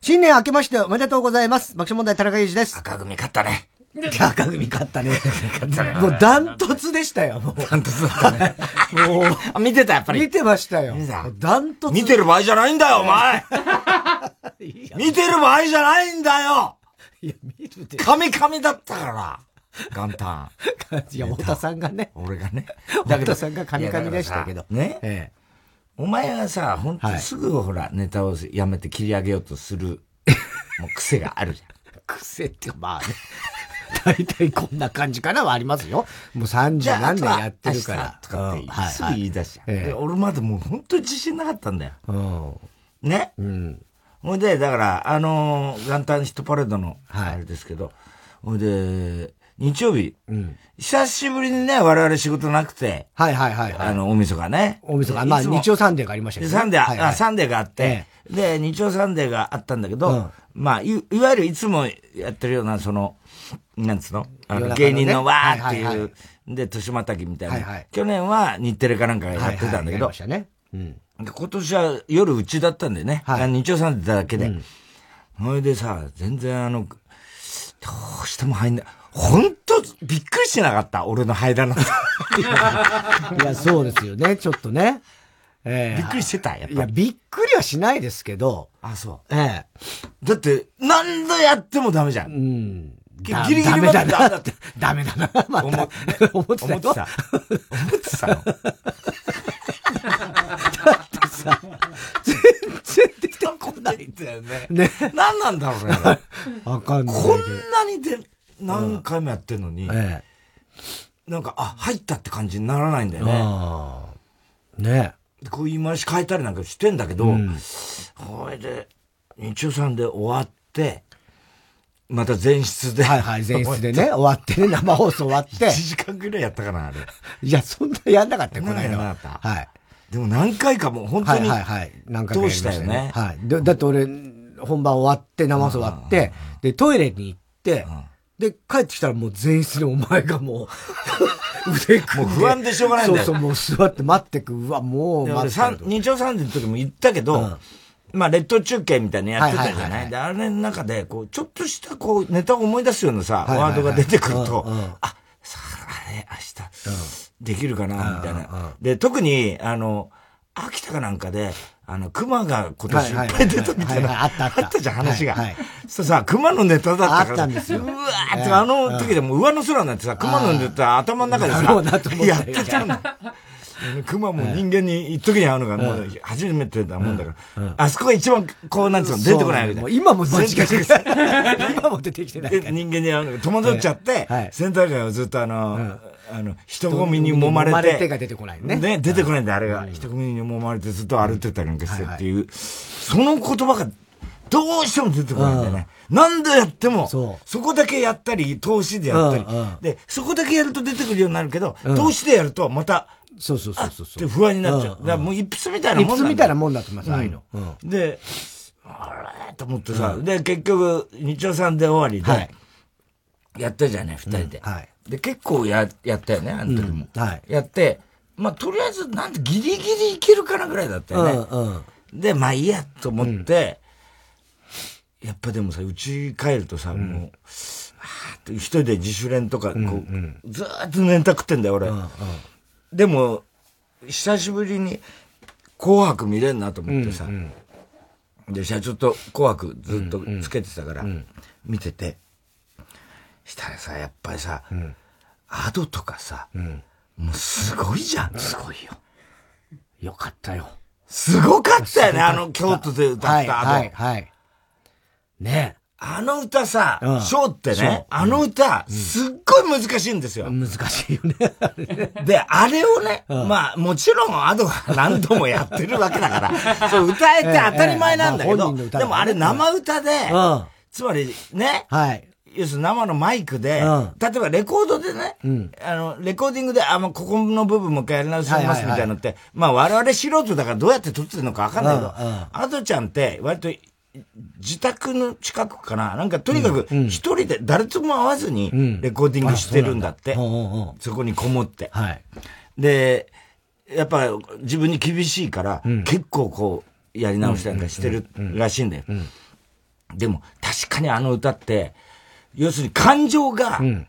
新年明けましておめでとうございます。爆笑問題田中裕二です。赤組勝ったね。赤組勝 ったね。もうダントツでしたよ、もう。ダントツだったね。もう、あ見てた、やっぱ り。見てましたよ見てた。ダントツ。見てる場合じゃないんだよ、お 前見てる場合じゃないんだよいや、見るで。カミカミだったから、元旦。いや、太田さんがね。俺がね。太田さんがカミカミでしたけど。いやだからさね。えお前はさ、ほんとはいすぐほら、ネタをやめて切り上げようとす る、もう癖があるじゃん。え。癖っていうか、まあね。 大体こんな感じかなはありますよ。もう三十何年やってるから。じゃああとは明日とかってすぐ言い出しちゃう。ええで俺まだもう本当に自信なかったんだよ。うんうん。ね。うん。ほいで、だから、あのー元旦ヒットパレードの、はいあれですけど、ほいで、日曜日、ん久しぶりにね、我々仕事なくて、はいはいはいはあい。の、大晦日ね。お店が、まあいつも日曜サンデーがありましたけでどね。サンデー、はいはいあ、サンデーがあってえ、で、日曜サンデーがあったんだけど、うんまあい、いわゆるいつもやってるような、その、なんつうのあの夜中の芸ね人のわーっていう、はいはいはで、年またぎみたいな、はいはい去年は日テレかなんかがやってたはいんだけど、はいやりましたね。うん。で今年は夜うちだったんだよね。はいあの日曜さんだけで。そ、れでさ、全然あの、どうしても入んない。ほんと、びっくりしなかった。俺の入らなさ。いや、そうですよね、ちょっとね。ええびっくりしてた、やっいぱや、り。びっくりはしないですけど、あ、そえう。だって、何度やってもダメじゃえん。うん。ギだリギリまでダメだダなメだっってて。 ダメだな、ま思たっ。 思ってた思よってた。思ってたの。全然出てこない。だよね。 ね。何なんだろうね。 あれわかんないけど。こんなにで、何回もやってんのに、ええ。なんか、あ、入ったって感じにならないんだよね。ああ。ねこう言い回し変えたりなんかしてんだけど、ほいで、日曜さんで終わって、また前室で。はいはい、前 室でね、終わってね、生放送終わっ1 て。時間ぐらいやったかな、あれ。いや、そんなやんなかったよ、このそんな間のやは。んなかったはい。でも何回かもう本当はいにはいはい。何回かやりましたよね。通したはい。でだって俺、本番終わって、生放送終わって、で、トイレに行って、で、帰ってきたらもう全室でお前が もう、腕組んで。もう不安でしょうがないんだよそうそう、もう座って待ってく。うわ、もうで待俺ってたさけんど、日曜3時の時も行ったけど、うんまあ、列島中継みたいなのやってたじゃない,、はいはいはいはいで、あれの中で、こう、ちょっとした、こう、ネタを思い出すようなさ、いはいはいワードが出てくると、うんうんあ、さあ、あれ、明日、できるかな、みたいな、で、特に、あの、秋田かなんかで、あの、熊が今年いっぱい出たみたはいはいはいはいいはいな。あったあったあったじゃん、話が。はいはいそうさ、熊のネタだったから。あったんですようわーって、あの時でもう上の空になってさ、熊のネタ頭の中でだろうなとさ、思ったやっよてたんだ。 熊も人間に一時に会うのがもう初めてだもんだから、あそこが一番こうなんつうの出てこないわそうけだもうよ。今も全然出てこない。今も出てきてないでから。人間に会うのが戸惑っちゃってはいはい、センター街をずっとあの、あの、人混みに揉まれ人混みに揉まれて、てが出てこないね出てこないんだ、あれが。人混みに揉まれてずっと歩いてたりなんかしてっていう、その言葉がどうしても出てこないんだよね。何度やっても、そそうこだけやったり、投資でやったりうんうん、で、そこだけやると出てくるようになるけど、投資でやるとまた、そうそうそうそうっそてう。不安になっちゃう。うんだからもうイップスみたいなリもんプスなんだよみたいなもんだと思います、ああいうの。うんで、あれと思ってさ、で、結局、日曜さんで終わりで、はい。やったじゃない、二人で、はい。で、結構や、やったよね、あの時も。うんはいやって、まあ、とりあえず、なんて、ギリギリいけるかなぐらいだったうよね。んうん。で、まあいいやと思って、やっぱでもさ、うち帰るとさ、もう、あーって一人で自主練とか、こう、ずーっとネタ食ってんだよ、俺。でも、久しぶりに、紅白見れんなと思ってさ、で、社長と紅白ずっとつけてたから、見てて、したらさ、やっぱりさ、アドとかさ、もうすごいじゃん。すごいよ。よかったよ。すごかったよね、あの京都で歌った、はいあの、はいはい。ねあの歌さ、うんショーってね、あの歌、すっごい難しいんですよ。難しいよね。で、あれをね、まあ、もちろん、アドは何度もやってるわけだから、 そう、歌えて当たり前なんだけええまあど、本人の歌だでからねもあれ生歌で、うんつまりね、はい。要するに生のマイクで、うん例えばレコードでね、あの、レコーディングで、あ、もうここの部分もう一回やり直しはいはまいすはいみたいなのって、まあ我々素人だからどうやって撮ってるのかわかんないけど、うんうんアドちゃんって割と自宅の近くかな、なんかとにかく一人で誰とも会わずにレコーディングしてるんだっあて、そうなんだうんうんうんそこにこもって。はい。で、やっぱ自分に厳しいから、結構こう、やり直したりなんかしてるらしいんだよ。でも、確かにあの歌って、要するに感情が、うん、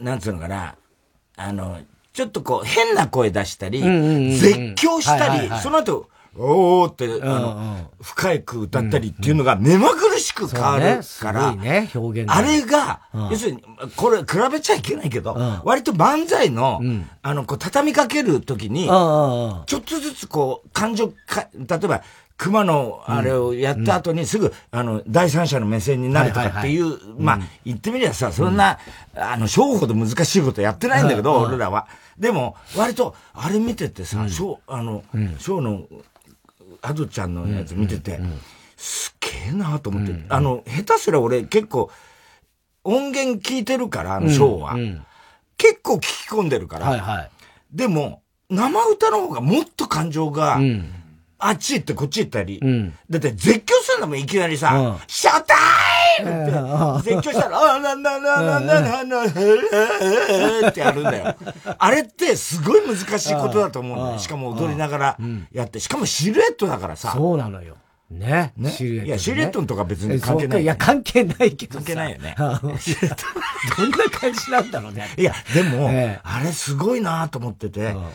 なんつうのかな、あの、ちょっとこう、変な声出したり、うんうんうんうん、絶叫したり、はいはいはい、その後、おーって、うんうん、あの、深い句歌ったりっていうのが目まぐるしく変わるから、ねね、あれが、うん、要するに、これ比べちゃいけないけど、うん、割と漫才の、うん、あの、こう、畳みかけるときに、ちょっとずつこう、感情か、例えば、熊のあれをやった後にすぐ、あの、第三者の目線になるとかっていう、はいはいはい、まあ、言ってみりゃさ、そんな、あの、ショーほど難しいことやってないんだけど、俺らは。でも、割と、あれ見ててさ、ショー、あの、ショーの、アドちゃんのやつ見てて、うんうんうん、すげえなと思って、うんうん、あの、下手すら俺結構、音源聞いてるから、あのショーは、うんうん。結構聞き込んでるから。はいはい、でも、生歌の方がもっと感情が、うん、あっち行ってこっち行ったり。うん、だって絶叫するのもいきなりさ、シャタイムって、絶叫したら、あななななななな、へーってやるんだよ。あれってすごい難しいことだと思うんだよ。しかも踊りながらやって、しかもシルエットだからさ。そうなのよ。ね。ねシルエット、ね、いや、シルエットとか別に関係ない、ね、いや、関係ないけど関係ないよね。シルエット。どんな感じなんだろうね。いや、でも、えー、あれすごいなと思ってて。あ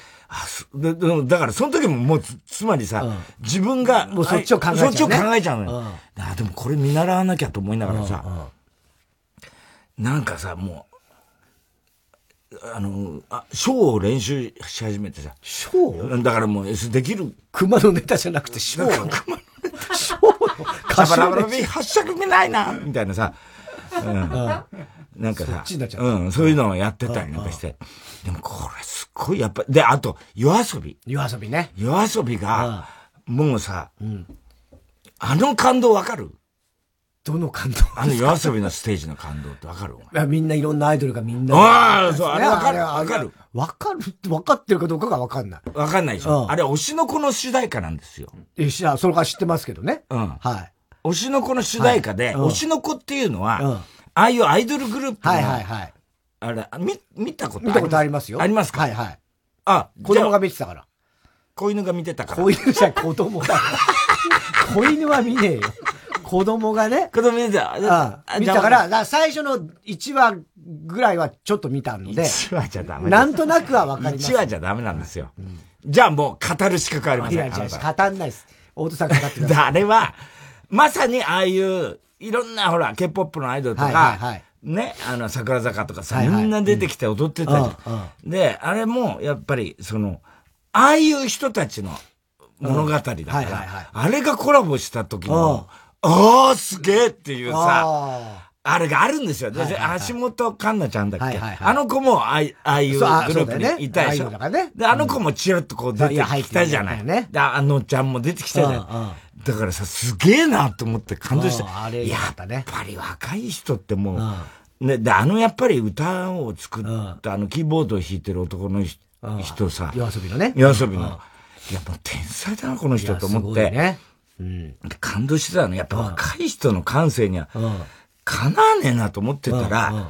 でだから、その時ももうつ、つまりさ、うん、自分が、もうそっちを考えちゃう、ね、そっちを考えちゃうのよ。うん、あでもこれ見習わなきゃと思いながらさ、うん、なんかさ、もう、あの、あ、ショーを練習し始めてさ。ショーだからもう、できる。熊のネタじゃなくてショー。熊のネタ。ショーカシャバラビ発色見ないなみたいなさ。うん。なんかさ、うん、そういうのをやってたりなんかして。でもこれすごい、やっぱ、で、あと、夜遊び。夜遊びね。夜遊びが、もうさ、うん、あの感動わかるどの感動あの夜遊びのステージの感動ってわかるいや、みんないろんなアイドルがみんな。ああ、そう、あれわかる、わかる。わかるって分かってるかどうかがわかんない。わかんないでしょ。うん、あれ、推しの子の主題歌なんですよ。え、しそれから知ってますけどね。うん。。はい推しの子の主題歌で、はいうん、推しの子っていうのは、うん、ああいうアイドルグループはいはいはい。あれ、み、見たこと見たことありますよ。ありますかはいはい。あ、子供が見てたから。子犬が見てたから。子犬じゃ子供だ。 子犬は見ねえよ。子供がね。子供見てた。ああ見たから、から最初の1話ぐらいはちょっと見たので。 1話じゃダメなんとなくはわかります。 1話じゃダメなんですよ。うん、じゃあもう語る資格ありません。いやいや、語んないです。大戸さん語 ってください。あれは、まさにああいう、いろんなほら、K-POP のアイドルとか、はいはいはいね、あの、桜坂とかさ、はいはい、みんな出てきて踊ってたり、 うん、で、あれも、やっぱり、その、ああいう人たちの物語だから、うんはいはいはい、あれがコラボした時の、おー、すげえっていうさ、あれがあるんですよ。はいはいはい、橋本環奈ちゃんだっけ、はいはいはい、あの子もあ、ああいうグループにいたでしょ。ね、ね、で、あの子もチラッとこう出てきたじゃない。うん、ね、で、あのちゃんも出てきたじゃない。うんうんだからさ、すげえなと思って感動した。あれやっぱり若い人ってもう、ね、で、あのやっぱり歌を作った、あのキーボードを弾いてる男の人さ、夜遊びのね。夜遊びの。いや、もう天才だな、この人と思って。ねうん、感動してたの。やっぱ若い人の感性には、かなわねえなと思ってたら、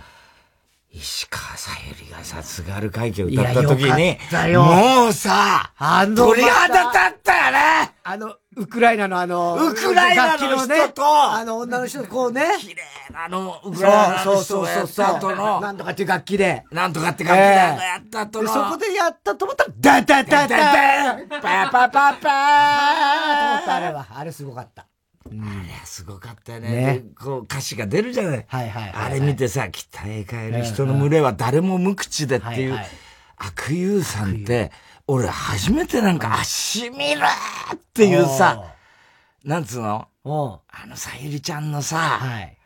石川さゆりがさ、津軽海峡歌った時に、もうさ、あの、鳥肌立ったよねあの、ウクライナのあの、ウクライナの人と、ね、あの、女の人こうね、綺麗なあの、ウクライナの人をやった後の、なんとかっていう楽器で、なんとかって楽器でやった後の、そこでやったと思ったら、ダダダダダパパパパーと思ったあれは、あれすごかった。うん、あれすごかったよね。ねこう歌詞が出るじゃない。はいはい、はい、あれ見てさ、北へ帰る人の群れは誰も無口でっていう、うんうん、悪友さんって、俺初めてなんか、あ、しみるっていうさ、なんつうのあのさゆりちゃんのさ、はい、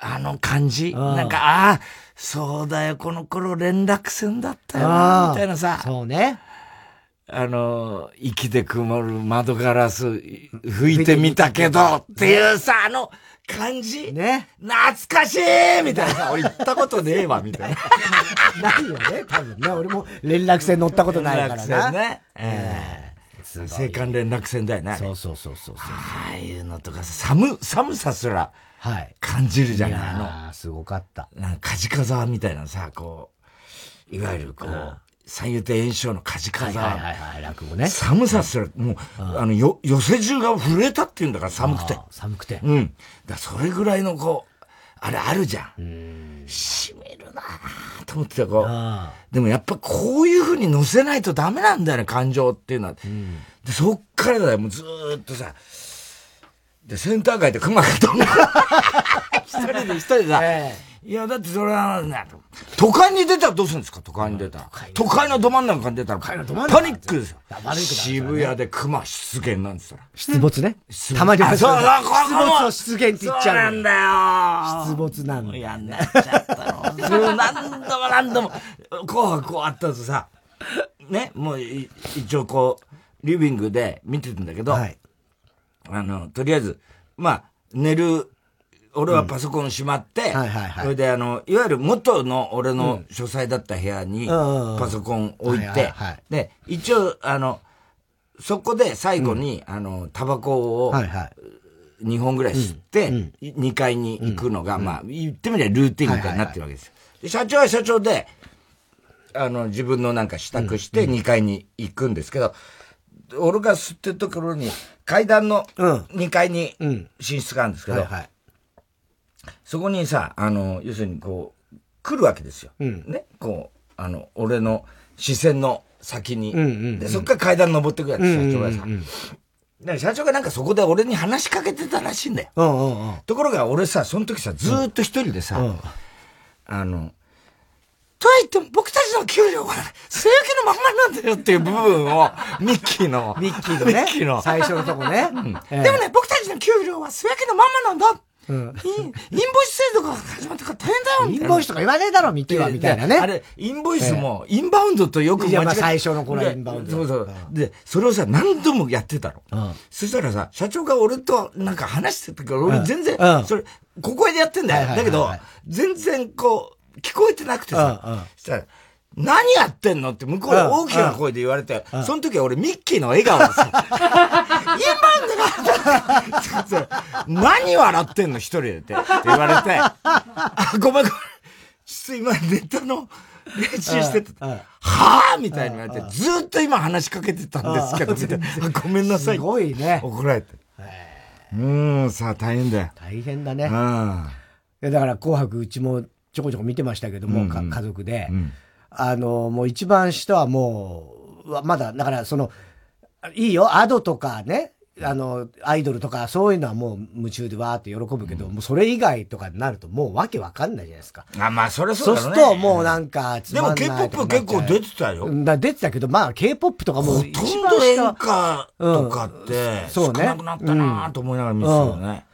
あの感じ、なんか、ああ、そうだよ、この頃連絡船だったよな、みたいなさ。そうね。あの、生きて曇る窓ガラス拭いてみたけどっていうさ、あの感じね。懐かしいみたい な。俺行ったことねえわ、みたいな。ないよね、多分ね。俺も連絡船乗ったこと ないからな。連絡船ね。ええー。青函連絡船だよね。そうそうそうそうああいうのとか寒、寒さすら感じるじゃない、あの。すごかった。なんか、カジカザみたいなさ、こう、いわゆるこう、三遊亭円章のカジカザ、はいはいはい、落語ね。寒さすら、もう、あの、よ、寄せ中が震えたっていうんだから寒くてあ。ー寒くて。うん。だそれぐらいのこう、あれあるじゃん。しめるなぁと思ってたこあう。でもやっぱこういう風に乗せないとダメなんだよね、感情っていうのは。で、そっからだよ、もうずーっとさ。で、センター街で熊が飛んだ。一人で一人でさ。えいや、だってそれはな、都会に出たらどうするんですか都会に出たら。都会のど真ん中に出たら、パニのど真ん中ックですよいや悪いことなん。ですよね渋谷で熊出現なんですから。出没ね。たまにあそうそう出没を出そ現うって言っちゃう。そうなんだ出よ没なんだよやんなっちゃったの。それ何度も何度も、紅白こうあったとさ、ね、もうい一応こう、リビングで見てたんだけど、はい。あの、とりあえず、まあ、寝る、俺はパソコンしまって、はいはいはいそれであの、いわゆる元の俺の書斎だった部屋に、うんうんパソコン置いはいはいてはい、で、一応、あの、そこで最後に、あの、タバコを、はいはい。 2本ぐらい吸って、2階に行くのが、まあ、言ってみればルーティンみたいになってるわけですよ。で社長は社長で、あの、自分のなんか支度して2階に行くんですけど、俺が吸ってるところに、階段のうん2階にん寝室があるんですけはいど、はい。そこにさ、あの、要するにこう、来るわけですよ。ね、こう、あの、俺の視線の先に。んうんで、そっから階段登ってくるわけ、社長がさ。だから社長がなんかそこで俺に話しかけてたらしいんだよ。うんうん うん。ところが俺さ、その時さ、ずーっと一人でさ、うんあの、とはいっても僕たちの給料は、 据え置きのまんまなんだよっていう部分 を、ミッキーの。ミッキーのね。ミッキー の。最初のとこね。ええでもね、僕たちの給料は据え置きのまんまなんだ。うイんンインボイス制度が始まったから大変だよみたいイな。ンボイスとか言わねえだろ、ミキは、みたいなであね。れ、インボイスも、インバウンドとよく間違いやまあえて最初の頃はインバウンドでそうそう。うで、それをさ、何度もやってたの。んそしたらさ、社長が俺となんか話してたから、俺全然、うんそれ、ここでやってんだはいよ。はいはだけいどはい、全然こう、聞こえてなくてさ、うんうんそしたら、何やってんのって向こうで大きな声で言われて、その時は俺ミッキーの笑顔で さ、 何笑ってんの一人でってって言われて、あ、ごめんごめん。ちょっと今ネタの練習してて、うんうんはぁみたいに言われて、ずーっと今話しかけてたんですけど、みたいなあごめんなさい。すごいね怒られて。うーん、さあ大変だよ。大変だね。ういん。やだから、紅白、うちもちょこちょこ見てましたけども、か家族でん。あの、もう一番下はもううわ、まだ、だから、その、いいよ、アドとかね、あの、アイドルとか、そういうのはもう夢中でわーって喜ぶけど、もうそれ以外とかになると、もうわけわかんないじゃないですか。あ、まあ、それそそううだすろるね。と、もうなんかつでまもんないとかなっちゃう、 K-POP 結構出てたよ。うんだ出てたけど、まあ、K-POP とかもほうとん一ど番演下は歌とかって、んそ少うねなくなったなぁと思いながら見てたよね。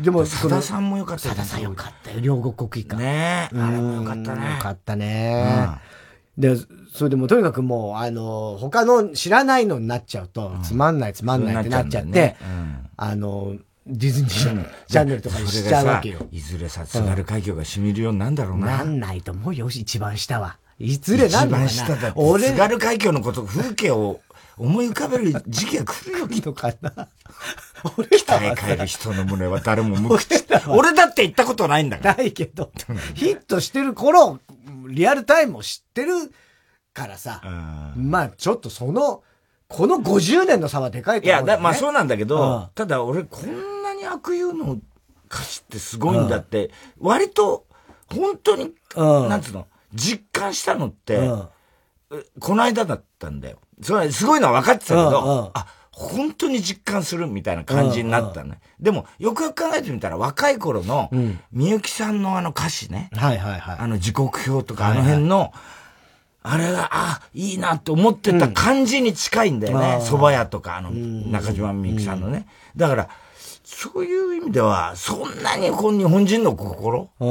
でも、さださんもよかったよね。さださんよかったよ、両国国技館。ねえ、あれもよかったうんねよ。かったね。で、それでもうとにかくもう、あの、他の知らないのになっちゃうと、つまんないつまんないってなっちゃってそうなっちゃうんだよね、あの、ディズニーチャンネルとかにしちゃうわけよそれがさ。いずれさ、津軽海峡が染みるようになるんだろうなな。んないと思うよ、一番下は。いずれなんのか一番下だなって俺津軽海峡のこと、風景を思い浮かべる時期が来るよ、きっとかな。俺と。らは帰る人の胸は誰も 無口。俺だって行ったことないんだから。ないけど、ヒットしてる頃、リアルタイムを知ってるからさ、まあちょっとその、この50年の差はでかいいと思や、うんだよだね。まあそうなんだけうんど、ただ俺こんなに悪友の歌詞ってすごいんだって、割と、本当に、うんなんつうの、実感したのって、うんこの間だったんだよ。それすごいのは分かってたけど、うんうんあ、本当に実感するみたいな感じになったね。でも、よくよく考えてみたら、若い頃の、みゆきさんのあの歌詞ね、はいはいはい。あの時刻表とか、あの辺の、あれが、あ、いいなと思ってた感じに近いんだよね。蕎麦屋とか、あの、中島みゆきさんのね。だから、そういう意味では、そんなにこう日本人の心、うん。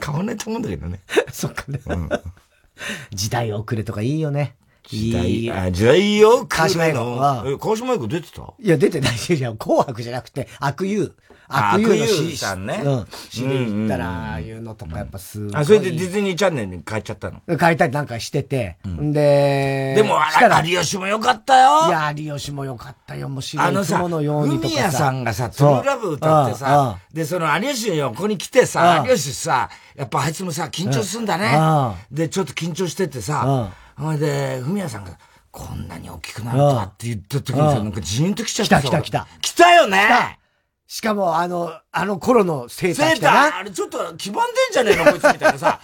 変わらないと思うんだけどね。 そっかね。時代遅れとかいいよね。時代、あ時代を川島英語はえ、川島英語出てたいや、出てないし、いや、紅白じゃなくて、悪友。あ悪友の悪友しさんねうん。知りに行ったら、ああいうのとか、やっぱすごい。あ、それでディズニーチャンネルに変えちゃったの。変えたりなんかしてて。ん、で、でも、あしたらら、有吉もよかったよいや、有吉も良かったよ。もう白あいのさ、雲のようにとか海さ。谷さんがさ、トそうゥルーラブ歌ってうんうんさ、で、その有吉の横に来てさう、ん有吉さ、やっぱあいつもさ、緊張すんだね。で、ちょっと緊張しててさ、ほいで、文谷さんが、こんなに大きくなるとはって言った時にさ、うんなんかジーンと来ちゃった。来た来た来た。来たよたねしかも、あの、あの頃のセータセーー着タたー、な。あれちょっと黄ばんでんじゃねえのこいつみたいな さ、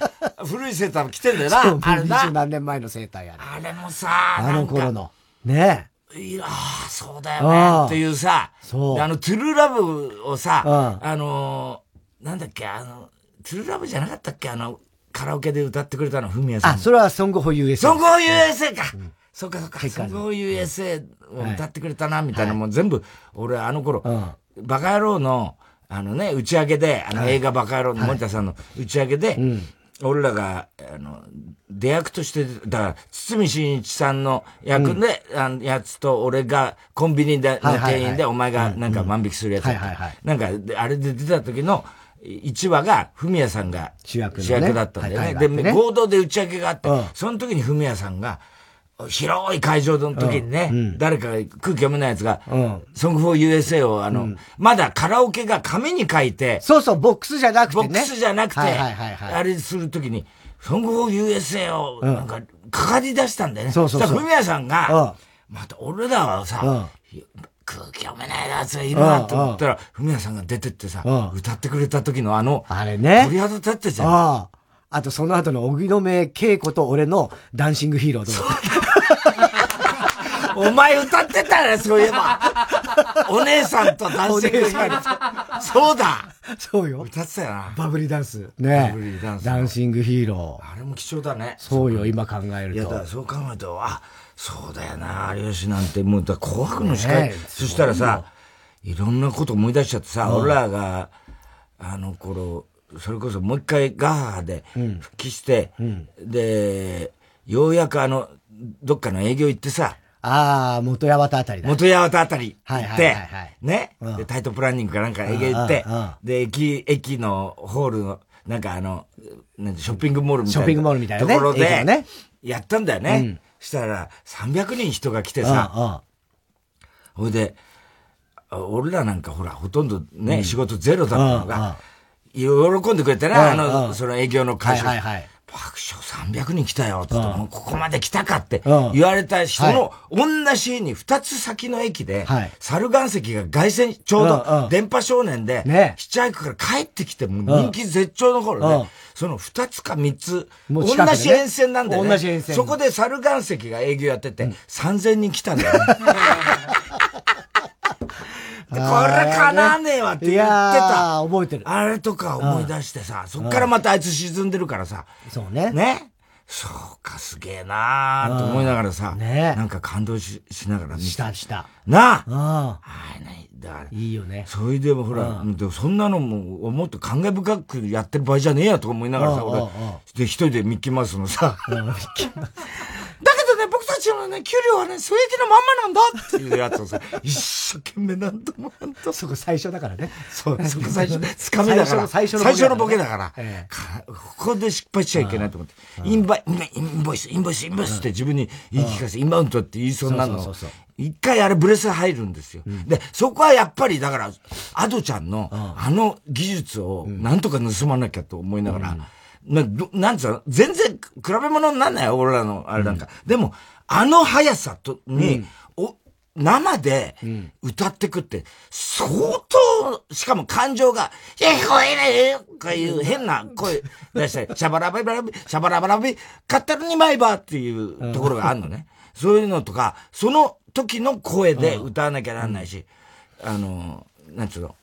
古いセーター着てんだよそうもうな、あれ二十な。何年前のセーターやね。あれもさ、あなのんか頃の。ねいやあそうだあよねあっていうさ、そうであの、トゥルーラブをさ、うあのー、なんだっけ、あの、トゥルーラブじゃなかったっけ、あの、カラオケで歌ってくれたの、フミヤさあ、ん。それはソング保有 S。そこ USA か、そっかそっか、世そ界のこ USA を歌ってくれたな、みたいな、もう全部、俺、あの頃、うバカ野郎の、あのね、打ち上げで、あの映画バカ野郎の森田さんの打ち上げで、俺らが、あの、出役として、だから、堤真一さんの役で、あのやつと、俺がコンビニでのはいはいはい店員で、お前がなんか万引きするやつだったはいはいはいなんか、であれで出た時の、1話が、フミヤさんが主役のねだったんだよね。はいはいはいで、合同で打ち上げがあって、うんその時にフミヤさんが、広い会場の時にね、誰かが空気読めないやつが、んソングフォー USA をあの、まだカラオケが紙に書いて、そうそう、ボックスじゃなくてボね。ックスじゃなくて、はいはいはいはいあれするときに、ソングフォー USA を、なんか、かかり出したんだよね。そうそうそうしたら、フミヤさんが、また、俺らはさ、空気読めないやつがいるなと思ったら、フミヤさんが出てってさ、うん歌ってくれた時のあの、あれね鳥肌立ってじゃん。ああ。あと、その後の荻野目恵子と俺のダンシングヒーローとか。お前歌ってたね、そういえば。お姉さんと男性お姉そうだそうよ。歌ってたよな。バブリーダンス。ねバブリーダンスダンシングヒーロー。あれも貴重だね。そうよ、今考えいや、るだからと。そう考えると、あ、そうだよな、有吉なんて、もう、だから紅白の司会、ねえそしたらさ、いろんなこと思い出しちゃってさ、俺らが、あの頃、それこそもう一回ガハハで復帰して、で、ようやくあの、どっかの営業行ってさ、ああ、元八幡あたりだ。元八幡あたり行っはいてはいはいはい、ね、うんでタイトプランニングかなんか営業行ってうんうんうん、で、駅、駅のホールの、なんかあの、なんてショッピングモールみたいな。ショッピングモールみたいなねところ駅で、のねやったんだよね。したら、300人人が来てさ、ほいで、あ俺らなんかほら、ほとんどね、仕事ゼロだったのが、喜んでくれてね、あうんの、うんその営業のは会い社。はいはい。爆笑300人来たよ、つって、もうここまで来たかってうん言われた人の、同じ日に2つ先の駅で、はい猿岩石が凱旋、ちょううんうどん電波少年で、ねヒッチハイクから帰ってきて、もう人気絶頂の頃で、うんその2つか3つ、もう同近くでねじ沿線なんだよね。同じ沿線そこで猿岩石が営業やってて、3000人来たんだ よね。でこれかなわねえわってい言ってた。やー覚えてるあれとか思い出してさ、そっからまたあいつ沈んでるからさ、そうね。ね。そうか、すげえなーと思いながらさ、ねなんか感動ししながら見てしたした。なあああ。あない、だから、いいよね。それでもほら、でもそんなのも、もっと感慨深くやってる場合じゃねえやと思いながらさ、うん俺うんうん、で、一人でミッキーマウスのさ、 だけどね、僕たちのね、給料はね、そういう気のまんまなんだっていうやつをさ、一生懸命なんともなんとも。そこ最初だからね。 そう、そこ最初、つかみだから。最初の最最初初ののボボケケだだかからら。かここで失敗しちゃいけないと思って。インバイ、インボイス、インボイス、インボイスって自分に言い聞かせ、インバウンドって言いそうになるそのうそうそう。一回あれブレス入るんですよ。で、そこはやっぱりだから、アドちゃんのあの技術をなんとか盗まなきゃと思いながら、などなんつうの全然比べ物にならないよ、俺らのあれなんか。でも、あの速さと、に、お、生で歌ってくって、相当、しかも感情が、いや、聞こえないよこういう変な声出したり、シャバラバラビ、シャバラバラビ、カッタルにマイバーっていうところがあるのね。そういうのとか、その時の声で歌わなきゃなんないし、あの、なんつうの、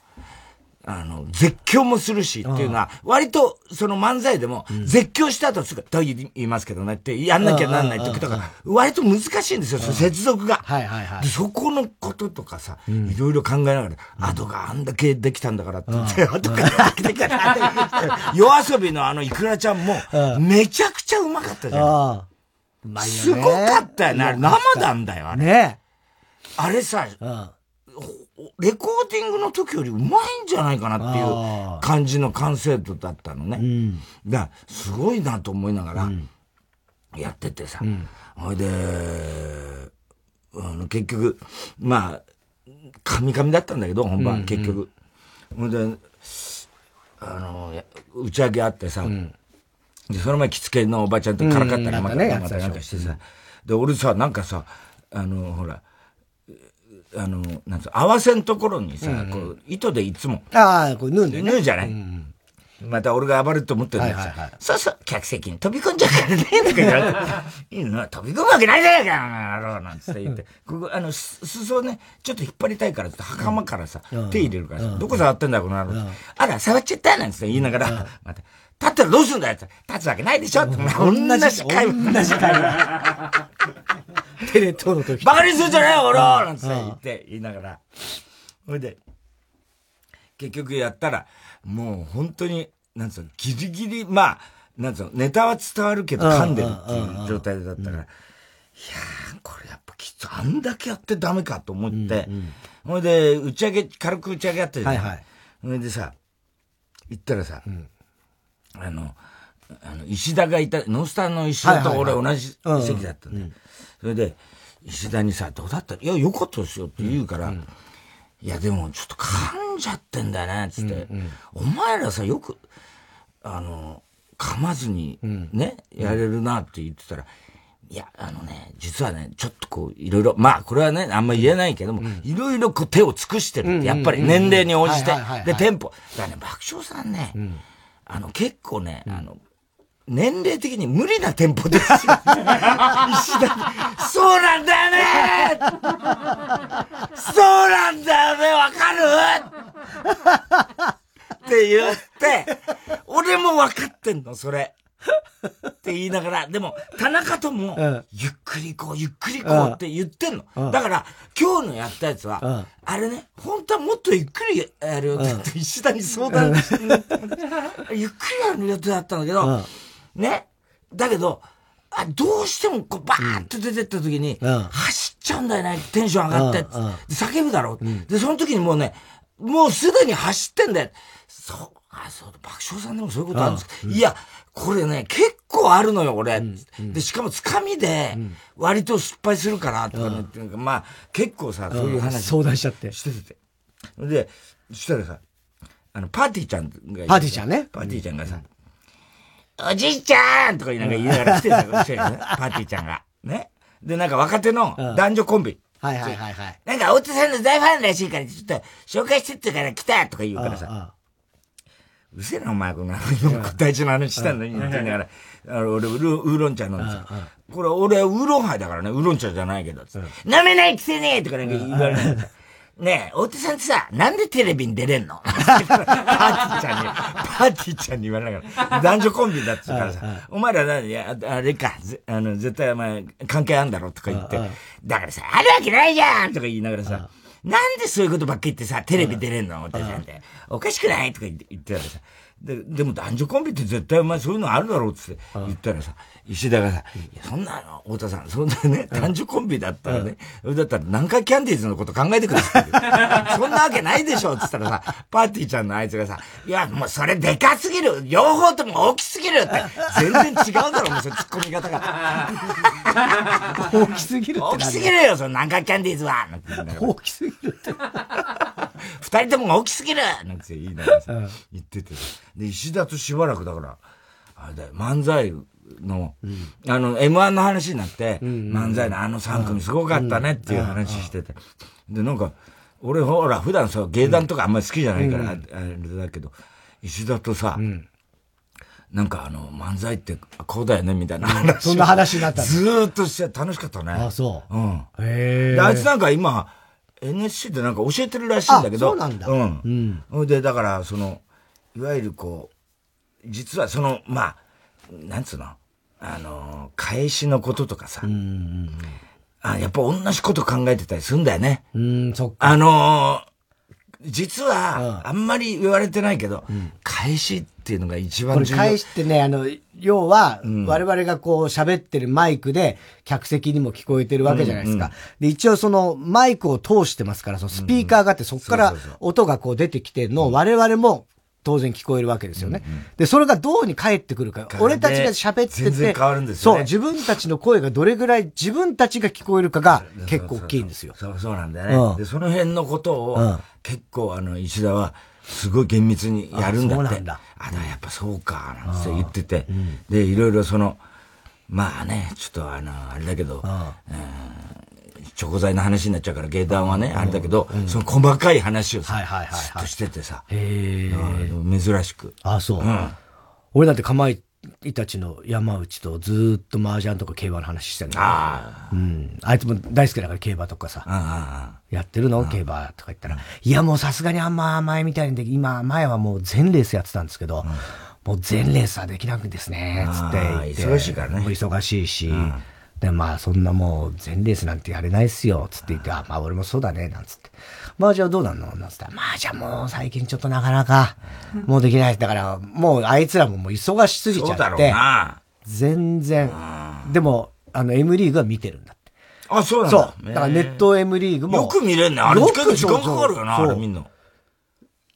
あの、絶叫もするしっていうのは、割とその漫才でも、絶叫した後すぐ、と言いますけどねって、やんなきゃなんない時とか、割と難しいんですよ、その接続が。はいはいはいで、そこのこととかさ、いろいろ考えながら、アドがあんだけできたんだからって言って、アドが あんだけできたんだからって、夜遊びのあのイクラちゃんも、めちゃくちゃうまかったじゃん。ああ。うまいよね。すごかったよね。あれ生なんだよ、あれ。ねあれさ、え。うん。レコーディングの時よりうまいんじゃないかなっていあうー感じの完成度だったのね。んだから、すごいなと思いながら、やっててさ。ほいで、あの、結局、まあ、カミカミだったんだけど、本番、結局。ほいで、あの、や打ち上げあってさ、で、その前着付けのおばちゃんとからかったり、うんまなたんかねまやってたたでしょなんかしてさ、で、俺さ、なんかさ、あの、ほら、あの、なんつう合わせんところにさ、こう、糸でいつも、ああ、これ縫うんだよね。縫うじゃない、また俺が暴れると思ってるんだけどさ、はいはいはいそうそう、客席に飛び込んじゃ うからね、とか言われて、いいの飛び込むわけないじゃないか、あの野郎なんつって言って、ここ、あの、す裾をね、ちょっと引っ張りたいからって、袴からさ、手入れるからさ、どこ触ってんだ、この野郎、あら、触っちゃったなんつって言いながら、 また、立ったらどうするんだよって、立つわけないでしょって、 同じ会話。同じ会話。テレ東の時。バカにするんじゃないよ、俺はなんつって言って、言いながら。ほいで、結局やったら、もう本当に、なんつうの、ギリギリ、まあ、なんつうの、ネタは伝わるけど噛んでるっていう状態だったから、いやー、これやっぱきつ、あんだけやってダメかと思って、ほいで、打ち上げ、軽く打ち上げやったじゃん。はいはいほいでさ、行ったらさ、あの、あの、石田がいた、ノンスターの石田と俺はいはい同じ席だったんだよ。それで、石田にさ、どうだったいや、よかったですよって言うから、いや、でもちょっと噛んじゃってんだよね、つって。お前らさ、よく、あの、噛まずにね、やれるなって言ってたら、いや、あのね、実はね、ちょっとこう、いろいろ、まあ、これはね、あんま言えないけども、いろいろこう手を尽くしてるって、やっぱり年齢に応じてはいはいはいは、いで、テンポ。だからね、爆笑さんね、あの、結構ね、あの、年齢的に 無理なテンポですよ。石田そうなんだよねそうなんだよねわかる って言って、俺もわかってんの、それ。って言いながら、でも、田中ともん、ゆっくり行こう、ゆっくり行こうって言ってんの。だから、今日のやったやつうはん、あれね、本当はもっとゆっくりやるよって言って、石田に相 談して、ゆっくりやる予定だったんだけど、ね。だけど、あどうしてもこうバーッと出てった時に、うん走っちゃうんだよね、テンション上がって。うんうんで叫ぶだろう、で、その時にもうね、もうすでに走ってんだよ。そう、あ、そう、爆笑さんでもそういうことあるんですか、いや、これね、結構あるのよ、俺。で、しかもつかみで、割と失敗するから、とかね、っていうかまあ、結構さ、そういう話。相談しちゃって。してて。で、そしたらさ、あの、パーティーちゃんがいてパーティーちゃんねパーティーちゃんがさ、おじいちゃんとか言いながら言いながら来てたよ、後ろにねパーティーちゃんが。ね。で、なんか若手の男女コンビ。はいはいはいはい。なんか、大津さんの大ファンらしいから、ちょっと、紹介してってから来たとか言うからさ、あうせえな、お前、この、今大事な話したんだ、言いながら、あの、俺、ウーロンウーロン茶飲んでさ、これ、俺、ウーロンハイだからね、ウーロン茶じゃないけど、つって飲めないくせねえとかなんか言われながらさねえ、大手さんってさ、なんでテレビに出れ んのパーティーちゃんに、パーティーちゃんに言われながら、男女コンビだっつうからさ、お前ら何、いや、ああれか、ぜあの、絶対お前、関係あんだろとか言って、だからさ、あるわけないじゃんとか言いながらさ、なんでそういうことばっかり言ってさ、テレビ出れんの大手さんって。おかしくないとか言って言ってたらさ、で、でも男女コンビって絶対お前そういうのあるだろうっつって言ったらさ、石田がさ、いや、そんなの、太田さん、そんなね、男女コンビだったらね、それだったら南海キャンディーズのこと考えてくださいよ。 そんなわけないでしょっつったらさ、パーティーちゃんのあいつがさ、いや、もうそれでかすぎる両方とも大きすぎるって全然違うだろ、もうそれ突っ込み方が。あ大きすぎるって 大きすぎるるよ、その南海キャンディーズはなんて言いながら大きすぎるって。二人ともが大きすぎるなんて言いながらさ、言ってて。で、石田としばらくだから、あれだよ、漫才の、あの、M1 の話になって、漫才のあの3組すごかったねっていう話してて。で、なんか、俺ほら、普段さ、芸団とかあんまり好きじゃないから、あれだけど、石田とさ、なんかあの、漫才ってこうだよね、みたいな話を。そんな話になったのずーっとして楽しかったね。。あそううん。う。へであいつえ。なんか今、NSC でなんか教えてるらしいんだけど。あそうなんだうん。ほいで、だから、その、いわゆるこう、実はその、まあ、なんつうの、あの、返しのこととかさ、あやっぱ同じこと考えてたりするんだよね。うん、そっか。あのー実は、あんまり言われてないけど、返しっていうのが一こ番れ重要。返してね、あの、要は、我々がこう喋ってるマイクで、客席にも聞こえてるわけじゃないですか。で、一応そのマイクを通してますから、そのスピーカーがあって、そこから音がこう出てきての、我々も当然聞こえるわけですよね。で、それがどうに返ってくるか。からね俺たちが喋ってて、全然変わるんですよねそう、自分たちの声がどれぐらい自分たちが聞こえるかが結構大きいんですよ。そう、そうなんだよね。うんで、その辺のことを、うん結構、あの、石田は、すごい厳密にやるんだっあそて。あ、うなんだだからやっぱそうか、なんて言ってて。で、いろいろその、まあね、ちょっとあの、あれだけど、チョコ材の話になっちゃうから、芸談はね、あれだけど、その細かい話をさ、はいはいはいはいずっとしててさ、へえ。うん珍しく。あ、そう。うん俺なんてかまいたちの山内とずーっと麻雀とか競馬の話してんの。ああ、うん。あいつも大好きだから競馬とかさ。あやってるの競馬とか言ったら。いやもうさすがにあんま前みたいにでき、今前はもう全レースやってたんですけど、もう全レースはできなくですね、つって言ってあー忙しいからねもう忙しいし。で、まあそんなもう全レースなんてやれないっすよ、つって言って、あ、まあ俺もそうだね、なんつって。麻雀はどうなんのなんつったら、麻雀もう最近ちょっとなかなか、もうできない。だからもうあいつらももう忙しすぎあ、ちそゃうだっろうて、な。全然。でも、あの M リーグは見てるんだって。あ、そうなんだ。そう。だからネット M リーグも。よく見れんね。あれ、よ時く間時間かかるよな、そあうれ見んの。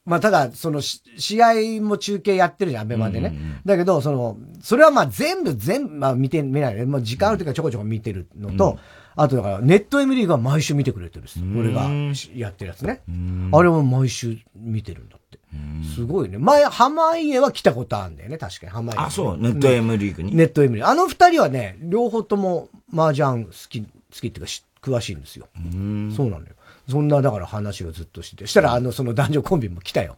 まあただ、そのし、試合も中継やってるじゃん、アベマでね。だけど、その、それはまあ全部、全部、まあ見て、見ないね。まあ時間ある時はちょこちょこ見てるのと、あとだから、ネット M リーグは毎週見てくれてるです。俺がしやってるやつね。あれも毎週見てるんだって。すごいね。前、濱家は来たことあるんだよね、確かに。濱家、あ、そう、ネット M リーグに。ネット M リーグ。あの二人はね、両方とも麻雀好き、好きっていうかし、詳しいんですよ。そうなのよ。そんな、だから話をずっとしてて。したら、あの、その男女コンビも来たよ。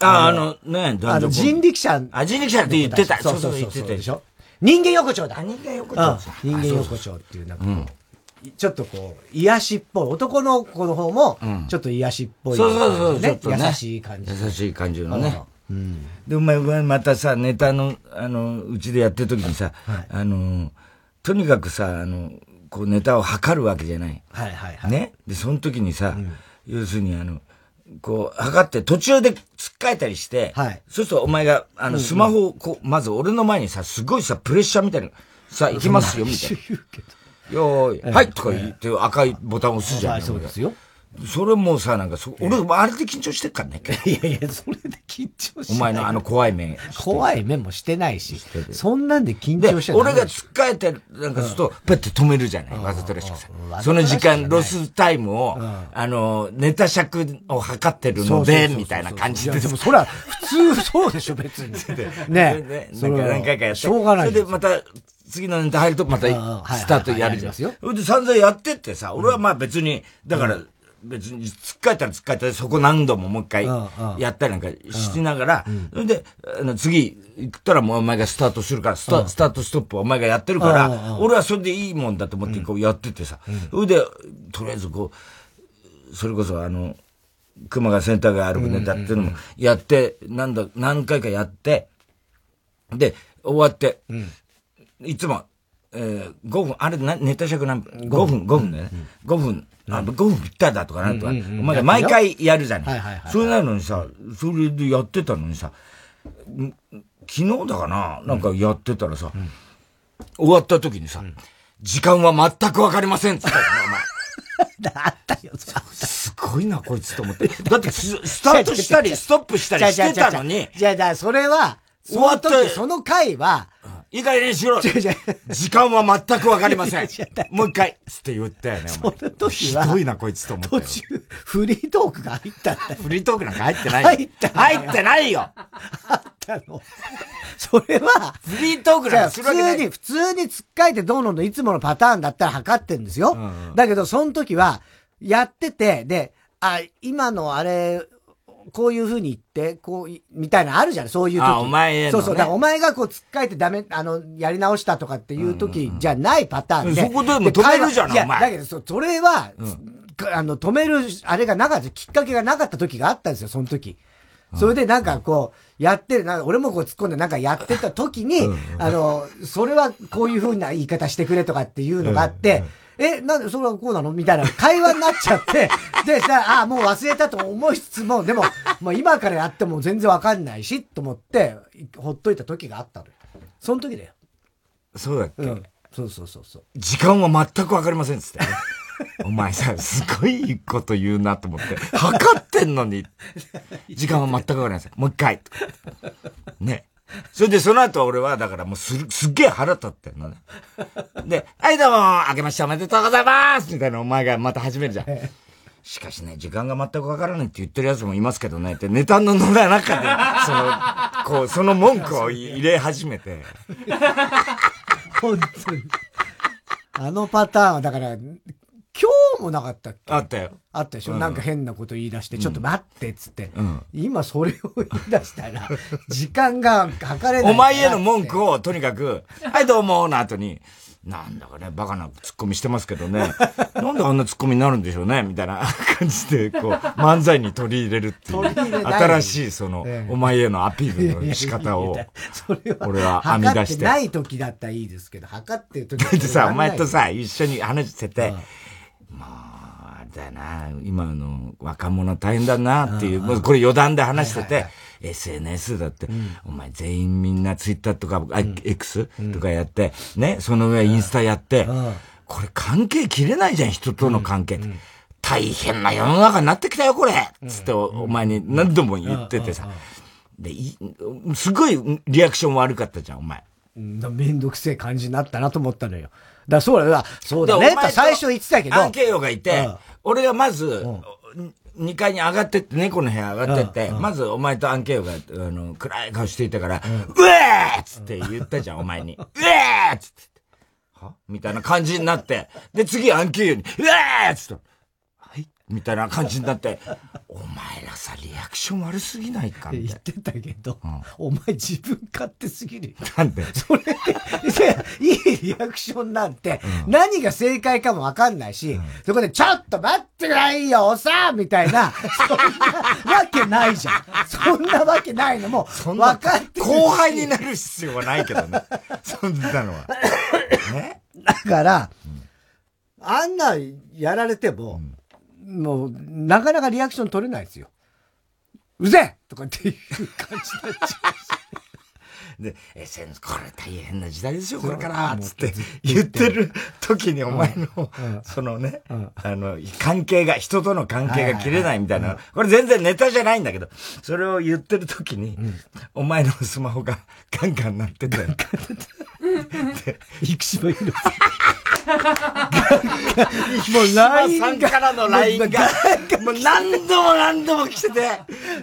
あ、あの、ね、あの、男女コンビ人力車。あ人力車って言ってた。そそううそそうう、そう言ってそう。たででししょ。ょ人間横丁だ。あ人間横丁うんさ。人間あそう横丁っていう、なんかこう、ちょっとこう、癒しっぽい。男の子の方も、ちょっと癒しっぽいそ感うじそうそうそでう、ちょねっとね。優しい感じ。優しい感じのね。で、お前はまたさ、ネタの、あの、うちでやってる時にさ、あの、とにかくさ、あの、こうネタを測るわけじゃない。はいはいはい。ね。で、その時にさ、要するにあの、こう、測って、途中で突っかえたりして、はいそうするとお前が、あの、スマホを、こう、まず俺の前にさ、すごいさ、プレッシャーみたいな、さ、行きますよ、み たいな。言うけどよーい、はいとか言って赤いボタンを押すじゃはん。い、そうですよ。それもさ、なんかそ、俺、あれで緊張してっからね。いやいや、それで緊張しお前のあの怖い目。怖い目もしてないし、そんなんで緊で張し、ちゃダメ俺が突っかえて、なんかすると、パッて止めるじゃない。わざとらしくさうんうんうん。その時わざとらしくはない間、ロスタイムを、あの、ネタ尺を測ってるので、みたいな感じでや。でもそら、普通そうでしょ、別 に。ねえ。それでなんか何回かやって。しょうがないそれでまた、次のネタ入ると、またんうんはいはいスタートやるじゃん。はいやりますよそれで散々やってってさ、俺はまあ別に、だから、別に、つっかえたらつっかえたら、そこ何度ももう一回うんうんやったりなんかしながら、それで、あの次行ったらもうお前がスタートするから、スタスタートストップはお前がやってるかうんうんうら、俺はそれでいいもんだと思ってこうやっててさ、それで、とりあえずこう、それこそあの、熊がセンターが歩くネタっていうのもやって、なんだ、何回かやって、で、終わって、いつも、えー、5分、あれ、なネタ尺何分 ?5 分、5分だよね。5分、あ、5分ぴったりだとかなんとか、お前が毎回やるじゃなはいはいはいはいい。それなのにさ、それでやってたのにさ、ん昨日だかななんかやってたらさ、終わった時にさ、時間は全くわかりませんっつったよね、 お前。あ ったよ、そらすごいな、こいつと思って。だってス、スタートした り、ストップしたりしてたのに、じゃあ、じゃあ、それは、そ終わのって時、その回は、いい加減にしろ違う違う時間は全くわかりませ違んう違うだってもう一回つって言ったよね、おそ前。の時ひは、どいな、こいつと思った途よ。中、フリートークが入ったんだよフリートークなんか入ってない入っよ。た入ってないよあったの。それは、フリートークじゃなんあか普するわけな通い。に、普通につっかえてどうののいつものパターンだったら測ってんですよ。だけど、その時は、やってて、で、あ、今のあれ、こういう風に言って、こうい、みたいなのあるじゃん、そういう時。あお前へのねそうそう。だからお前がこう、つっかえてダメ、あの、やり直したとかっていう時じゃないパターンで。うんそこでも止めるじゃないで会話お前やだけど、そそれは、かあの、止める、あれがなかった、きっかけがなかった時があったんですよ、その時。それでなんかこう、やってる、なんか俺もこう突っ込んでなんかやってた時に、あの、それはこういう風な言い方してくれとかっていうのがあって、え、なんでそれはこうなのみたいな会話になっちゃって、 で、さあ、もう忘れたと思いつつも、でも、まあ今からやっても全然わかんないし、と思って、ほっといた時があったのよ。その時だよ。そうだっけ、うん。そうそうそうそう。時間は全くわかりませんっつってね。お前さ、すごいこと言うなと思って。測ってんのに。時間は全くわかりません。もう一回。ね。それで、その後俺は、だからもうする、すっげえ腹立ってんのね。で、はいどうも、明けましておめでとうございますみたいなお前がまた始めるじゃん。しかしね、時間が全くわからないって言ってる奴もいますけどね、ってネタの野良中で、その、こう、その文句を入れ始めて。 本当に。あのパターンは、だから、今日もなかったっけあったよ。あったでしょ、なんか変なこと言い出して、ちょっと待ってっつって、ん今それを言い出した ら、時間が測れない。お前への文を。句をとにかく、はいどうもの後に、なんだかね、バカなツッコミしてますけ どね、なんであんなツッコミになるんでしょうね、みたいな 感じで、こう、漫才に取り入れるっていう、取り入れない新しいそのえ、えお前へのアピールいのや仕方いをやい。やそれは、俺は編み出測っしててない時だったらいいですけど、測ってる時だってさ、おは前と、さ、一緒に話してて、もう、あれだよな、今の若者大変だなっていう、もうこれ余談で話してて、SNS だって、お前全員みんなツイッターとか、あ X とかやって、ね、その上インスタやって、これ関係切れないじゃん、人との関係って。大変な世の中になってきたよ、これつっておお前に何度も言っててさ。で、いすごいリアクション悪かったじゃん、お前。うんめんどくせえ感じになったなと思ったのよ。だからそうだよ、そうだでねお。前と最初言ってたけど、アンケイヨがいて、うん俺がまず、2階に上がってって、猫の部屋上がってって、まずお前とアンケイヨが、あの、暗い顔していたから、うえーっつって言ったじゃん、お前に。うえーっつって。はみたいな感じになって、で、次アンケイヨに、うえーっつって、はいみたいな感じになって、お前らさ、リアクション悪すぎないかみ言たいってたけど、お前自分勝手すぎるよ。な。なんでそれで、いやいいリアクションなんて、何が正解かもわかんないし、そこで、ちょっと待ってくださいよ、おさみたいな、そんなわけないじゃん。そんなわけないのも、そん分なかってるし後輩になる必要はないけどね。そんなのは。ねだから、あんなやられても、もう、なかなかリアクション取れないですよ。うぜえとかっていう感じになっちゃうし。で、SNS、これ大変な時代ですよ、これから、つって言ってる時にお前の、そのね、あの、関係が、人との関係が切れないみたいな、これ全然ネタじゃないんだけど、それを言ってる時に、お前のスマホがガンガン鳴ってて、生島ヒロ もう LINE さんからの LINE が、もう何度も何度も来てて、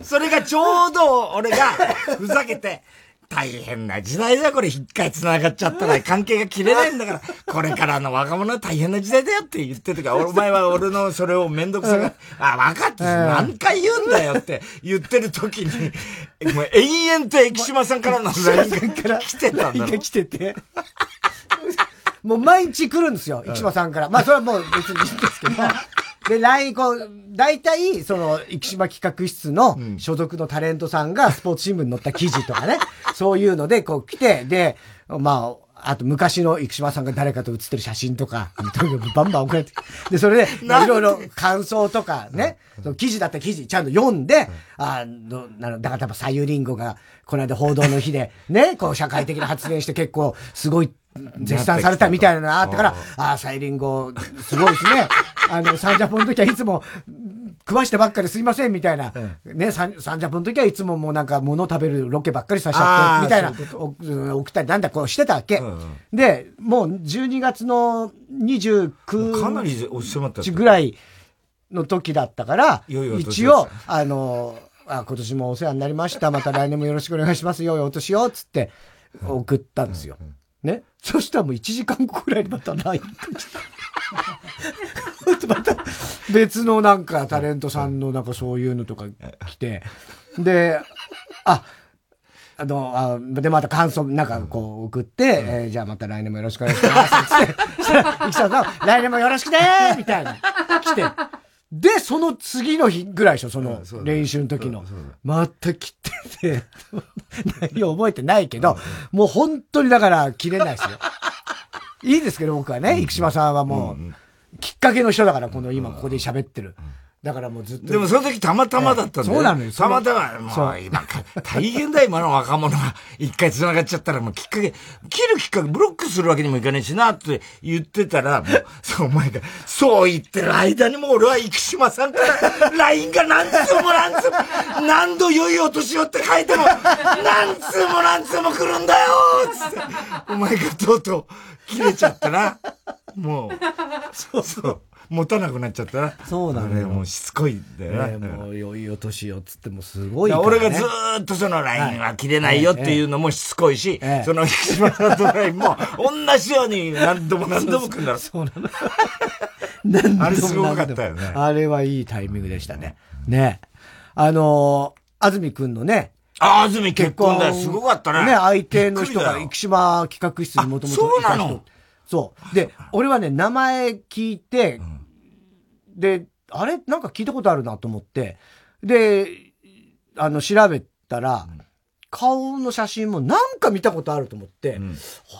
それがちょうど俺がふざけて、大変な時代だよ、これ。一回繋がっちゃったら関係が切れないんだから、これからの若者は大変な時代だよって言ってるから、お前は俺のそれをめんどくさが、あ、分かってる、何回言うんだよって言ってる時に、もう延々と駅島さんからの LINE が来て たんだろが。来てて。 もう毎日来るんですよ、生島さんから。まあそれはもう別にいいん ですけど。で、LINE こう、大体、その、生島企画室の所属のタレントさんがスポーツ新聞に載った記事と かね、そういうのでこう来て、で、まあ、あと昔の生島さんが誰かと写ってる写真と か、とにかくバンバン送られて、で、それで、いろいろ感想とかね、その記事だったら記事ちゃんと読んで、あの、なのだから多分、さゆりんごが、この間報道の日で、ね、こう社会的な発言して結構、すごい、絶賛されたみたいなのがあったから、ああ、さゆりんご、すごいです ね。あの、サンジャポの時はいつも、食わしてばっかりすいませんみたいな、ね、サンサンジャポの時はいつももうなんか物を食べるロケばっかりさせちゃあって、ーみたいなそういうこおうん送ったりなんだこうしてたわけ。んうんで、もう12月の29かなりおっしゃったちぐらいの時だったから、いよいよ一応、あの、あ、今年もお世話になりました。また来年もよろしくお願いします。よいお年を、つって送ったんですよ。ね。そしたらもう1時間後くらいにまた LINE が来てまた別のなんかタレントさんのなんかそういうのとか来て、で、あ、あの、あで、また感想、なんかこう送って、えーじゃあまた来年もよろしくお願いします。つって、そしたら、生田さんが、来年もよろしくねーみたいな、来て。で、その次の日ぐらいでしょ、その練習の時の。また来てて、内容覚えて ないけど、もう本当にだから切れないですよ。いいですけど、僕はね、生島さんはもう、きっかけの人だから、この今ここで喋ってる。だからもうずっと。でもその時たまたまだったんだよ、そうなのよそたのまたま、もう今か、大変だよ今の若者が。一回繋がっちゃったらもうきっかけ、切るきっかけ、ブロックするわけにもいかねえしなって言ってたら、もう、そうお前が、そう言ってる間にもう俺は生島さんから LINE が何通も何通も、何度良いお年をって書いても、何通も何通も来るんだよつって、お前がとうとう切れちゃったな。 もう、そうそう。持たなくなっちゃったな。そうなのよあれもうしつこいんだよな。ね、もう良いお年をっつってもすごいだか、かららね。俺がずーっとそのラインは切れないよっていうのもしつこいし、ええその生島さんのラインも同じように何度も何度も来るんだろう。そうなの。何 度も何度もあれすごかったよねあれはいいタイミングでしたね。ね。あのー安住くんのね、ああ、安住結婚だよ。すごかったね。相手の人がびっくりだよ生島企画室にもともといたあそうな人の。そう。で、俺はね、名前聞いて、で、あれなんか聞いたことあるなと思って、で、あの、調べたら、顔の写真もなんか見たことあると思って、うん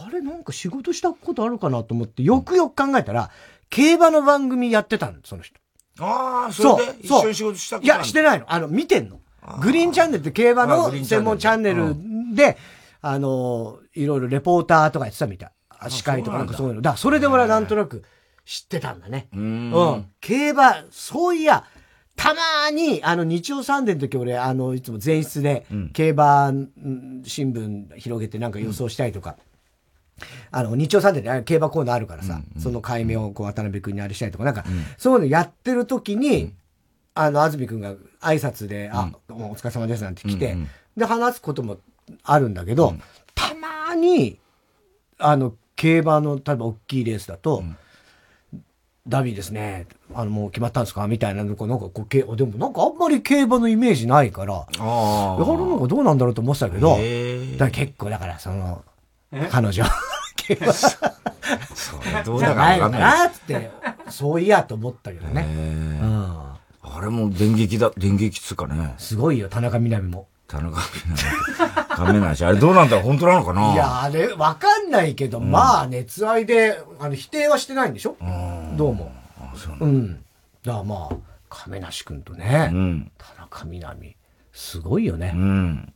あれなんか仕事したことあるかなと思って、よくよく考えたら、競馬の番組やってたの、その人。ああ、それで一そう緒に仕事したいや、してない。ないの。あの、見てんの。グリーンチャンネルって競馬あグリーのンチャ専ンネ門ルチャンネルで、あの、いろいろレポーターとかやってたみたい。あ司会とかなんかそそうういなうの。だからそれで俺はなんとなく知ってたんだね。う。うんん。競馬、そういや、たまに、あの、日曜サンデーの時俺、あの、いつも前室でうん、競馬うん新聞広げてなんか予想したりとか、あの、日曜サンデーであれ競馬コーナーあるからさ、その解明をこう、渡辺君にあれしたりとか、なんか、そういうのやってる時に、あの、安住君が挨拶で、あ、どうもお疲れ様ですなんて来て、うんうんで、話すこともあるんだけど、たまに、あの、競馬の、例えば大きいレースだと、ダビーですね。あの、もう決まったんですかみたいなのこうなんかこうけ、あでもなんかあんまり競馬のイメージないから、ああ。やるのがどうなんだろうと思ってたけど、へえだから結構だから、その、彼女、 競馬そうねどうじだゃかないわかのんかない。なって、そういやと思ったけどね。うん。あれも電撃だ、電撃っつうかね。すごいよ、田中みな実も。田中みなめないし。あれどうなんだろう本当なのかないや、あれ、わかんないけど、まあ、熱愛で、あの、否定はしてないんでしょどうも。うん。だからまあ、亀梨君とね、うん。田中みな実、すごいよね。うん。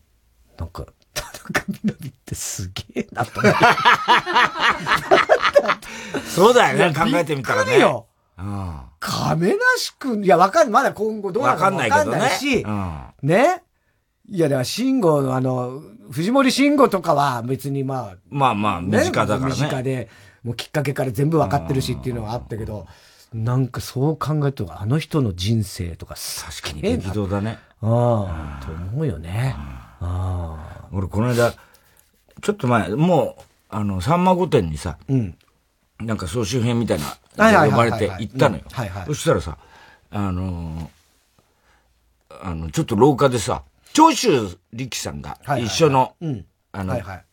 なんか、田中みな実ってすげえなと思って。そうだよね。考えてみたらびっくりね。ようん。亀梨君、いや、わかん、まだ今後どうなわるかかもんわないかけんどないね。し、うんね。いや、だから、慎吾のあの、藤森慎吾とかは別にまあ、まあまあ、身ね近だからね。身近で、もうきっかけから全部分かってるしっていうのはあったけど、なんかそう考えると、あの人の人生とか確か確に激動だね。ああ、と思うよね。ああ。俺、この間、ちょっと前、もう、あの、さんま御殿にさ、うん。なんか総集編みたいな、はいはいはい呼ばれて行ったのようんはいはい。そしたらさ、あのー、あの、ちょっと廊下でさ、長州力さんがはいはいはい一緒の、うん。あはのい、はい。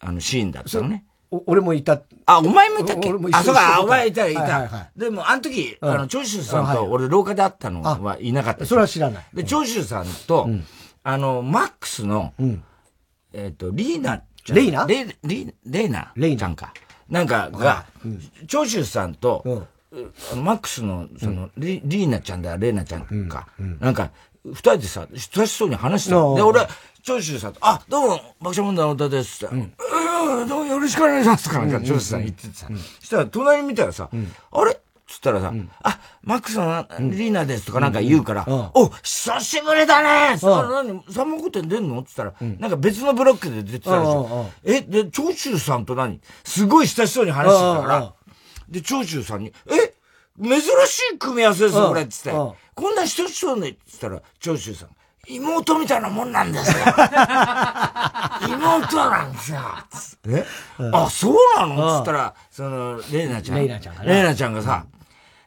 あの、シーンだったのね。お俺もいた。あ、お前もいたっけお俺も一緒あ、そう一緒か、お前いた、いはいはいはた。でも、あの時、んあの、長州さんあはとい俺廊下で会ったのはいなかったしそれは知らない。で、長州さんと、あの、マックスの、んえっ、と、リーナちゃん。レイナレイリレイナレイナちゃんか。なんかが、長州さんと、うあのマックスの、その、リリーナちゃんだ、レイナちゃんか。なんか、二人でさ、親しそうに話してたのああで、俺、長州さんと、あ、どうも、爆笑問題の太田ですって、うん、どうもよろしくお願いしますとか、なんか、長州さん言っててさ、そしたら、隣見たらさ、あれつったらさ、あ、マックスのリーナですとかなんか言うから、んうんお、久しぶりだねそうんれ何三万点出んのって言ったら、なんか別のブロックで出てたでしうんうんうんょ。え、で、長州さんと何すごい親しそうに話してたかうんうんら、で、長州さんに、え珍しい組み合わせですうんこれっつってうん。こんな一つそうねっつったら、長州さん。妹みたいなもんな んですよ。妹なんですよ。つってねあ、そうなのっつったら、その、レイナちゃん。レイナちゃんがねレイナちゃんがさ、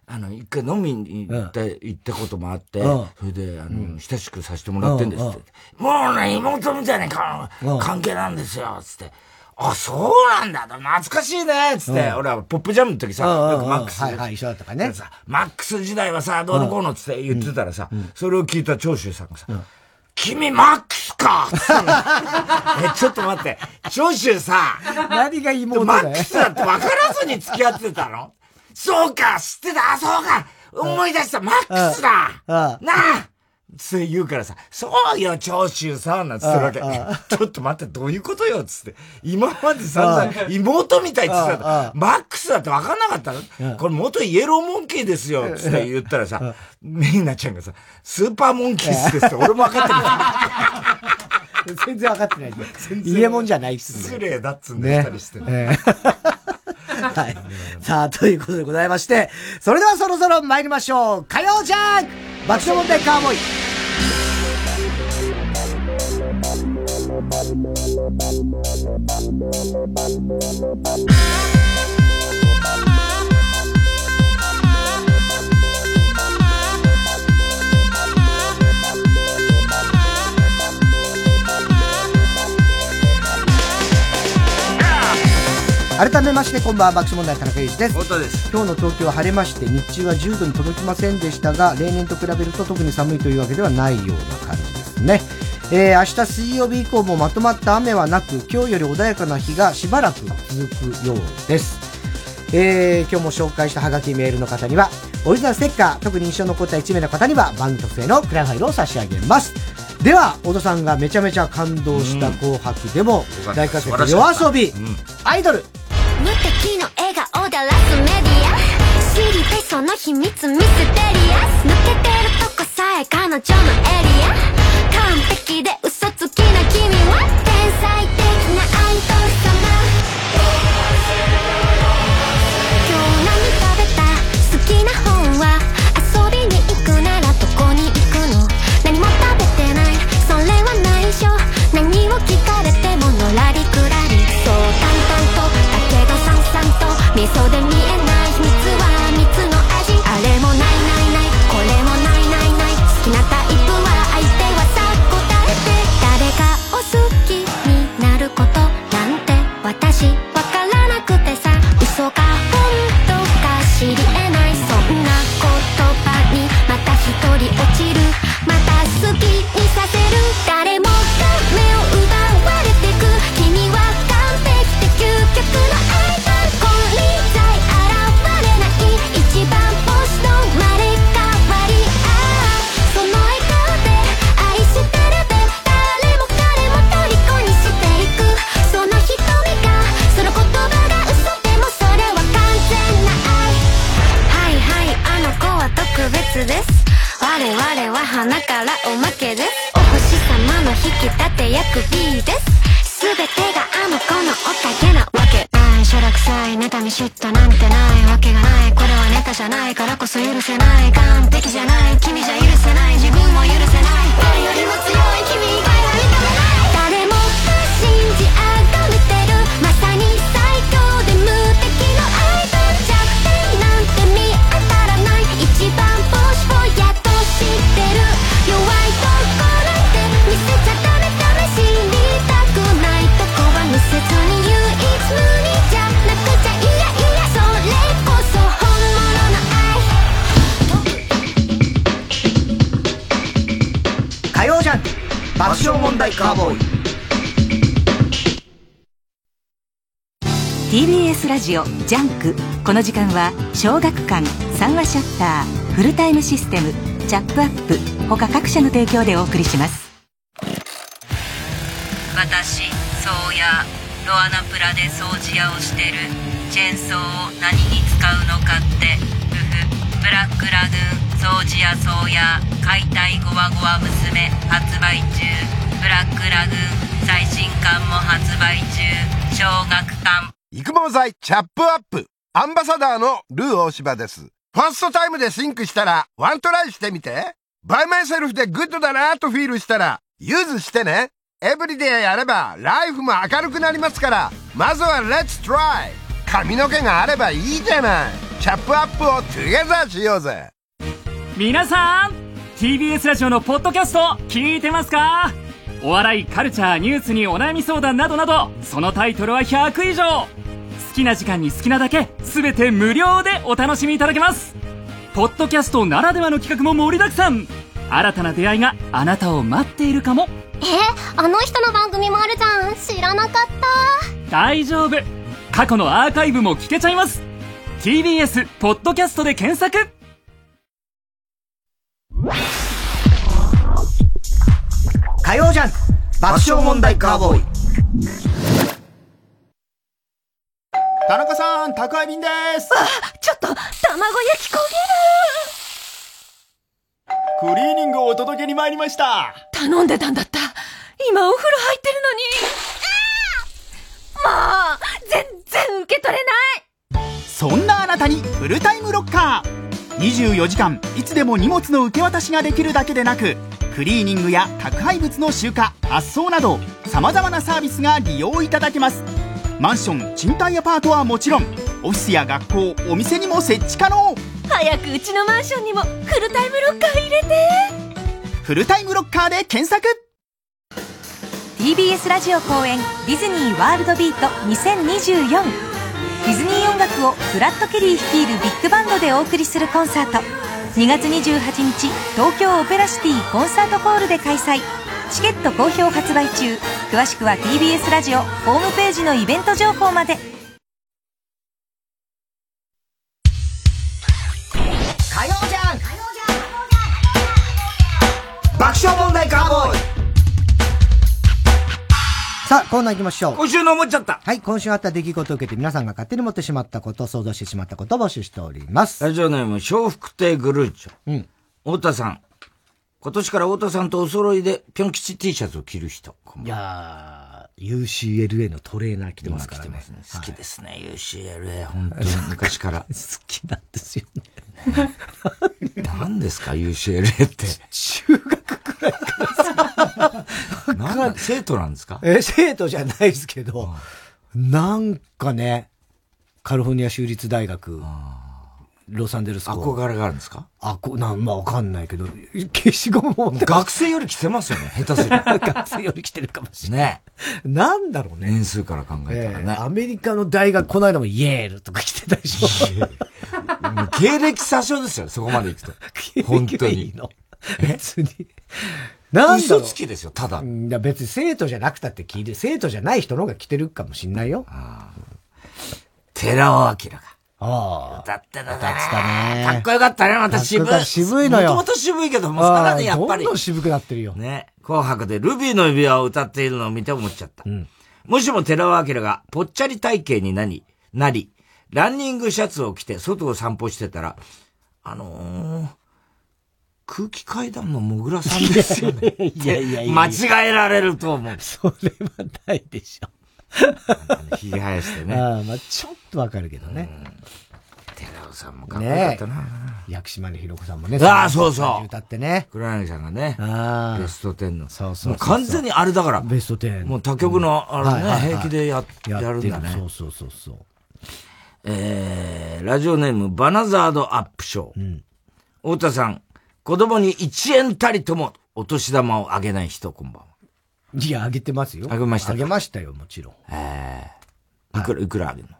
あの、一回飲みに行った、行ったこともあって、うんそれで、あの、親しくさせてもらってんですって。もうね、妹みたいなかうん関係なんですよ、つって。あ、そうなんだ、懐かしいね、つって。俺はポップジャムの時さ、うんうんうんよくマックスはいはい一緒だったからねさマックス時代はさ、どうのこうのっつって言ってたらさ、それを聞いた長州さんがさ、君マックスかつって え、ちょっと待って、長州さ、何が妹だマッよク。スだって分からずに付き合ってたのそうか知ってたあそうか思い出したマックスだなあって言うからさ、そうよ、長州さんなんつってるわけ。ちょっと待って、どういうことよっつって。今までさ、妹みたいって言ってたマックスだって分かんなかったのこれ元イエローモンキーですよっつって言ったらさ、メイナちゃんがさ、スーパーモンキースですって俺も分かってない。全然分かってない。家もんじゃないっす、ね、失礼だっつうんだ、ね、二人して、ね。 はい。さあ、ということでございまして、それではそろそろ参りましょう。火曜ジャン爆笑問題カーボーイ。改めましてこんばんは爆笑問題田中裕二です本です今日の東京は晴れまして日中は10度に届きませんでしたが例年と比べると特に寒いというわけではないような感じですねえー、明日水曜日以降もまとまった雨はなく今日より穏やかな日がしばらく続くようですえー、今日も紹介したハガキメールの方にはオリジナルステッカー特に印象の残った1名の方には番組特製のクラファイルを差し上げますでは小田さんがめちゃめちゃ感動した「紅白」でも大活躍夜遊び、うん、アイドル無敵の笑顔だラスメディア知りたいその秘密ミステリアス抜けてるとこさえ彼女のエリア完璧で嘘つきな君は天才的なアイドル様今日何食べた好きな本は遊びに行くならどこに行くの何も食べてないそれは内緒何を聞かれてものらりくらりそう淡々と味噌で見えない秘密は蜜の味あれもないないないこれもないないない好きなタイプは相手はさ答えて誰かを好きになることなんて私わからなくてさ嘘か本当か知り得ないそんな言葉にまた一人落ちるまた好きにさせる誰もが目を奪われてく君は完璧で究極の愛我々は花からおまけですお星様の引き立て役 B です全てがあの子のおかげなわけないしょらくさい妬み嫉妬なんてないわけがないこれはネタじゃないからこそ許せない完璧じゃない君じゃ許せない自分も許せない誰よりも強い君以外は認めない誰もが信じ崇めてるまさに最強で無敵のアイドル弱点なんて見当たらない一番爆笑問題カーボーイ TBS ラジオジャンクこの時間は小学館三話シャッターフルタイムシステムチャップアップ他各社の提供でお送りします私そうやロアナプラで掃除屋をしてるチェーンソーを何に使うのかってうふブラックラグーン掃除やそうや解体ゴワゴワ娘発売中ブラックラグーン最新刊も発売中小学館育毛剤チャップアップアンバサダーのルー大柴ですファーストタイムでシンクしたらワントライしてみてバイマイセルフでグッドだなとフィールしたらユーズしてねエブリデイやればライフも明るくなりますからまずはレッツトライ髪の毛があればいいじゃないチャップアップをトゥゲザーしようぜ皆さん TBS ラジオのポッドキャスト聞いてますかお笑いカルチャーニュースにお悩み相談などなどそのタイトルは100以上好きな時間に好きなだけ全て無料でお楽しみいただけますポッドキャストならではの企画も盛りだくさん新たな出会いがあなたを待っているかもえあの人の番組もあるじゃん知らなかった大丈夫過去のアーカイブも聞けちゃいます TBS ポッドキャストで検索火曜ジャンク爆笑問題カーボーイ田中さん、宅配便です。ちょっと、卵焼き焦クリーニングをお届けに参りました。げる頼んでたんだった。今お風呂入ってるのに。ああもう、全然受け取れないそんなあなたにフルタイムロッカー24時間いつでも荷物の受け渡しができるだけでなくクリーニングや宅配物の集荷発送などさまざまなサービスが利用いただけますマンション賃貸アパートはもちろんオフィスや学校お店にも設置可能早くうちのマンションにもフルタイムロッカー入れてフルタイムロッカーで検索 TBS ラジオ公演ディズニーワールドビート2024ディズニー音楽をフラットケリー率いるビッグバンドでお送りするコンサート2月28日東京オペラシティコンサートホールで開催チケット好評発売中詳しくは TBS ラジオホームページのイベント情報まで火曜ジャンク爆笑問題カーボーイさあ、コーナー行きましょう。今週の思っちゃったはい、今週あった出来事を受けて皆さんが勝手に持ってしまったこと、想像してしまったことを募集しております。ラジオネーム、笑福亭グルーチョ。うん。太田さん。今年から太田さんとお揃いで、ぴょん吉 T シャツを着る人。いやー、UCLA のトレーナー来てますからね。好きですね、UCLA。本当に昔 から。好きなんですよね。何ですか、UCLA って。中学、なんだ生徒なんですかえ、生徒じゃないですけど、なんかね、カリフォルニア州立大学、ロサンゼルス校憧れがあるんですかあ、こ、なん、まあわかんないけど、消しゴム持 って学生より着てますよね、下手する 学生より来てるかもしれと。ねない。なんだろうね。年数から考えたええらアね。メリカの大学、この間もイエールとか来てたでしょ。もう 経歴詐称ですよ、そこまで行くと。 本当いいに。の。別に。なんだろ嘘うつきですよ、ただう。んいや別に生徒じゃなくたって聞いて、生徒じゃない人の方が来てるかもしんないよ。あ寺尾明が。あ。歌ってたね。歌ってたねかっこよかったね、また渋かっこよかったい。渋いのよもともと渋いけど、もうさらにやっぱりどんど。ん渋くなってるよ。ね、紅白でルビーの指輪を歌っているのを見て思っちゃった。もしも寺尾明がぽっちゃり体型になり、なり、ランニングシャツを着て外を散歩してたら、あのー、空気階段のもぐらさんですよね。 いやいやい間違えられると思う。それはないでしょ。ひげ生やしてね。ああ、まあちょっとわかるけどね。寺尾さんもかっこよかったな。薬師丸ひろ子さんもね。ああそうそう歌ってね。黒柳さんがね、あベあ。スト10の。そうそうそうもう完全にあれだから、ベスト10。もう他局の、あれね、はいはいはい平気でやややってるんだね。そうそうそうそう。えー、ラジオネーム、バナザードアップショー。太田さん、子供に1円たりともお年玉をあげない人、こんばんは。いや、あげてますよ。あげましたかあげましたよ、もちろん。いくら、いくらあげるの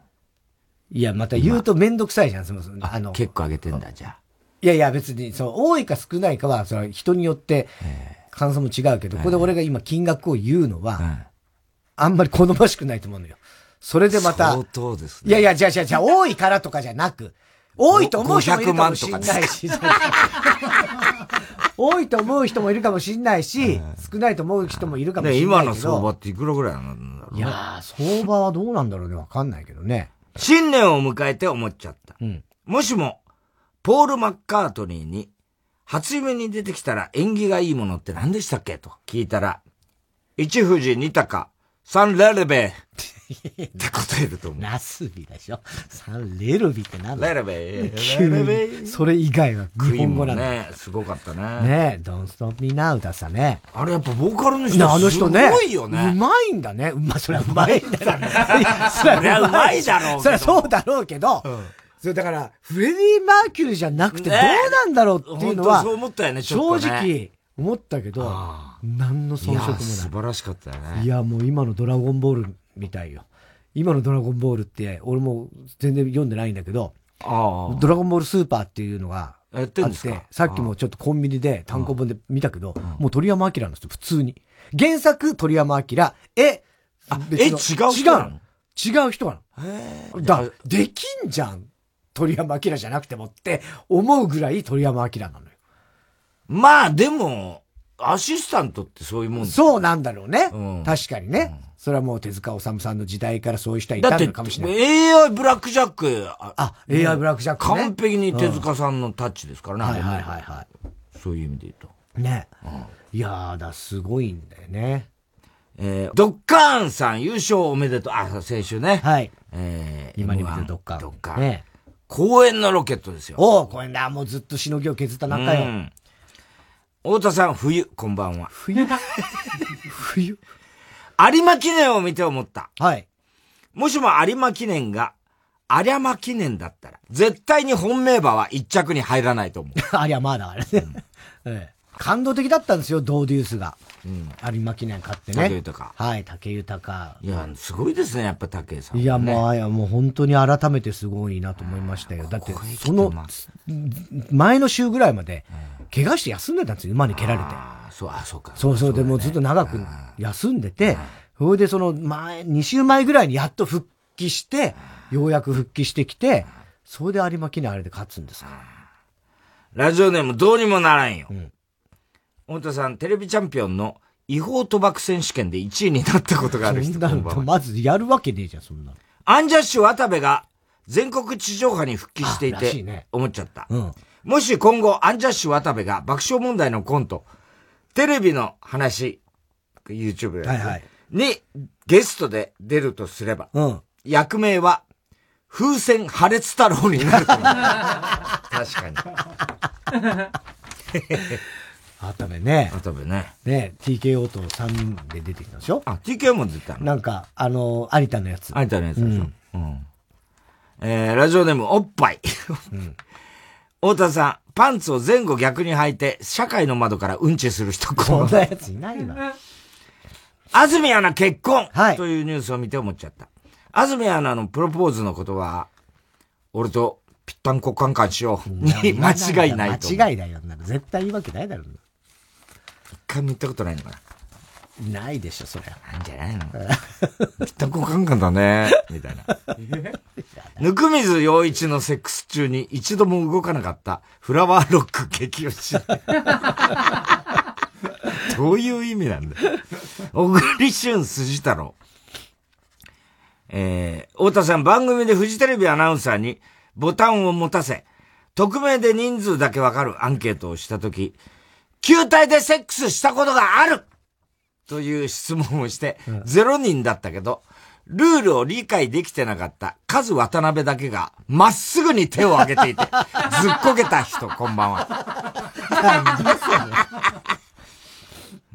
いや、また言うとめんどくさいじゃん、その、あの、結構あげてんだ、じゃいやいや、別に、そう、多いか少ないかは、それは人によって、感想も違うけど、ここで俺が今金額を言うのは、あ。あんまり好ましくないと思うのよ。それでまた、相当ですいね。やいや、じゃあじゃあじゃあ多いからとかじゃなく、多いと思う人もいるかもしんないし、 多いと思う人もいるかもしんないし、少ないと思う人もいるかもしんなね、いけど。今の相場っていくらぐらいなんだろういやー、相場はどうなんだろうね、わかんないけどね。新年を迎えて思っちゃった。んもしも、ポール・マッカートニーに、初夢に出てきたら縁起がいいものって何でしたっけと聞いたら、一富士二鷹、三レレベって答えると思う。ナスビでしょ。サンレルビってなんだレレベ急ー。レレベに。それ以外は日クイー本ン語もなんだ。ね、すごかったね。ねえ、Don't Stop Me Now ださね。あれやっぱボーカルの人ねあの人ね。すごいようね。まいんだね。うま、そりゃうまいんだね。そ そりゃうまいだろうけどそりゃそうだろうけど。それだから、フレディ・マーキュリーじゃなくてどうねなんだろうっていう本の当はそう、思ったよね、ちょ正っとね。直思ったけど、何の遜色いやもない。素晴らしかったよいね。や、もう今のドラゴンボールみたいよ。今のドラゴンボールって、俺も全然読んでないんだけど、ああ。ドラゴンボールスーパーっていうのが、あやってんですかってさっきもちょっとコンビニで単行本で見たけど、もう鳥山明なんですよ、普通に。原作鳥山明、絵、え違う人なの違うの違う人なの。だ、できんじゃんっ鳥山明じゃなくてもって思うぐらい鳥山明なのよ。まあでも、アシスタントってそういうもんそうなんだろうね。うん確かにね。それはもう手塚治虫さんの時代からそういう人はいだたっのて、かもしれない。 AI ブラックジャック。ああ AI ブラックジャックね完璧に手塚さんのタッチですからね。はいあれねはいはいはそういう意味で言うと。い。ね。いやー、だ、すごいんだよね。えー、ドッカーンさん優勝おめでとう。あ、先週ね。はい。えー、今に見 M1 てるどっか。ドッカーン。ね。公演のロケットですよ。おお、これな、もうずっとしのぎを削ったう仲よ。ん。太田さん、冬、こんばんは。冬冬有馬記念を見て思った。はい。 もしも有馬記念が、有馬記念だったら、絶対に本命馬は一着に入らないと思う。ありゃまあだからね。 ええ感動的だったんですよ、ドーデュースが。有馬記念買ってね。武豊はい、竹豊。いや、すごいですね、やっぱ武井さん、いや、ねもう、いや、もう本当に改めてすごいなと思いましたよ。だってここへ、来てそのます前の週ぐらいまで、怪我して休んでたんですよ、馬に蹴られて。あーそう、あ、そうか。そうそう、でだねもうずっと長く休んでて、それでその前、2週前ぐらいにやっと復帰して、ようやく復帰してきて、それで有馬記念あれで勝つんですから。ラジオネームどうにもならんよ。太田さん、テレビチャンピオンの違法賭博選手権で1位になったことがあるそ人んなこんばんの、はまずやるわけねえじゃん、そんなの。アンジャッシュ渡部が全国地上波に復帰していあらしいてね、思っちゃった。うん。もし今後、アンジャッシュ渡部が爆笑問題のコント、テレビの話、YouTube で、はいはいにゲストで出るとすれば、うん。役名は、風船破裂太郎になる と思う。確かに。渡部ね。渡部ね。ね、TKO と3人で出てきたでしょあ、TK も出たのなんか、あの、有田のやつ。有田のやつでしょ。うん。えー、ラジオネーム、おっぱい。 太田さん、パンツを前後逆に履いて、社会の窓からうんちする人、こそうんなやついないわ。安住アナ結婚、はいというニュースを見て思っちゃった。安住アナのプロポーズのことは、俺とぴったんこカンカンしように 間違いないと思う。間違いないよ。なんか絶対いいわけないだろう一回も言ったことないのかな。な。ないでしょ、そりゃ。なんじゃないのぴったんこカンカンだね。みたいな。ぬくみず陽一のセックス中に一度も動かなかったフラワーロック激推し。どういう意味なんだよ。小栗旬筋太郎。えー、太田さん番組でフジテレビアナウンサーにボタンを持たせ、匿名で人数だけわかるアンケートをしたとき、球体でセックスしたことがあるという質問をして、0人だったけど、ルールを理解できてなかったカズ渡辺だけが、まっすぐに手を挙げていて、 ずっこけた人、こんばんは。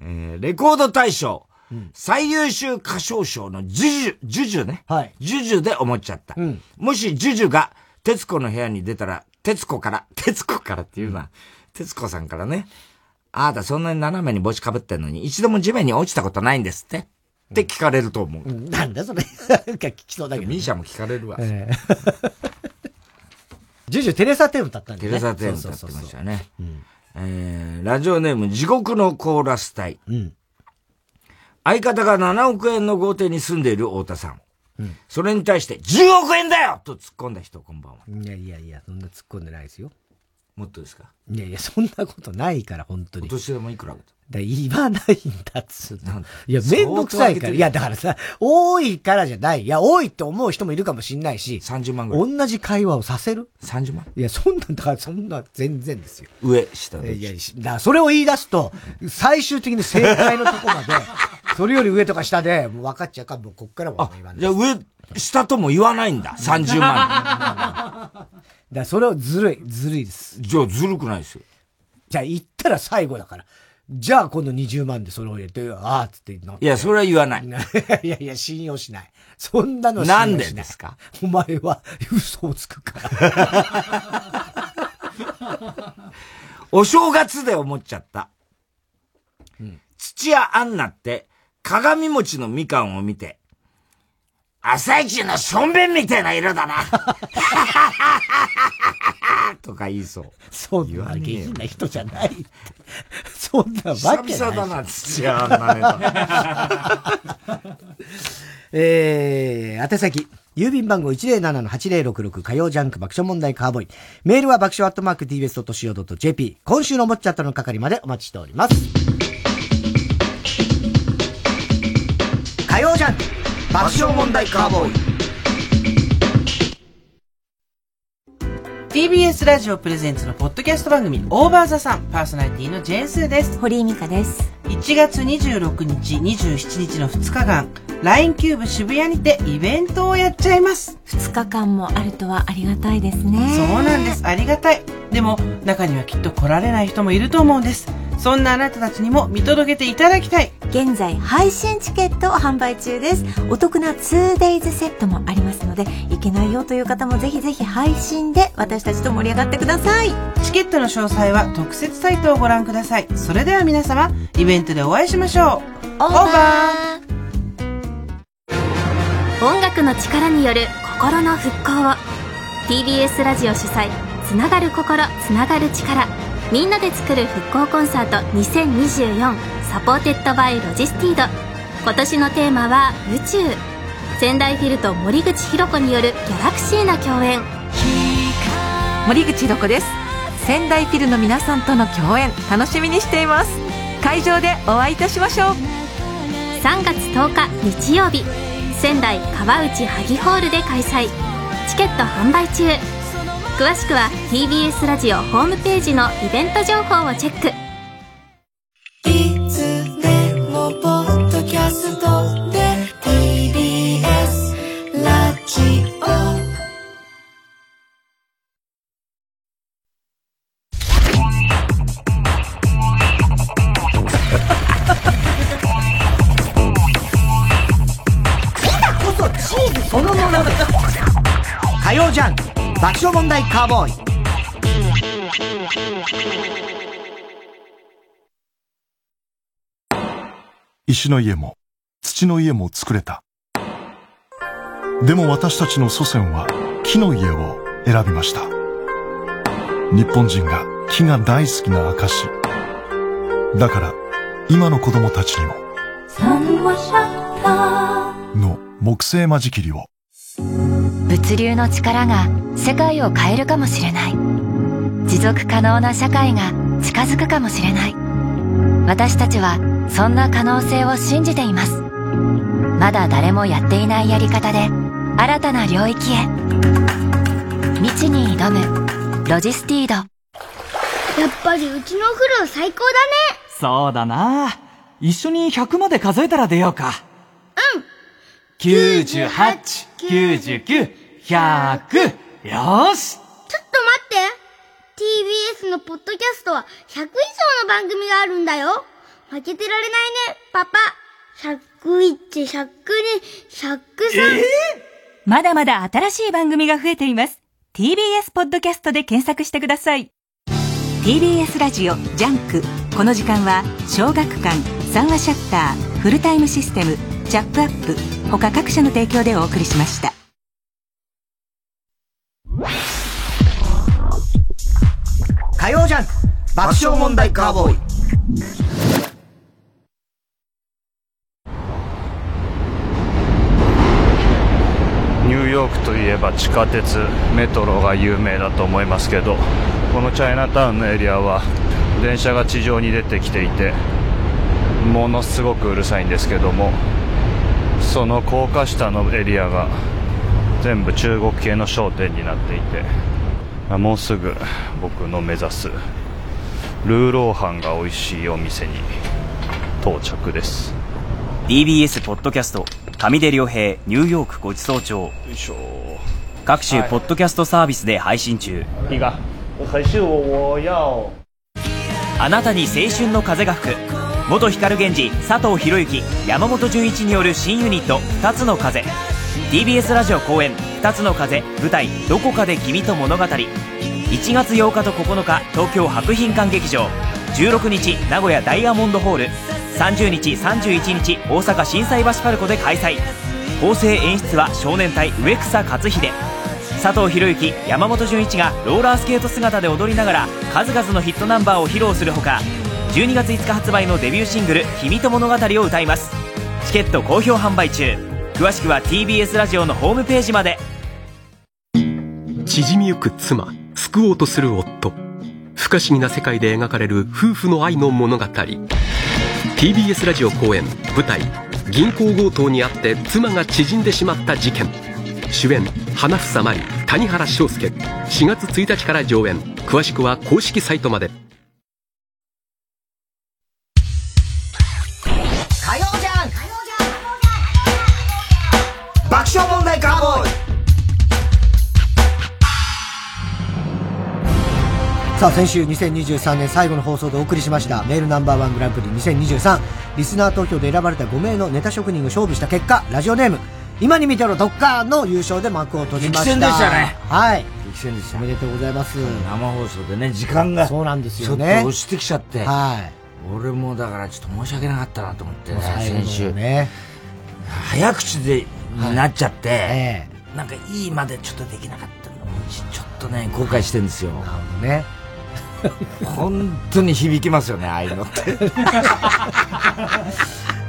えーレコード大賞、最優秀歌唱賞のジュジュ、ジュジュね。はいジュジュで思っちゃった。もしジュジュが、徹子の部屋に出たら、徹子から、徹子からっていうのは、徹子さんからね、あなたそんなに斜めに帽子かぶってんのに、一度も地面に落ちたことないんですって、って聞かれると思う。なんだそれ。 なんか聞きそうだけど。ミーシャも聞かれるわ。 ええジュジュ、テレサテン歌ったんだテよね。レサテン歌そってまうそうそうしそうたね。えーラジオネーム、地獄のコーラス隊。ん相方が7億円の豪邸に住んでいる太田さん。それに対して、10億円だよと突っ込んだ人、こんばんは。いやいやいや、そんな突っ込んでないですよ。もっとですかいやいや、そんなことないから、本当に。おだか年玉いくらら言わないんだっつうなんのだ。いや、めんどくさいから。いや、だからさ、多いからじゃない。いや、多いって思う人もいるかもしんないし、 ?30 万ぐらい。同じ会話をさせる30万いや、そんなんだから、そんな、全然ですよ。上、下で。いや、しだからそれを言い出すと、最終的に正解のとこまで、 それより上とか下で、もう分かっちゃうから、もうこっからはあ言わ、ない。じゃだあか上、下とも言わないんだ。30万。 らそれをずるい、ずるいです。じゃあずるくないですよ。じゃあ行ったら最後だから。じゃあ今度20万でそれを入れて、ああっつって 言うの。いや、それは言わない。いやいや、信用しない。そんなの信用しなない。んでですかお前は嘘をつくから。お正月で思っちゃった。土屋アンナって、鏡餅のみかんを見て、朝一のしょんべんみたいな色だな とか言いそう。そんな下品な人じゃないって。そんなわけない。久々だな、土屋アンナネタ。えー、宛先、郵便番号107-8066火曜ジャンク爆笑問題カーボーイ。メールは爆笑アットマーク tbs.co.jp。今週のもっちゃったの係までお待ちしております。火曜ジャンク爆笑問題カーボーイ。 TBS ラジオプレゼンツのポッドキャスト番組「オーバーザさんパーソナリティのジェーンスーです堀井美香です1月26日27日の2日間 LINE キューブ渋谷にてイベントをやっちゃいます2日間もあるとはありがたいですねそうなんですありがたいでも中にはきっと来られない人もいると思うんですそんなあなたたちにも見届けていただきたい現在配信チケットを販売中ですお得な 2days セットもありますのでいけないよという方もぜひぜひ配信で私たちと盛り上がってくださいチケットの詳細は特設サイトをご覧くださいそれでは皆様イベントでお会いしましょうオーバー音楽の力による心の復興を TBS ラジオ主催「つながる心つながる力」みんなで作る復興コンサート2024サポーテッドバイロジスティード今年のテーマは「宇宙」仙台フィルと森口博子によるギャラクシーな共演森口ひろ子です仙台フィルの皆さんとの共演楽しみにしています会場でお会いいたしましょう3月10日日曜日仙台川内萩ホールで開催チケット販売中詳しくは TBS ラジオホームページのイベント情報をチェックいつでもポッドキャストで TBS ラジオこそチーズそのものだ火曜ジャンク爆笑問題カーボーイ石の家も土の家も作れたでも私たちの祖先は木の家を選びました日本人が木が大好きな証だから今の子供たちにもの木製間仕切りを物流の力が世界を変えるかもしれない持続可能な社会が近づくかもしれない私たちはそんな可能性を信じていますまだ誰もやっていないやり方で新たな領域へ未知に挑むロジスティードやっぱりうちのお風呂最高だねそうだな一緒に100まで数えたら出ようか。うん98、99、100! よーしちょっと待って !TBS のポッドキャストは100以上の番組があるんだよ負けてられないね、パパ !101、102、103! まだまだ新しい番組が増えています。TBS ポッドキャストで検索してください。TBS ラジオジャンク。この時間は、小学館、三話シャッター、フルタイムシステム、チャップアップ、他各社の提供でお送りしました。火曜ジャンク爆笑問題カーボーイニューヨークといえば地下鉄メトロが有名だと思いますけどこのチャイナタウンのエリアは電車が地上に出てきていてものすごくうるさいんですけどもその高架下のエリアが全部中国系の商店になっていてあもうすぐ僕の目指すルーローハンが美味しいお店に到着です DBS ポッドキャスト上出良平ニューヨークごちそう帳各種はいポッドキャストサービスで配信中、いいか可是我我要あなたに青春の風が吹く元光源氏佐藤博之山本純一による新ユニット「二つの風」TBS ラジオ公演「二つの風」舞台「どこかで君と物語」1月8日と9日東京博品館劇場16日名古屋ダイヤモンドホール30日31日大阪心斎橋パルコで開催構成演出は少年隊植草克秀佐藤博之山本純一がローラースケート姿で踊りながら数々のヒットナンバーを披露するほか12月5日発売のデビューシングル「君と物語」を歌いますチケット好評販売中詳しくは TBS ラジオのホームページまで縮みゆく妻救おうとする夫不可思議な世界で描かれる夫婦の愛の物語 TBS ラジオ公演舞台「銀行強盗にあって妻が縮んでしまった事件」主演花房真里谷原章介4月1日から上演詳しくは公式サイトまで火曜じゃん爆笑問題カーボーイさあ先週2023年最後の放送でお送りしましたメールナンバーワングランプリ2023リスナー投票で選ばれた5名のネタ職人が勝負した結果ラジオネーム今に見てろドッカーンの優勝で幕を閉じました激戦でしたねはい激戦でしたおめでとうございます生放送でね、 時間が。そうなんですよねちょっと押してきちゃって。はい。俺もだからちょっと申し訳なかったなと思ってね、最後の先週。ね。早口で、になっちゃって、なんかいいまでちょっとできなかったのちょっちょっとね、後悔してんですよ。なるほどね。本当に響きますよね、ああいうのって。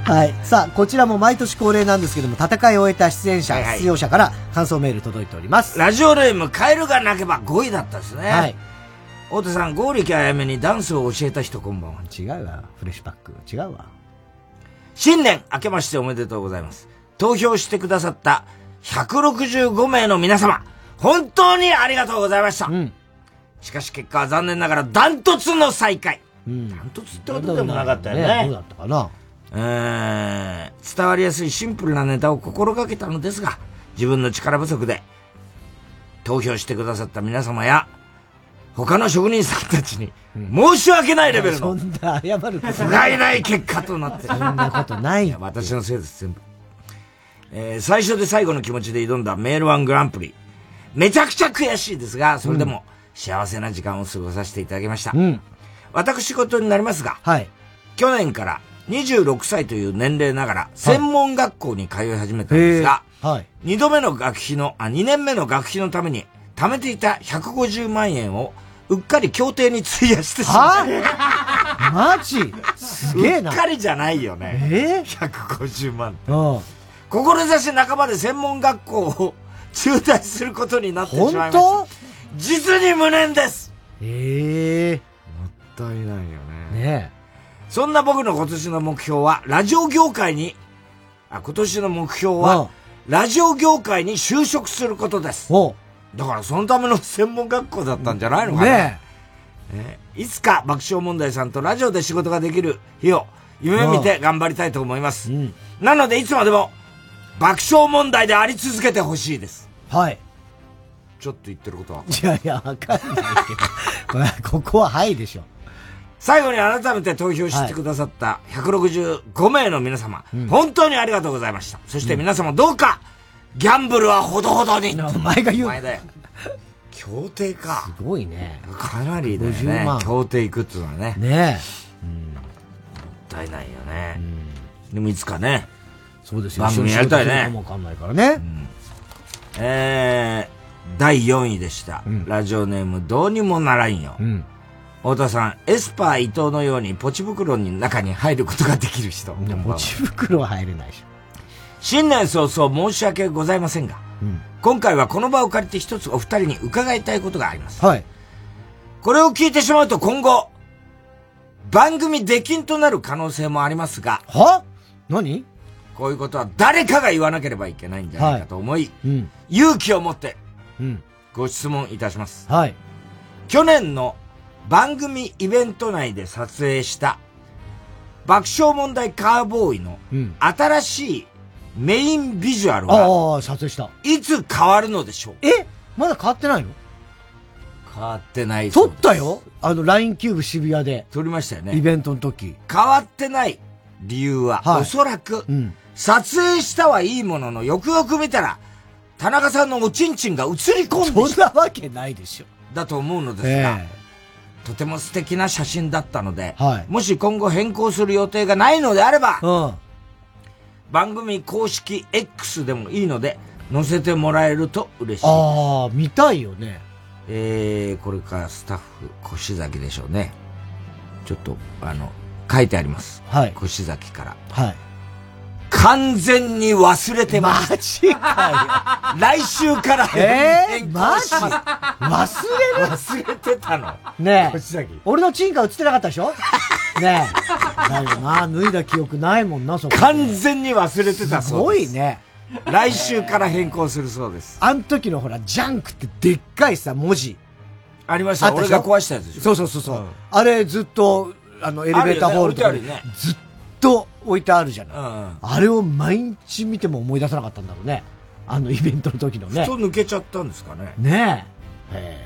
はい。さあ、こちらも毎年恒例なんですけども、戦いを終えた出演者、はいはい出場者から感想メール届いております。 ラジオネーム、カエルが鳴けば5位だったですね。はい。大手さん、剛力あやめにダンスを教えた人こんばんは。違うわ。フレッシュバック。違うわ。新年明けましておめでとうございます。投票してくださった165名の皆様、本当にありがとうございました。しかし結果は残念ながらダントツの最下位。ダントツってことでもなかったよね。どうだったかな。えー伝わりやすいシンプルなネタを心がけたのですが、自分の力不足で、投票してくださった皆様や、他の職人さんたちに、申し訳ないレベルの、そんな謝ること不甲斐ない結果となってそんなことないや私のせいです、全部。えー最初で最後の気持ちで挑んだメールワングランプリ。めちゃくちゃ悔しいですが、それでも幸せな時間を過ごさせていただきました。私事になりますが、去年から26歳という年齢ながら、専門学校に通い始めたんですが、はい。 2度目の学費の、あ、2年目の学費のために、貯めていた150万円を、うっかり協定に費やしてしまった。マジすげえなうっかりじゃないよね。え ?150 万って。うん。志半ばで専門学校を中退することになってしまいました。本実に無念ですええもったいないよね。ねそんな僕の今年の目標は、ラジオ業界に、あ、今年の目標は、ラジオ業界に就職することです。だからそのための専門学校だったんじゃないのかな。ねねいつか爆笑問題さんとラジオで仕事ができる日を夢見て頑張りたいと思います。なのでいつまでも爆笑問題であり続けてほしいです。はい。ちょっと言ってることは。いやいや、わかんないけど。これここははいでしょ。最後に改めて投票してくださった165名の皆様、本当にありがとうございました。そして皆様どうか、ギャンブルはほどほどに。お前が言う。前だよ。協定か。すごいね。かなりだよ50ね万。協定いくっつうのはね。ねもったいないよね。でもいつかね。そうですよ番組やりたい一緒に仕事するねか。もわかんないからね。えー、第4位でした。ラジオネームどうにもならんよ。太田さん、エスパー伊藤のようにポチ袋に中に入ることができる人。ポチ袋は入れないでし新年早々申し訳ございませんが、うん今回はこの場を借りて一つお二人に伺いたいことがあります。はい。これを聞いてしまうと今後、番組出禁となる可能性もありますが、は何こういうことは誰かが言わなければいけないんじゃないかと思い、ょ。うん。勇気を持ってうん。ご質問いたします。はい。去年の番組イベント内で撮影した爆笑問題カーボーイのうん。新しいメインビジュアルはああ、撮影した。いつ変わるのでしょうえまだ変わってないの変わってない撮ったよあの、LINE キューブ渋谷で。撮りましたよねイベントの時。変わってない理由は、はいおそらく、うん。撮影したはいいものの、よくよく見たら、田中さんのおちんちんが映り込んでそんなわけないでしょ。だと思うのですが、えとても素敵な写真だったので、はいもし今後変更する予定がないのであれば、うん。番組公式 X でもいいので、載せてもらえると嬉しい。ああ、見たいよね。えー、これからスタッフ、越崎でしょうね。ちょっと、あの、書いてあります。はい。越崎から。はい。完全に忘れてます。マジかよ。来週からえー変更マしジ忘れる忘れてたの。ね星え崎。俺のチンカ映ってなかったでしょねえ。だよな、脱いだ記憶ないもんな、そこ。完全に忘れてたそうですすごいね。来週から変更するそうです。あん時のほら、ジャンクってでっかいさ、文字。ありました。俺が壊したやつでしょ。そうそうそうそう、あれずっと、あの、エレベーターホールとかにあるよねずっと置いてあるじゃない。うんあれを毎日見ても思い出さなかったんだろうね。あのイベントの時のねふと。抜けちゃったんですかね。ね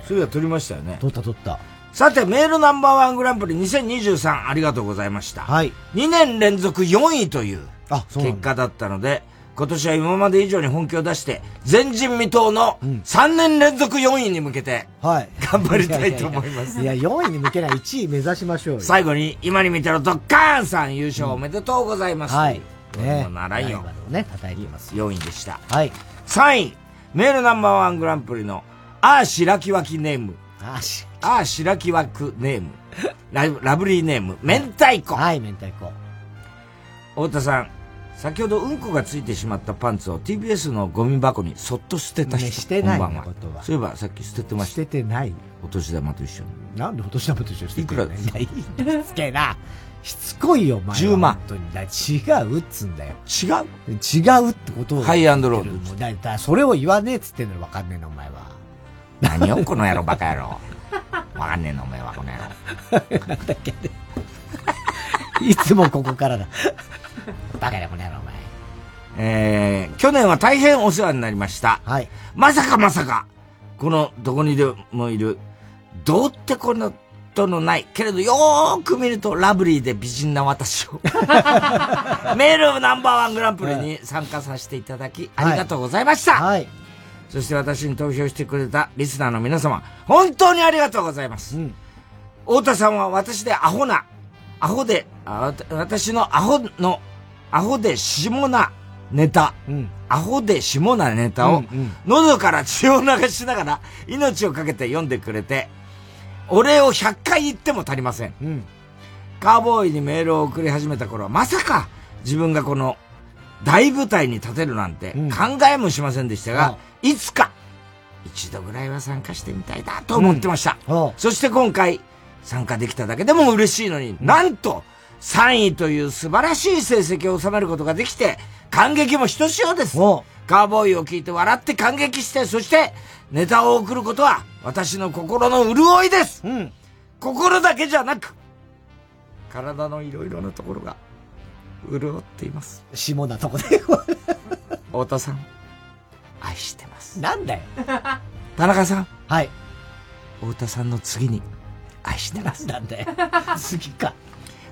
そういや、撮りましたよね。撮った撮った。さて、メールナンバーワングランプリ2023ありがとうございました。はい。 2年連続4位といううな結果だったので、今年は今まで以上に本気を出して、前人未到の3年連続4位に向けて、はい。頑張りたいと思います。いや、4位に向けない1位目指しまし ょうよ。最後に、今に見てろドッカーンさん優勝おめでとうございます。はい。ねもうならんよライバルをね、叩いてます。 4位でした。はい。 3位、メールナンバーワングランプリの、あー白きわきネーム。あーし、あー白きわくネーム。ラブラブリーネーム、明太子。はい、明太子。太田さん、先ほどうんこがついてしまったパンツを TBS のゴミ箱にそっと捨てた人。ねしてないこんばんこはとはそういえばさっき捨ててました。捨ててない。お年玉と一緒に。なんでお年玉と一緒にしていくらですかいやいいすけえな。しつこいよ、お前は。 10万本当に。だ違うっつんだよ。違う違うってことを。ハイアンドロードもうだだそれを言わねえっつってんのにわかんねえの、お前は。何よ、この野郎、バカ野郎。わかんねえの、お前は、この野郎。いつもここから だ。バカだ、この野郎、お前。えー、去年は大変お世話になりました。はい。まさかまさか、このどこにでもいる、どうってことのない、けれどよーく見るとラブリーで美人な私を、メールナンバーワングランプリに参加させていただき、ありがとうございました。はい。そして私に投票してくれたリスナーの皆様、本当にありがとうございます。太田さんは私でアホな、アホで、あわた私のアホの、アホで下なネタ、アホで下なネタを、うんうん喉から血を流しながら命をかけて読んでくれて、お礼を100回言っても足りません。カーボーイにメールを送り始めた頃は、まさか自分がこの大舞台に立てるなんて考えもしませんでしたが、いつか一度ぐらいは参加してみたいなと思ってました。そして今回参加できただけでも嬉しいのに、なんと3位という素晴らしい成績を収めることができて、感激もひとしおです。カーボーイを聞いて笑って感激して、そしてネタを送ることは私の心の潤いです。心だけじゃなく、体のいろいろなところが潤っています。下なとこで。太田さん、愛してます。なんだよ。 田中さん。はい。太田さんの次に、愛してます。なん だよ。次か。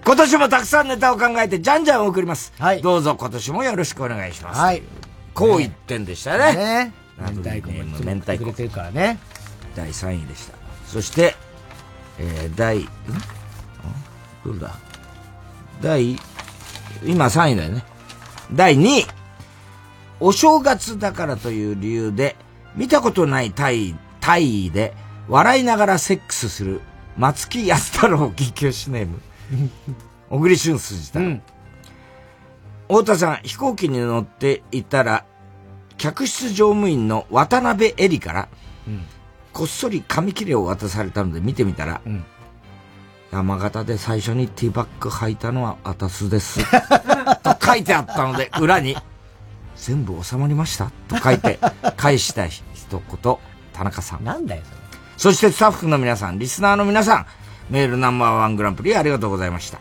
今年もたくさんネタを考えて、じゃんじゃん送ります。どうぞ今年もよろしくお願いします。はい。こう言ってんでしたね。ねラブリーネーム明明太太子も作って子くれてるからね。第3位でした。そして、えー、第、んんどれだ第、今3位だよね。第2位。お正月だからという理由で、見たことない体位、体位で、笑いながらセックスする、松木安太郎緊急シネーム。小栗旬筋太郎。太田さん、飛行機に乗っていたら、客室乗務員の渡辺恵里から、こっそり紙切れを渡されたので見てみたら、山形で最初にティーバッグ履いたのは私です。 と書いてあったので、裏に、全部収まりましたと書いて、返した一言、田中さん。なんだよ、そしてスタッフの皆さん、リスナーの皆さん、メールナンバーワングランプリありがとうございました。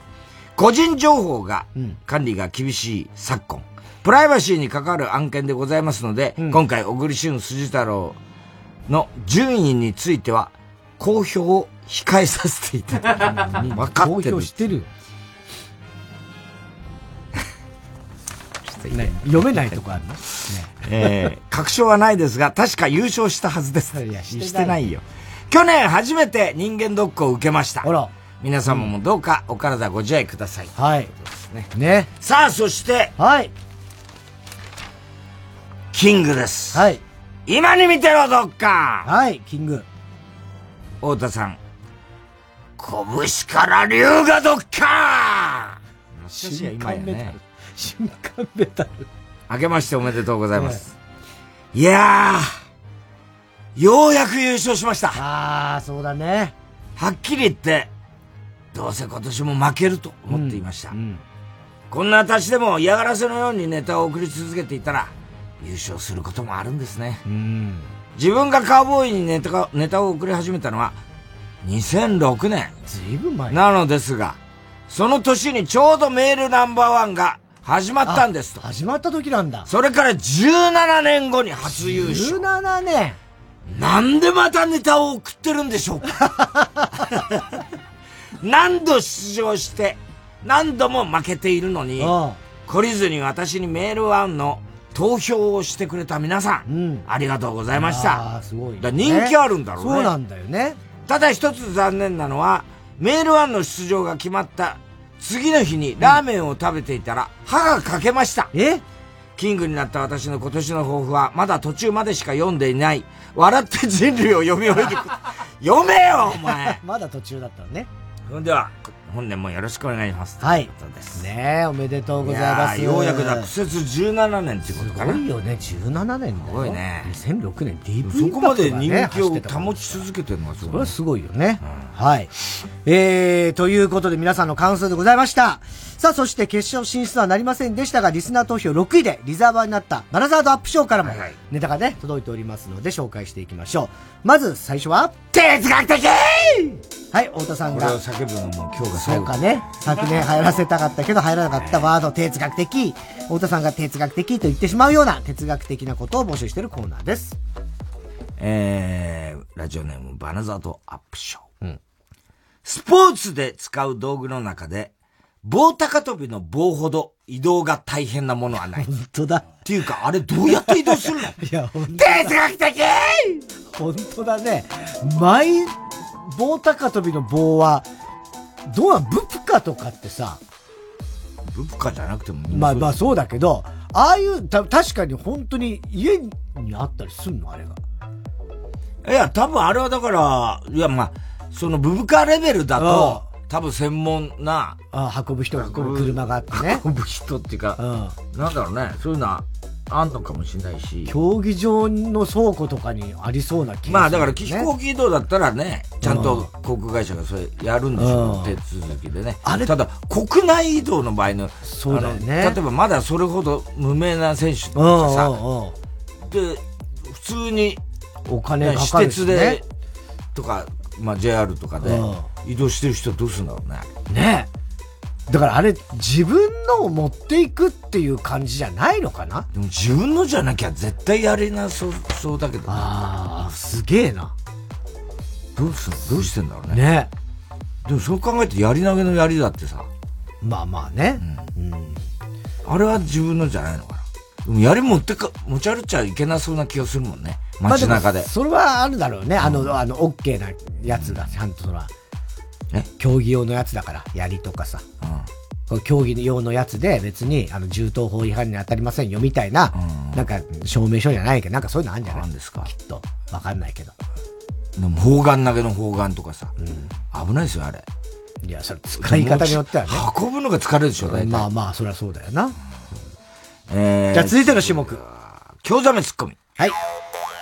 個人情報が、管理が厳しい昨今、プライバシーに関わる案件でございますので、今回、小栗旬辻太郎の順位については、公表を控えさせていただきます。 分かってる。してるよ。ね読めないとこあるのね。 えー確証はないですが、確か優勝したはずです。してないよ。去年初めて人間ドックを受けました。皆様もどうかお体ご自愛ください。はい。ね。さあ、そして。はい。キングです。はい。今に見てろ、どっかはい、キング。太田さん。拳から竜がどっか瞬間メタル瞬間ベタル。明けましておめでとうございます。いやー、ようやく優勝しました。ああ、そうだね。はっきり言って、どうせ今年も負けると思っていました。こんな私でも嫌がらせのようにネタを送り続けていたら、優勝することもあるんですね。自分がカウボーイにネタがネタを送り始めたのは、2006年。ずいぶん前。なのですが、その年にちょうどメールナンバーワンが始まったんですと。始まった時なんだ。それから17年後に初優勝。 17年なんでまたネタを送ってるんでしょうか 何度出場して、何度も負けているのに、懲りずに私にメールワンの投票をしてくれた皆さん、ありがとうございました。ああ、すごい、だから人気あるんだろうねそうなんだよね。ただ一つ残念なのは、メールワンの出場が決まった次の日にラーメンを食べていたら歯が欠けました。キングになった私の今年の抱負は、まだ途中までしか読んでいない、笑って人類を読み終えてく 読めよ、お前まだ途中だったのね。それでは、本年もよろしくお願いします。はい。ねえ、おめでとうございます。いやーようやくだ、苦節17年ってことかな。すごいよね、17年だよ。すごいね。 2006年、ディープイそンパこクトまがねで人気走っをてたもん保ち続けてるのはすそれごいは。すごいよね。はい。えー、ということで皆さんの感想でございました。さあ、そして決勝進出はなりませんでしたが、リスナー投票6位でリザーバーになったバラザードアップ賞からもネタがね、届いておりますので紹介していきましょう。まず最初は、哲学的はい、太田さんこれがを。叫ぶのも今日が最そう後。かね。昨年入らせたかったけど入らなかったワード、哲学的。太田さんが哲学的と言ってしまうような哲学的なことを募集しているコーナーです。えー、ラジオネームバナザードアップショー。スポーツで使う道具の中で、棒高跳びの棒ほど移動が大変なものはない。本当だ。っていうか、あれどうやって移動する のいや、ほん哲学的本当だね。マイ、棒高跳びの棒は、どうなん、ブプカとかってさ、ブプカじゃなくてもまあまあそうだけど、ああいう、た確かに本当に家にあったりすんのあれが。いや、多分あれはだから、いや、まあ、そのブブカレベルだと、多分専門な、あ運ぶ人が車があって ね。運ぶ人っていうか、なんだろうね、そういうのはあんのかもしれないし。競技場の倉庫とかにありそうな気がする、ね。まあだから飛行機移動だったらね、ちゃんと航空会社がそれやるんでしょう、手続きでね。ただ、国内移動の場合の、そうだよねあの例えばまだそれほど無名な選手とうんかさ、うんうん。で、普通に、お金か私かるし、鉄ね。で、とか、まあ JR とかで移動してる人どうするんだろうね。ねえだからあれ自分のを持っていくっていう感じじゃないのかなでも自分のじゃなきゃ絶対やれなそうそうだけど、ああすげえなどうすんどうしてんだろうねねでもそう考えてやり投げのやりだってさまあまあね、あれは自分のじゃないのかなでもやり持ってか持ち歩っちゃいけなそうな気がするもんね街中で,、まあもそれはあるだろうねあの、あのオッケーなやつだちゃんとそら競技用のやつだから槍とかさ、これ競技用のやつで別にあの銃刀法違反に当たりませんよみたいな、なんか証明書じゃないけどなんかそういうのあるんじゃないですかきっとわかんないけどでも砲丸投げの砲丸とかさ、危ないですよあれいやそれ使い方によってはね運ぶのが疲れるでしょ大体まあまあそりゃそうだよな、えーじゃあ続いての種目興ざめツッコミはい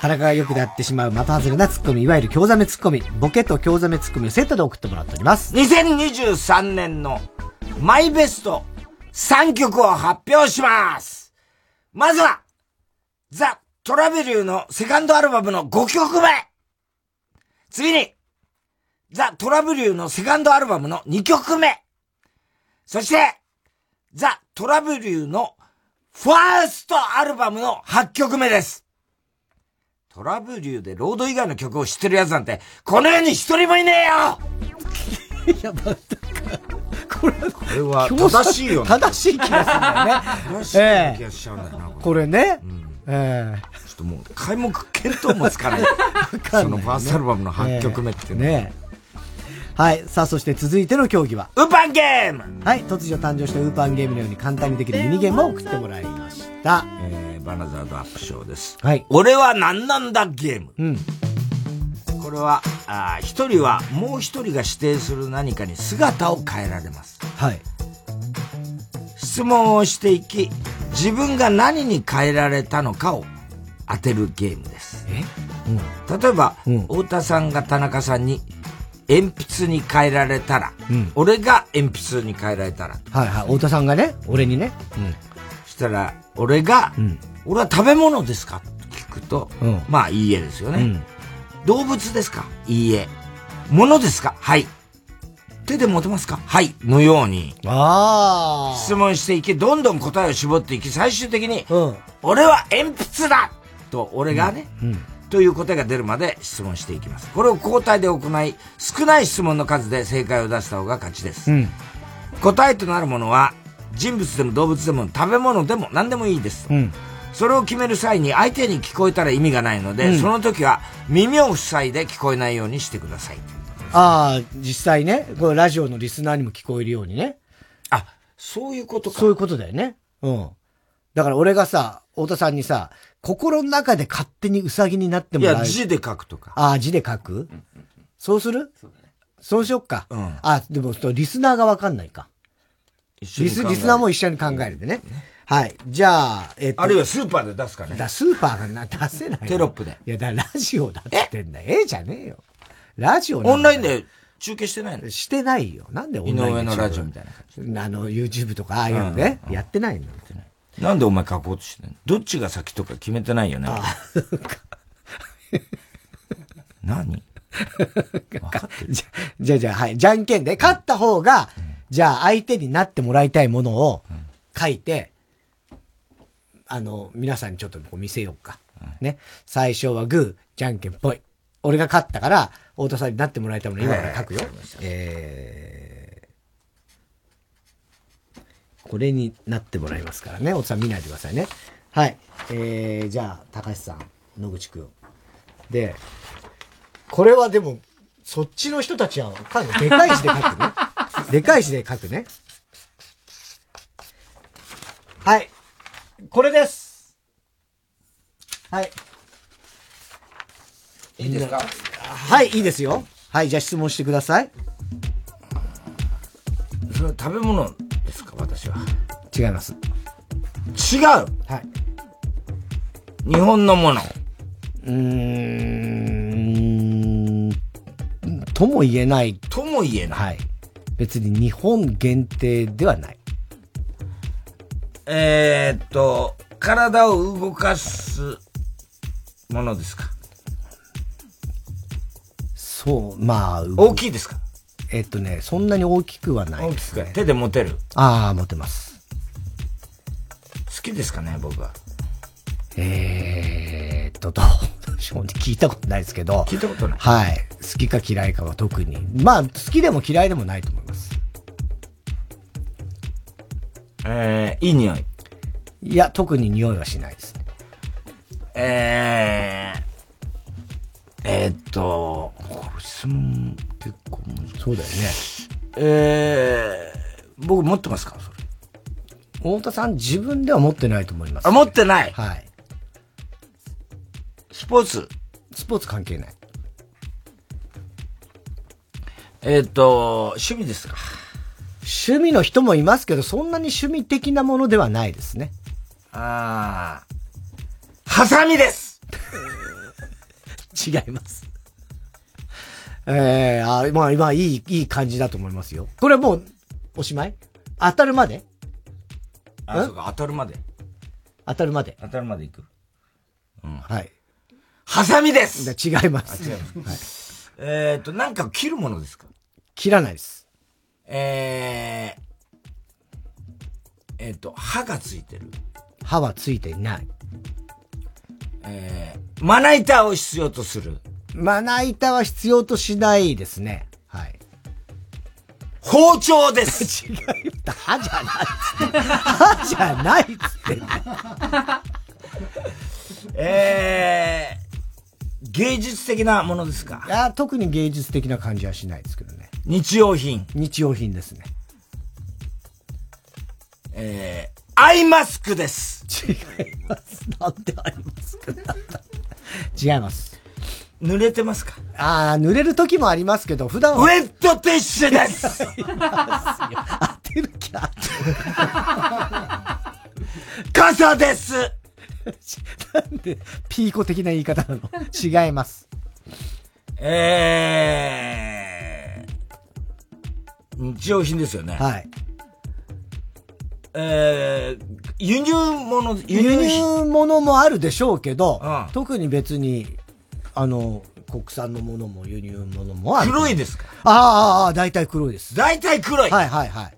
田中がよくなってしまう的外れなツッコミいわゆる興ざめツッコミボケと興ざめツッコミをセットで送ってもらっております2023年のマイベスト3曲を発表しますまずは、ザ・トラベリューのセカンドアルバムの5曲目次に、ザ・トラベリューのセカンドアルバムの2曲目そして、ザ・トラベリューのファーストアルバムの8曲目ですトラブリューでロード以外の曲を知ってる奴なんて、この世に一人もいねえよ これは正しいよね。正しい気がするんだよね正しい気がしちゃうんだよな。これね、ええちょっともう、開目見当もつかない。そのファーストアルバムの8曲目っていうのはねはいさあそして続いての競技はウーパンゲームはい突如誕生したウーパンゲームのように簡単にできるミニゲームを送ってもらいましたえーバナザードアップショーです。はい俺は何なんだゲーム。うんこれは、あー一人はもう一人が指定する何かに姿を変えられます。はい質問をしていき、自分が何に変えられたのかを当てるゲームです。例えば、太田さんが田中さんに、鉛筆に変えられたら、うん俺が鉛筆に変えられたら、はいはい。太田さんがね、俺にね。そしたら、俺が、俺は食べ物ですかって聞くと、うんまあ、いいえですよね。うん動物ですかいいえ。物ですかはい。手で持てますかはい。のように。質問していき、どんどん答えを絞っていき、最終的に、俺は鉛筆だと、俺がね、という答えが出るまで質問していきます。これを交代で行い、少ない質問の数で正解を出した方が勝ちです。うん。答えとなるものは、人物でも動物でも食べ物でも何でもいいです。うん。それを決める際に相手に聞こえたら意味がないので、うんその時は耳を塞いで聞こえないようにしてください。ああ、実際ね、これラジオのリスナーにも聞こえるようにね。あ、そういうことか。そういうことだよね。うん。だから俺がさ、太田さんにさ、心の中で勝手にウサギになっていもらう。や、字で書くとか。ああ、字で書くそうするそうしよっか。あ、でも、そうリスナーがわかんないか。リ緒に考えス、るリスナーも一緒に考えるでね。はい。じゃあ、えっと。あるいはスーパーで出すかね。だ、スーパーがな、出せない。テロップで。いや、だ、ラジオだって言ってんだ。ええじゃねえよ。ラジオオンラインンで中継してないのしてないよ。なんでオンラインで井上のラジオみたいなな。あの、YouTube とか、ああいうのね。やってないの。なんでお前書こうとしてんのどっちが先とか決めてないよね。 何 じゃ、じゃあじゃあ、はい。じゃんけんで、勝った方が、じゃあ相手になってもらいたいものを書いて、あの、皆さんにちょっとこう見せようか。ね。最初はグー、じゃんけんぽい。俺が勝ったから、太田さんになってもらいたいもの今から書くよ。えー、これになってもらいますからね。太田さん見ないでくださいね。はい。えー、じゃあ、高橋さん、野口くん。で、これはでも、そっちの人たちは、多分でかい字で書く ね。でかい字で書くね。はい。これです。はい。いいですかはい、いいですよ。はい、じゃあ質問してください。それは食べ物ですか、私は。違います。違うはい。日本のもの。うーん、とも言えない。とも言えない。はい。別に日本限定ではない。えー、っと、体を動かすものですか。そう、まあ。大きいですかえっとね、そんなに大きくはない大きくは手で持てる。ああ、持てます。好きですかね、僕は。えーっと、どう でしょうね。聞いたことないですけど。聞いたことない。はい。好きか嫌いかは特に。まあ、好きでも嫌いでもないと思います。えー、いい匂い。いや、特に匂いはしないですね。えー、えー、っと、これ質問結構難しい。そうだよね。えー、僕持ってますかそれ。太田さん、自分では持ってないと思います。あ、持ってないはい。スポーツスポーツ関係ない。えー、っと、趣味ですか趣味の人もいますけど、そんなに趣味的なものではないですね。あー、ハサミです違います。 ええあまあ、まあ、いい、いい感じだと思いますよ。これはもう、おしまい当たるまであ、そうか、当たるまで。当たるまで。当たるまでいく。はい。ハサミですだ違います。あ違います。えー、っと、なんか切るものですか 切らないです。えー、えー、っと、歯がついてる。歯はついていない。えー、まな板を必要とする。まな板は必要としないですね。はい。包丁です 違う。歯じゃないっつって。歯じゃないっつってんだよ。えー、芸術的なものですかいや、特に芸術的な感じはしないですけどね。日用品。日用品ですね。えー、アイマスクです。違います。なんでアイマスクだった違います。濡れてますかああ、濡れる時もありますけど、普段は。ウ ェットティッシュです当てる気あ笠ですなんで、ピーコ的な言い方なの違います。えー、日用品ですよね。はい。えー、輸入物、輸入物もあるでしょうけど、特に別に、あの、国産のものも輸入物もある。黒いですかああああ、大体黒いです。大体黒いはいはいはい。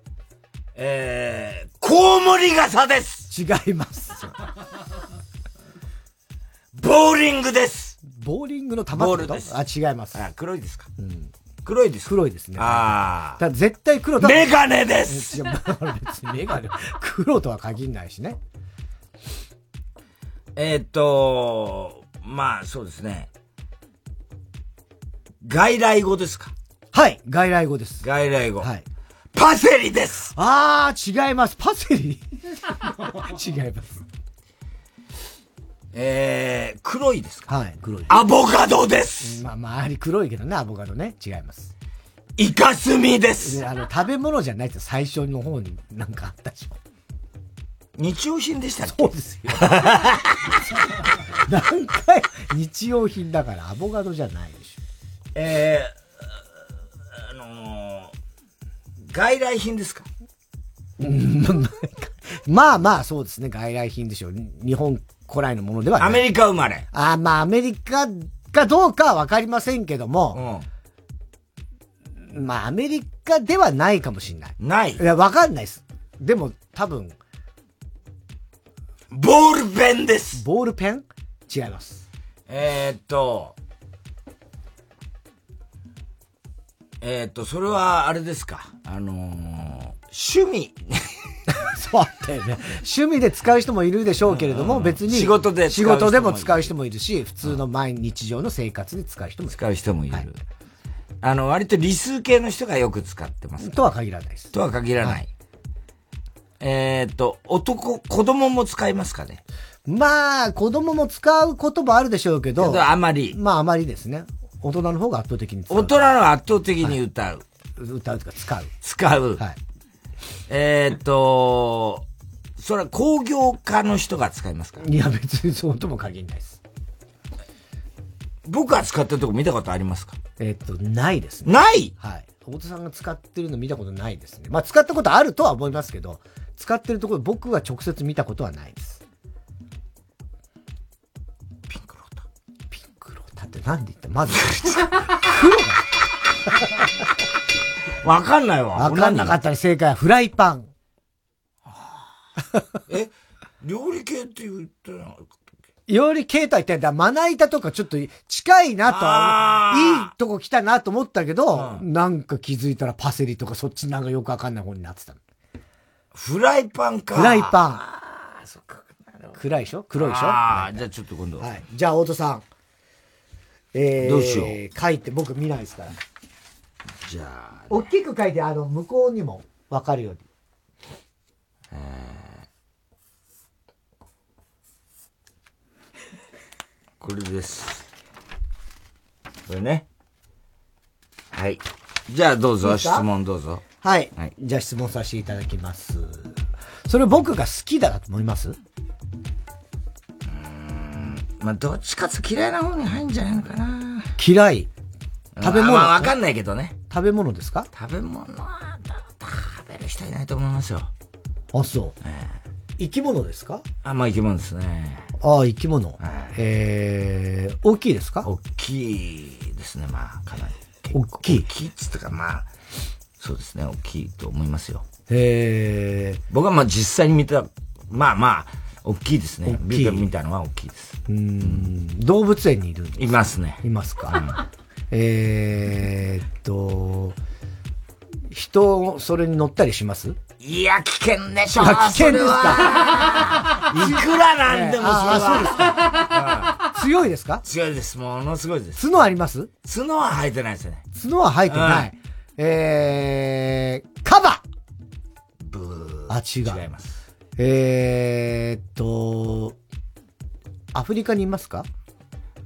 えー、コウモリ傘です違います。ボーリングですボーリングの球ってことボールですあ、違います。あ、黒いですかうん。黒いです黒いですね。ああ。絶対黒とはメガネですいやまあ別にメガネ。黒とは限んないしね。えーっと、まあそうですね。外来語ですかはい、外来語です。外来語。はい。パセリですああ、違います。パセ リ違います。えー、黒いですかはい、黒い。アボカドですまあ、周り黒いけどね、アボカドね。違います。イカスミですねあ の、食べ物じゃないって最初の方になんかあったでしょ。日用品でしたっけそうですよ。 何回、日用品だからアボカドじゃないでしょ。えー、あのー、外来品ですかうんまあまあまあ、そうですね。外来品でしょう。日本古来のものではない。アメリカ生まれ。あまあ、アメリカかどうかはわかりませんけども、まあ、アメリカではないかもしれない。ないいや、わかんないです。でも、多分。ボールペンですボールペン違います。えー、っと、えー、っと、それはあれですかあのー、趣味。そうだよね。趣味で使う人もいるでしょうけれども、別に。仕事で使仕う人もいる事でも使う人もいるし、普通の毎日常の生活で使う人もいる。使う人もいる。あの、割と理数系の人がよく使ってます。とは限らないです。とは限らない。えー、っと、男、子供も使いますかねまあ、子供も使うこともあるでしょうけど。けどあまり。まあ、あまりですね。大人の方が圧倒的に使う。大人の圧倒的に歌う。歌うとか使う。使う。えー、っと、それは工業科の人が使いますかいや、別にそうとも限らないです。僕が使ってるとこ見たことありますかえっと、ないですね。ないはい。太田さんが使ってるの見たことないですね。まあ、使ったことあるとは思いますけど、使ってるところ僕は直接見たことはないです。ピンクロータ。ピンクロータってなんで言ったまず、黒だわかんないわ。わかんなかったら正解はフライパン。え、料理系って言ってな料理形態って、だまな板とかちょっと近いなとは、いいとこ来たなと思ったけど、なんか気づいたらパセリとかそっちなんかよくわかんない方になってたの。フライパンか。フライパン。暗いでしょ黒いでしょああ、じゃあちょっと今度。はい。じゃあ、大戸さん。えー、どうしよう。書いて、僕見ないですから。じゃあ、大きく書いて、あの、向こうにもわかるように。これです。これね。はい。じゃあどういいぞ、です質か問どうぞ。はい。じゃあ、質問させていただきます。それ僕が好きだと思いますまあ、どっちかつ嫌いな方に入んじゃないのかな。嫌い。食べ物。まあ、わかんないけどね。食べ物ですか食べ物は、食べる人いないと思いますよ。あ、そう。生き物ですかあ、まあ、生き物ですね。ああ、生き物。えー、大きいですか大きいですね、まあ、かなり。大きい。大きいっつったか、まあ、そうですね、大きいと思いますよ。え僕はまあ実際に見た、まあまあ、大きいですね。大きいビートル見たのは大きいです。うーん、動物園にいるんですいますね。いますか。えーっと、人、それに乗ったりしますいや、危険でしょ。いや危険です かいくらなんでもそれは。ああそうです強いですか強いです。ものすごいです。角あります角は生えてないですね。角は生えてない。えー、カバあ、違う。違います。えーっと、アフリカにいますか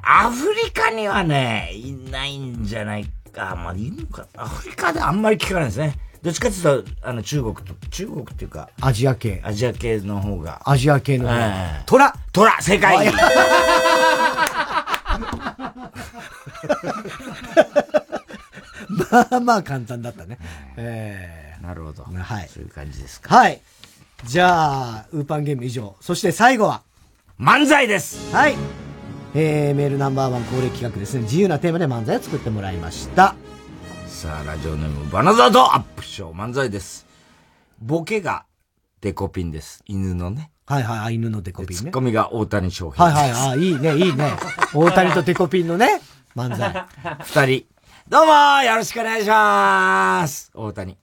アフリカにはね、いないんじゃないか。まあ、いるのか。アフリカであんまり聞かないですね。どっちかっていうと、あの、中国と、中国っていうか、アジア系。アジア系の方が。アジア系の方がええ虎 虎正解まあまあ簡単だったね。えなるほど。はい。そういう感じですか。はい。じゃあ、ウーパンゲーム以上。そして最後は漫才ですはい。えー、メールナンバーワン恒例企画ですね。自由なテーマで漫才を作ってもらいました。さあ、ラジオネーム、バナザードアップショー漫才です。ボケがデコピンです。犬のね。はいはい、犬のデコピンね。ツッコミが大谷翔平はいです。はい、あ、いいね、いいね。大谷とデコピンのね、漫才。二人。どうもーよろしくお願いします大谷。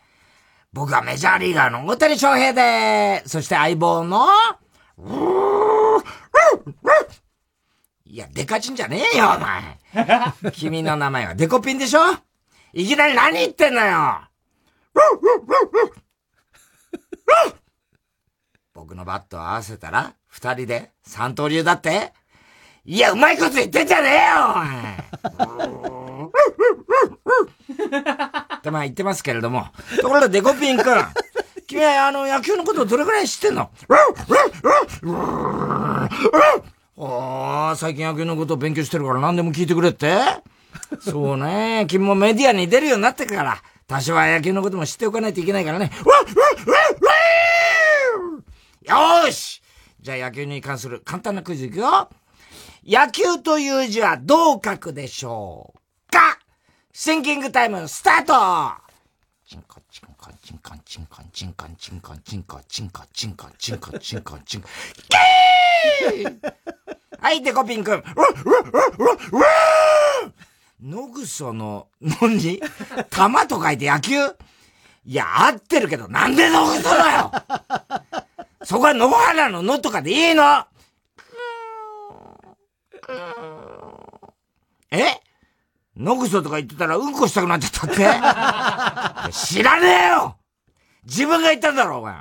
僕はメジャーリーガーの大谷翔平でーすそして相棒の、いや、デカチンじゃねえよ、お前君の名前はデコピンでしょいきなり何言ってんのよ僕のバットを合わせたら、二人で三刀流だっていや、うまいこと言ってんじゃねえよ、お前ってまあ言ってますけれども。ところでデコピン君、君はあの野球のことをどれくらい知ってんのああ、最近野球のことを勉強してるから何でも聞いてくれってそうね。君もメディアに出るようになってから、多少は野球のことも知っておかないといけないからね。よーしじゃあ野球に関する簡単なクイズいくよ。野球という字はどう書くでしょうかシンキングタイムスタートチンカンチンカンチンカンチンカンチンカンチンカンチンカンチンカンチンカンチンカンキーはい、デコピンくん。うわうわうわうわ野草の、のに、玉と書いて野球いや、合ってるけど、なんで野草だよそこは野原の野とかでいいのえ野草とか言ってたらうんこしたくなっちゃったって 知らねえよ自分が言ったんだろ、お前。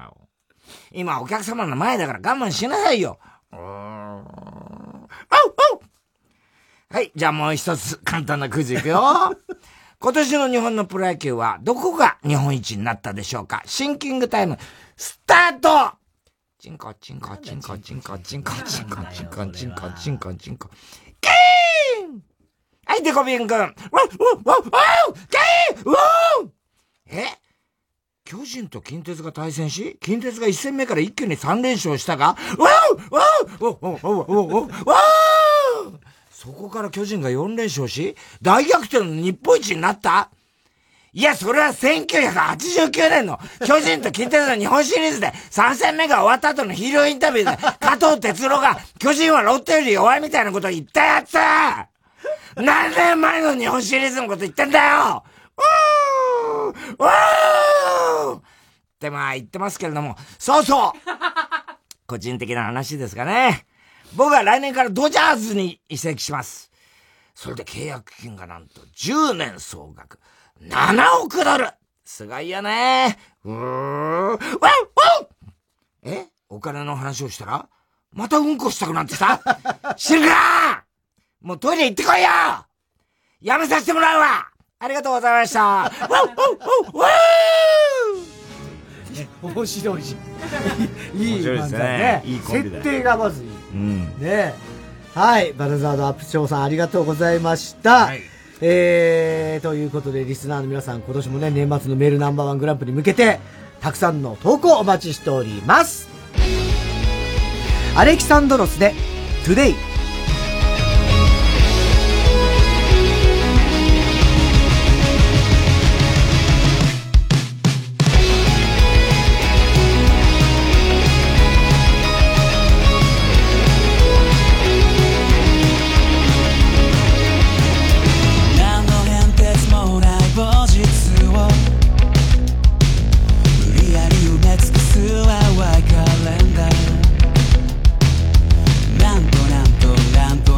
今お客様の前だから我慢しなさいよ。はい、じゃあもう一つ簡単なクイズいくよ。今年の日本のプロ野球はどこが日本一になったでしょうかシンキングタイム、スタートチンコチンコチンコチンコチンコチンコチンコチンコチンコチンコ。キーンはい、デコビン君。わっわっわっわっキーンわっえ巨人と近鉄が対戦し、近鉄が1戦目から一挙に3連勝したが、わおわおわおわおわおわおそこから巨人が4連勝し、大逆転の日本一になったいや、それは1989年の巨人と近鉄の日本シリーズで3戦目が終わった後のヒーローインタビューで加藤哲郎が巨人はロッテより弱いみたいなことを言ったやつ何年前の日本シリーズのこと言ってんだようーうーってまあ言ってますけれども、そうそう個人的な話ですがね。僕は来年からドジャーズに移籍します。それで契約金がなんと10年総額7億ドルすごいよね。うーわっわっえお金の話をしたらまたうんこしたくなっ てさ知るかもうトイレ行ってこいよやめさせてもらうわありがとうございましたわっわっわっわっ面白 いし。いいいい面白いで漫す才ねね。いいコンビだ設定がまずいい。うん。ねはい。バルザードアップショーさんありがとうございました。えー、ということで、リスナーの皆さん、今年もね、年末のメールナンバーワングランプリに向けて、たくさんの投稿お待ちしております。アレキサンドロスで、Today。何の変哲もない口実を無理やり埋め尽くす淡いカレンダー何度何度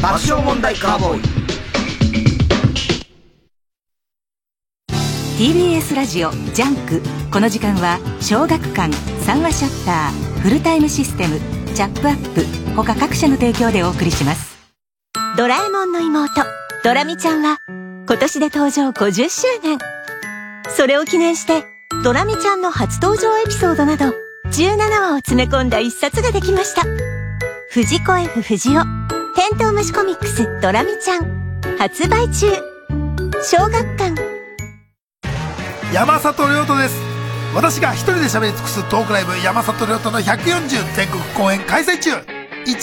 爆笑問題カーボーイ TBS ラジオジャンクこの時間は小学館三話シャッターフルタイムシステムチャップアップ他各社の提供でお送りしますドラえもんの妹ドラミちゃんは今年で登場50周年それを記念してドラミちゃんの初登場エピソードなど17話を詰め込んだ一冊ができました藤子 F 不二雄テントウムシコミックスドラミちゃん発売中小学館山里亮太です私が一人で喋り尽くすトークライブ山里亮太の140全国公演開催中1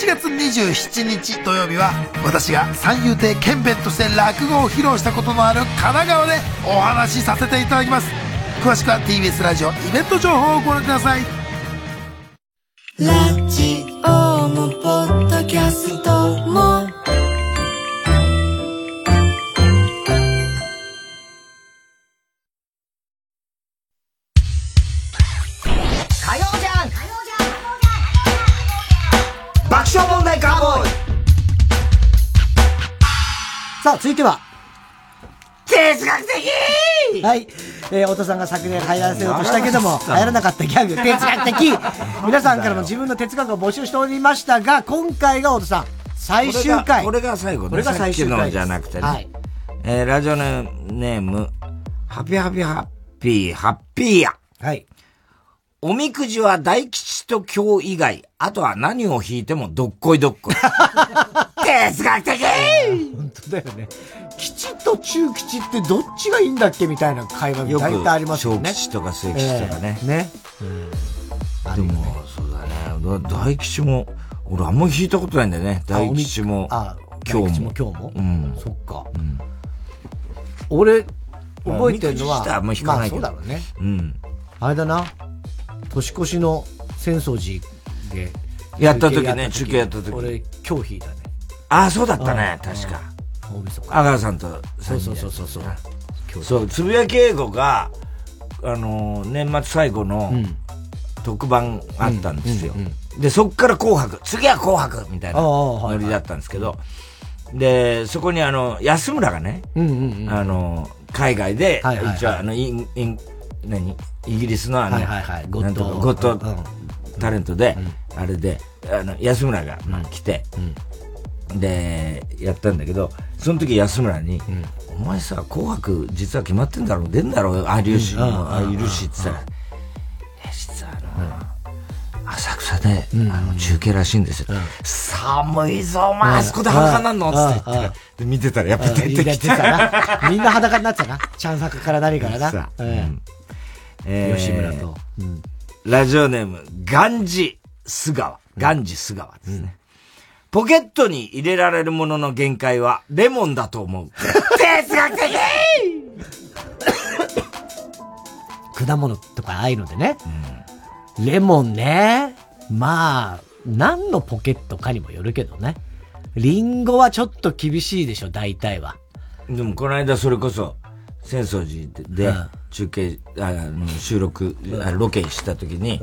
月27日土曜日は私が三遊亭剣弁として落語を披露したことのある神奈川でお話しさせていただきます詳しくは TBS ラジオイベント情報をご覧くださいラジオもポッドキャストも火曜じゃん爆笑問題カーボーイさあ、続いては、哲学的はい。えー、太田さんが昨年流行らせようとしたけども、流行らなかったギャグ、哲学的皆さんからも自分の哲学を募集しておりましたが、今回が太田さん、最終回。これが最後これが最終さっきの回。じゃなくてね。はい。えーラジオネーム、ハピハピハッピー、ハッピーや。はい。おみくじは大吉と今日以外、あとは何を引いてもどっこいどっ こい。哲学的本当だよね。吉と中吉ってどっちがいいんだっけみたいな会話よがく大体ありますよね。小吉とか末吉とかねえーね。でも、そうだね。だ大吉も、俺あんま引いたことないんだよね。あ大吉も、今日も。大吉も今日もうん。そっか。俺、覚えてるのおみくじ自は、体あんま引かないけどまあそうだろうね。うん。あれだな。年越しの浅草寺で。やった時ね中継やった時俺、今日引いたね。ああ、そうだったね。うん確か。大晦日。阿川さんとそ三う人そうそでうそうそう。そう、つぶやき英語が、あのー年末最後の特番あったんですよ。で、そっから紅白、次は紅白みたいなああはいノリだったんですけど、で、そこにあの、安村がね、うんうんうん。あのー海外で、はいはいはい一応あの、イン、イン、何イギリスのあの、はいはいはいゴッドなんとかゴッドタレントで、あれで、あの、安村が、まあ、来て、で、やったんだけど、その時安村に、お前さ、紅白実は決まってんだろう、出んだろう、有吉うんうんも、あうんいるし、つったら、いや実はあの、浅草で、あの、中継らしいんですよ。寒いぞ、お前、あそこで裸になんのつって言って、で見てたら、やっぱ出て出きてた。たな。みんな裸になってたな。ちゃんさくから何から な。さうんえー吉村と。ラジオネーム、ガンジ・スガワ。ガンジ・スガワですね。ポケットに入れられるものの限界はレモンだと思う。哲学的果物とかああいうのでね。レモンね。まあ、何のポケットかにもよるけどね。リンゴはちょっと厳しいでしょ、大体は。でもこの間それこそ、浅草寺でうでん中継、ああの収録、んあロケした時に、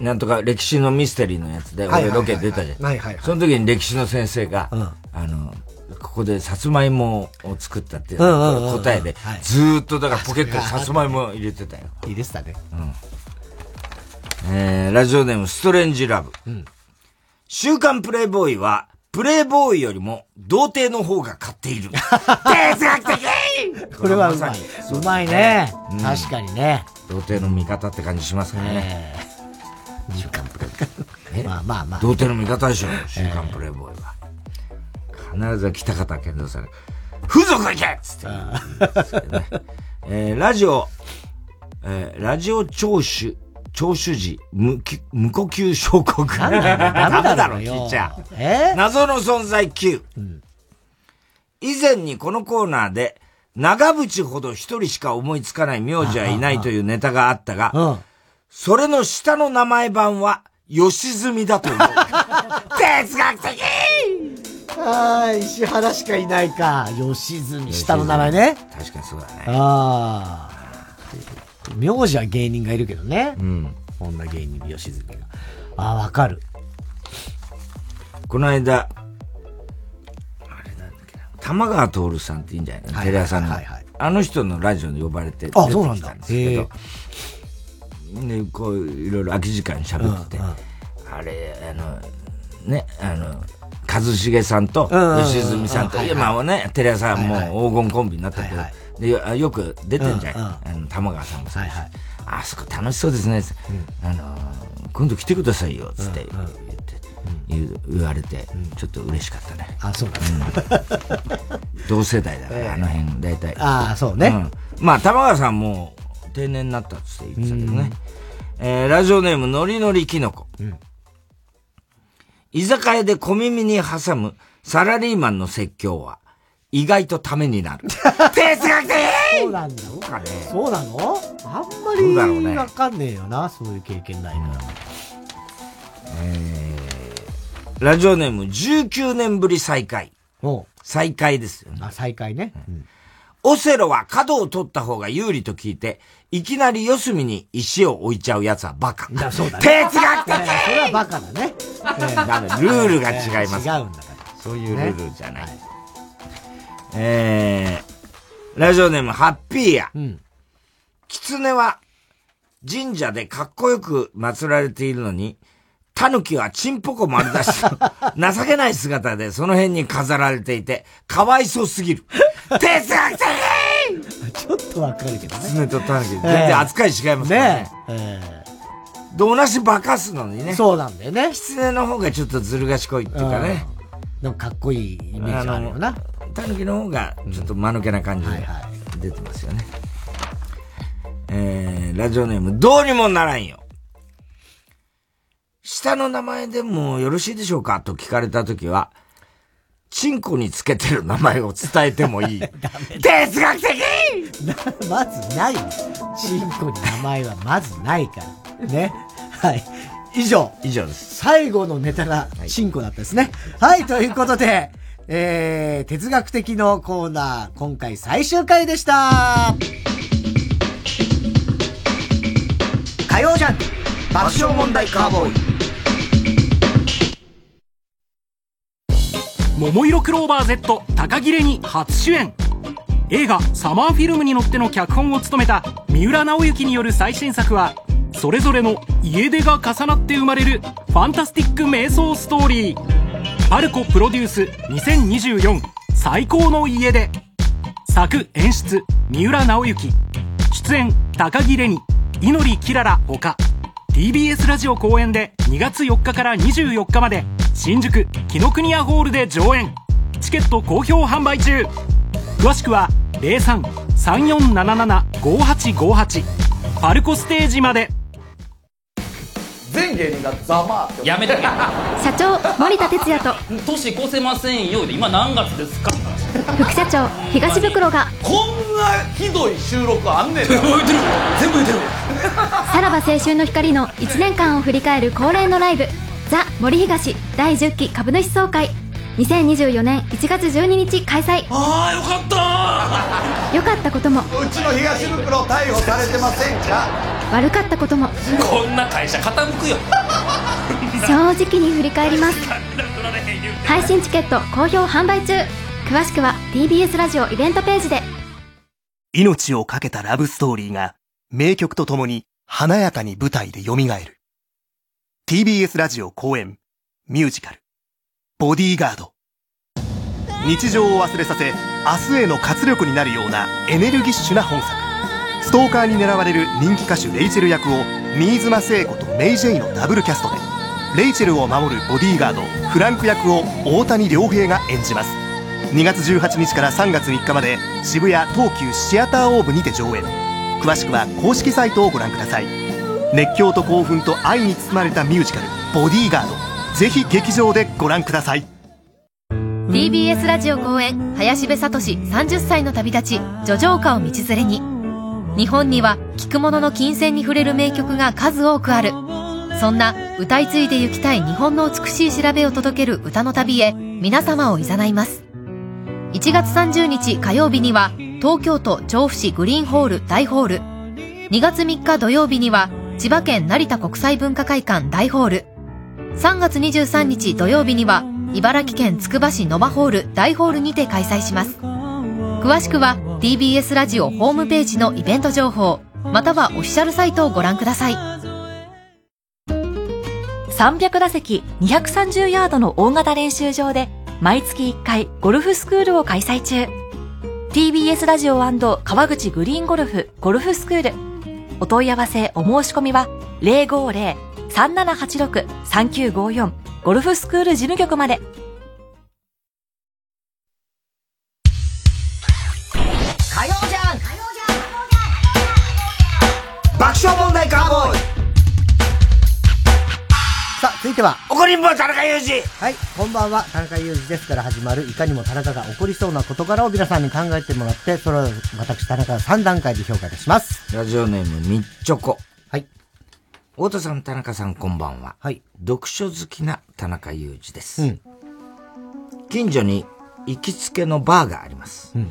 なんとか歴史のミステリーのやつで、はいはい俺はいロはいケ出たじゃん。はいはいはいその時に歴史の先生が、あの、ここでさつまいもを作ったっていううんうんうんうん答えではい、ずーっとだからポケットにさつまいもを入れてたよ。いいですたね。えーラジオネームストレンジラブ。週刊プレイボーイは、プレイボーイよりも童貞の方が買っ ている。哲学的これはうまい。うまいね。確かにね。童貞の味方って感じしますからね。週刊プレイボー イ。まあまあまあ。童貞の味方でしょ、週刊プレイボーイは。必ずは北方健三さんが、風俗行けっつって言うんですけどね。えーラジオ、えーラジオ聴取、聴取時、無き無呼吸症候群。ダメだろダメだろダメよ聞いちゃう。え謎の存在 Q。以前にこのコーナーで、長渕ほど一人しか思いつかない名字はいないというネタがあったが、それの下の名前版は、吉住だと思う。哲学的ああ、石原しかいないか。吉住、下の名前ね。確かにそうだね。ああ。名字は芸人がいるけどね。うん。女芸人、吉住が。ああ、わかる。この間、玉川徹さんっていいんじゃないかな、はいテレ朝の、はいはあの人のラジオに呼ばれてあそうなんだ出てきたですけど、ね、こういろいろ空き時間に喋ってて、あれあのねあの一茂さんとうんうんうん良純さんと、はいはい今はねテレ朝はもう黄金コンビになったけど、であよく出てんじゃん、あの玉川さんもさ、あそこ楽しそうですね、あの今度来てくださいよつって言って、言う言われて、ちょっと嬉しかったねあそうなんうん同世代だから、あの辺大体ああそうねんまあ玉川さんも定年になったっつって言ってたけどね、えーラジオネームのりのりきのこ、居酒屋で小耳に挟むサラリーマンの説教は意外とために なる哲学的そうなんだそうなのあんまそうだろうねりわかんねえよな、そういう経験ないから。えーラジオネーム19年ぶり再開。再開ですよね。再開ね。オセロは角を取った方が有利と聞いて、いきなり四隅に石を置いちゃうやつはバカ。そうだ 哲学的それはバカだね。ダメルールが違います。えー違うんだそういうルールじゃない。えー、ラジオネームハッピーや。狐は神社でかっこよく祀られているのに、狸はチンポコ 丸出しと、情けない姿でその辺に飾られていて、かわいそうす ぎる。哲学的ちょっとわかるけどね。狐と狸、全然扱い違いますからね。で、同じバカすのにね。そうなんだよね。狐の方がちょっとずる賢いっていうかね。でもかっこいいイメージあるよな。タヌキの方がちょっと間抜けな感じで出てますよね。えー、ラジオネーム、どうにもならんよ。下の名前でもよろしいでしょうかと聞かれたときは、チンコにつけてる名前を伝えても いい。哲学的 まずないよ。チンコに名前はまずないから。 ね。はい。以上。以上です。最後のネタがチンコだったですね。はい、ということで、えー、哲学的のコーナー、今回最終回でした。火曜じゃん爆笑問題カーボーイ桃色クローバー Z 高切れに初主演映画「サマーフィルム」に乗っての脚本を務めた三浦直之による最新作はそれぞれの家出が重なって生まれるファンタスティック瞑想ストーリーパルコプロデュース2024最高の家出作演出三浦直之出演高木玲に祈りきららほか TBS ラジオ公演で2月4日から24日まで新宿紀ノ国屋ホールで上演チケット好評販売中詳しくは03-3477-5858パルコステージまで全芸人がざまあやめとけ社長森田哲也と年越せませんよで今何月ですか副社長東袋がこんなひどい収録あんねん全部言ってる全部言ってるさらば青春の光の1年間を振り返る恒例のライブ「ザ・森東第10期株主総会」2024年1月12日開催ああよかったよかったこともうちの東袋逮捕されてませんか悪かったこともこんな会社傾くよ正直に振り返ります配信チケット好評販売中詳しくは TBS ラジオイベントページで命を懸けたラブストーリーが名曲とともに華やかに舞台で蘇る。TBS ラジオ公演ミュージカルボディーガード。日常を忘れさせ明日への活力になるようなエネルギッシュな本作。ストーカーに狙われる人気歌手レイチェル役を新妻聖子とメイジェイのダブルキャストで、レイチェルを守るボディーガードフランク役を大谷亮平が演じます。2月18日から3月3日まで渋谷東急シアターオーブにて上演詳しくは公式サイトをご覧ください熱狂と興奮と愛に包まれたミュージカル「ボディーガード」ぜひ劇場でご覧ください TBS ラジオ公演林部聡30歳の旅立ち叙情歌を道連れに日本には聴く者の金銭に触れる名曲が数多くあるそんな歌い継いで行きたい日本の美しい調べを届ける歌の旅へ皆様をいざないます1月30日火曜日には東京都調布市グリーンホール大ホール2月3日土曜日には千葉県成田国際文化会館大ホール3月23日土曜日には茨城県つくば市ノバホール大ホールにて開催します詳しくは TBS ラジオホームページのイベント情報またはオフィシャルサイトをご覧ください300打席230ヤードの大型練習場で毎月1回ゴルフスクールを開催中 TBS ラジオ川口グリーンゴルフゴルフスクールお問い合わせお申し込みは050-3786-3954ゴルフスクール事務局まで火曜じゃん爆笑問題カーボーイさあ、続いては。怒りんぼ田中裕二はい、こんばんは、田中裕二ですから始まる、いかにも田中が起こりそうな事柄を皆さんに考えてもらって、それを私、田中が3段階で評価いたします。ラジオネーム、みっちょこ。はい。太田さん、田中さん、こんばんは。はい。読書好きな田中裕二です。近所に行きつけのバーがあります。うん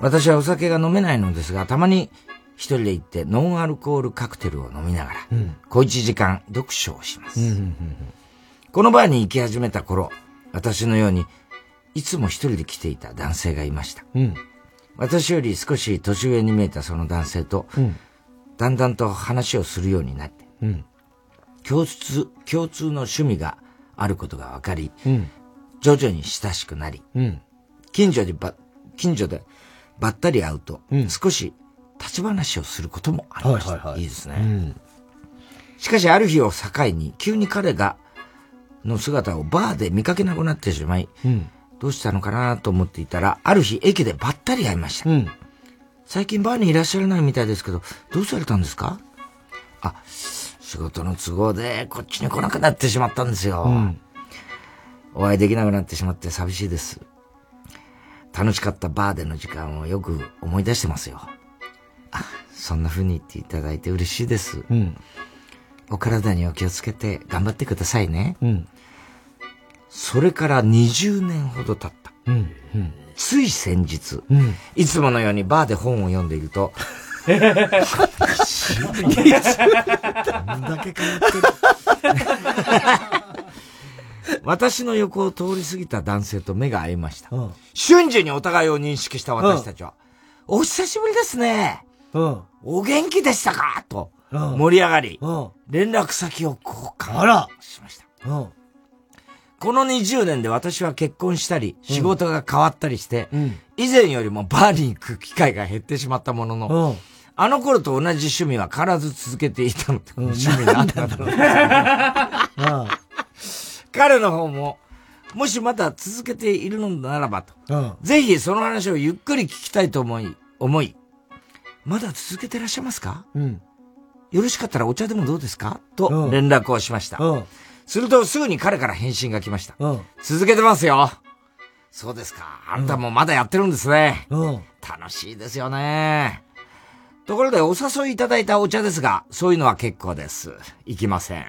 私はお酒が飲めないのですが、たまに一人で行ってノンアルコールカクテルを飲みながら、うん小一時間読書をします。うんうんこのバーに行き始めた頃、私のように、いつも一人で来ていた男性がいました。うんうん。私より少し年上に見えたその男性と、うんだんだんと話をするようになって、うん共通、共通の趣味があることが分かり、うん徐々に親しくなり、うん近所でば、近所でばったり会うと、少し立ち話をすることもありました。いいですね、しかしある日を境に、急に彼が、の姿をバーで見かけなくなってしまい、うんどうしたのかなと思っていたら、ある日駅でばったり会いました。最近バーにいらっしゃらないみたいですけど、どうされたんですかあ、仕事の都合でこっちに来なくなってしまったんですよ。うんお会いできなくなってしまって寂しいです。楽しかったバーでの時間をよく思い出してますよ。あ、そんな風に言っていただいて嬉しいです。うんお体にお気をつけて頑張ってくださいね。うんそれから20年ほど経った。うんつい先日、うんいつものようにバーで本を読んでいると、どんだけ変わ私の横を通り過ぎた男性と目が合いました。瞬時にお互いを認識した私たちは、お久しぶりですね。お元気でしたかと盛り上がり、連絡先を交換しました。この20年で私は結婚したり、仕事が変わったりして、以前よりもバーに行く機会が減ってしまったものの、あの頃と同じ趣味は変わらず続けていたのと、趣味があったのと。彼の方も、もしまた続けているのならばと、ぜひその話をゆっくり聞きたいと思い、思い、まだ続けてらっしゃいますかうん。よろしかったらお茶でもどうですかと連絡をしました。するとすぐに彼から返信が来ました。続けてますよ。そうですか。あんたもまだやってるんですね。楽しいですよね。ところでお誘いいただいたお茶ですが、そういうのは結構です。いきません。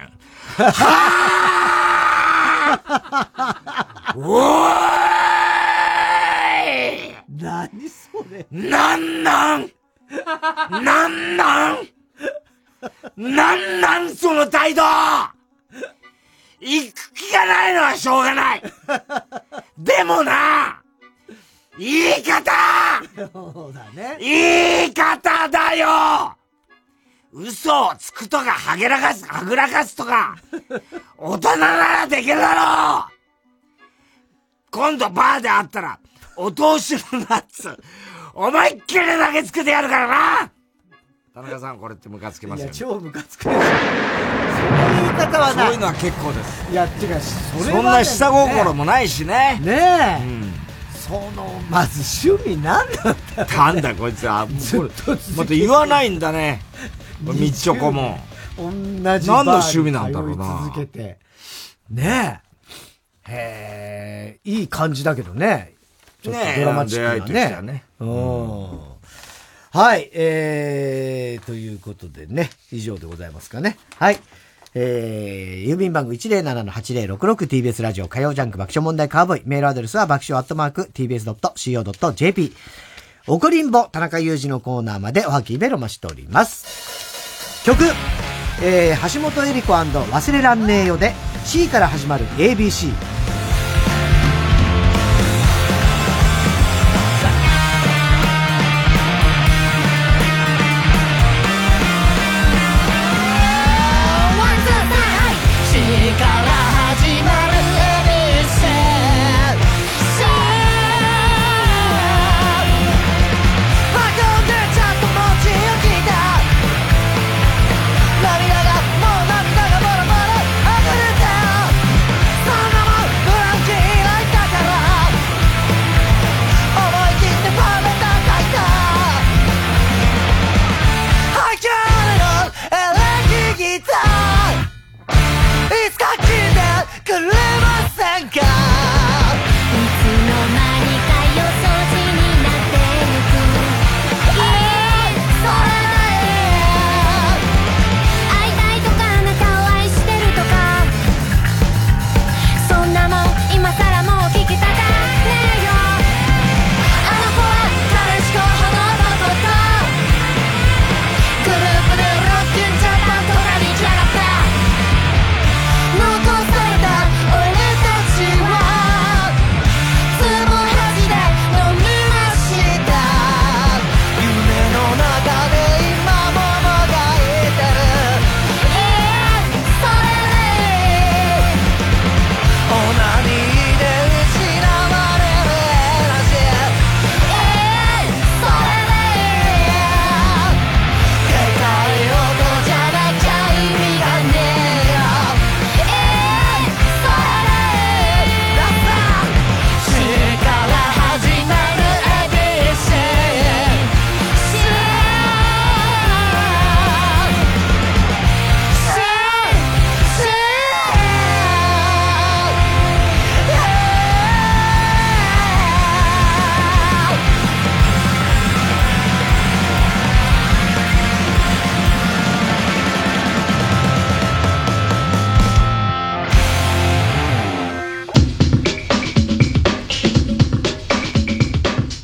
何それなんなんなんなんなんなんその態度行く気がないのはしょうが ないでもな言い方そうだね言い方だよ嘘をつくとかはげらかす、はぐらかすと か、大人ならできるだろう今度バーで会ったら、お通しのナッツ、思いっきり投げつけてやるからな田中さん、これってムカつきますよ、ね。いや超ムカつくでしょその言い方はないそういうのは結構です。いや違うそれはねそんな下心もないしね。ねえ、そのまず趣味なんだったなんだこい つは。ずっと言わないんだね。みっちょこも。同じ何の趣味なんだろうなバーに通い続けてねえへえいい感じだけどねちょっとドラマチック出会いとしなてねはねうんはいえー、ということでね以上でございますかねはいえー、郵便番号 107-8066TBS ラジオ火曜ジャンク爆笑問題カーボーイメールアドレスは爆笑アットマーク TBS.CO.JP おこりんぼ田中裕二のコーナーまでおはきメロマしております曲、えー橋本恵里子忘れらんねえよで C から始まる ABC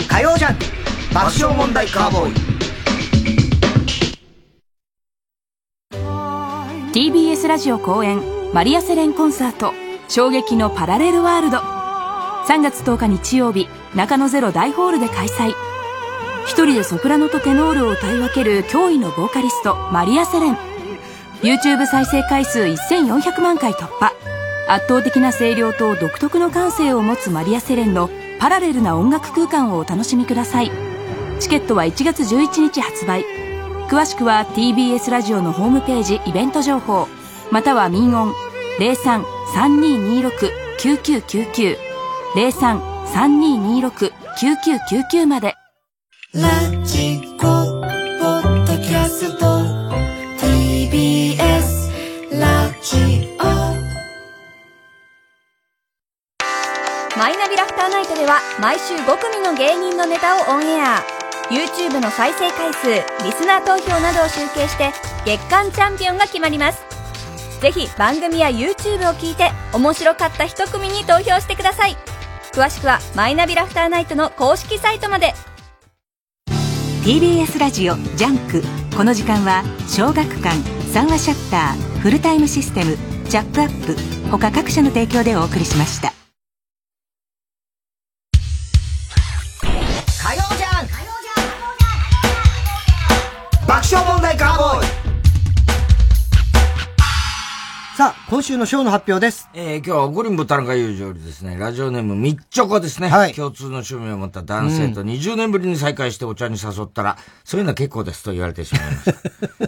爆笑問題カーボーイ TBS ラジオ公演マリアセレンコンサート衝撃のパラレルワールド3月10日日曜日中野ゼロ大ホールで開催一人でソプラノとテノールを歌い分ける驚異のボーカリストマリア・セレン YouTube 再生回数1400万回突破圧倒的な声量と独特の感性を持つマリア・セレンのパラレルな音楽空間をお楽しみくださいチケットは1月11日発売詳しくは TBS ラジオのホームページイベント情報または民音03-3226-9999 03-3226-9999までラジコポッドキャスト TBS ラジオマイナビラフターナイトでは毎週5組の芸人のネタをオンエア YouTube の再生回数リスナー投票などを集計して月間チャンピオンが決まりますぜひ番組や YouTube を聞いて面白かった一組に投票してください詳しくはマイナビラフターナイトの公式サイトまで TBS ラジオジャンクこの時間は小学館三話シャッターフルタイムシステムチャップアップ他各社の提供でお送りしました火曜じゃん爆笑問題カーボーイさあ、今週の賞の発表です。えー、今日は五輪ぼたんか友情りですね、ラジオネームみっちょこですね。共通の趣味を持った男性とう20年ぶりに再会してお茶に誘ったら、そういうのは結構ですと言われてしまい ま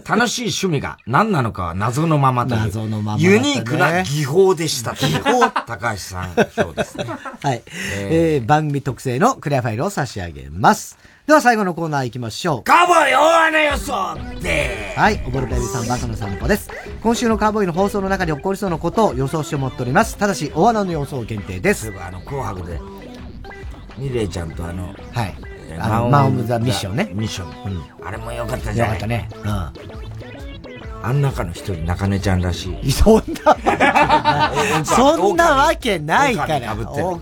した。楽しい趣味が何なのかは謎のままという。謎のままだったねユニークな技法でした。技法高橋さん、そうですね。はい。えー、番組特製のクリアファイルを差し上げます。では最後のコーナー行きましょう。カーボーイ大穴予想ではい、おぼろべびさん、バカの散歩です。今週のカーボーイの放送の中で起こりそうなことを予想して思っております。ただし、大穴の予想限定です。あの、紅白で、ミレイちゃんとあの、はい。えーあの、ママウンオムブザザミッションね。ミッション。あれも良かったじよゃん。かったね。うん。あん中の一人、中根ちゃんらしい。そんな、そんなわけないから。狼被ってる狼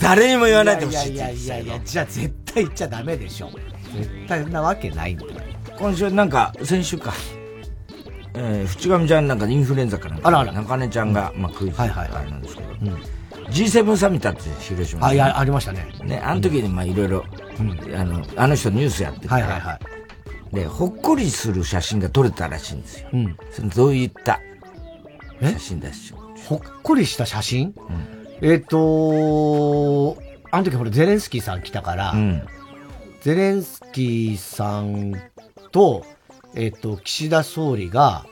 誰にも言わないでほしいいやいやいやいや、じゃあ絶対言っちゃダメでしょ。絶対そんなわけないんだよ。今週なんか、先週か。えー、淵上ちゃんなんかインフルエンザかなんか。中根ちゃんが、まあ、クイズとかあれなんですけど。G7 サミットって広島あ、いや、ありましたね。ね、あの時にまあいろいろ、あの、あの人ニュースやってて、はいはいはい。で、ほっこりする写真が撮れたらしいんですよ。うん。それどういった写真でしょうほっこりした写真、えっ、とあの時ほらゼレンスキーさん来たから、ゼレンスキーさんと、えっ、と、岸田総理が、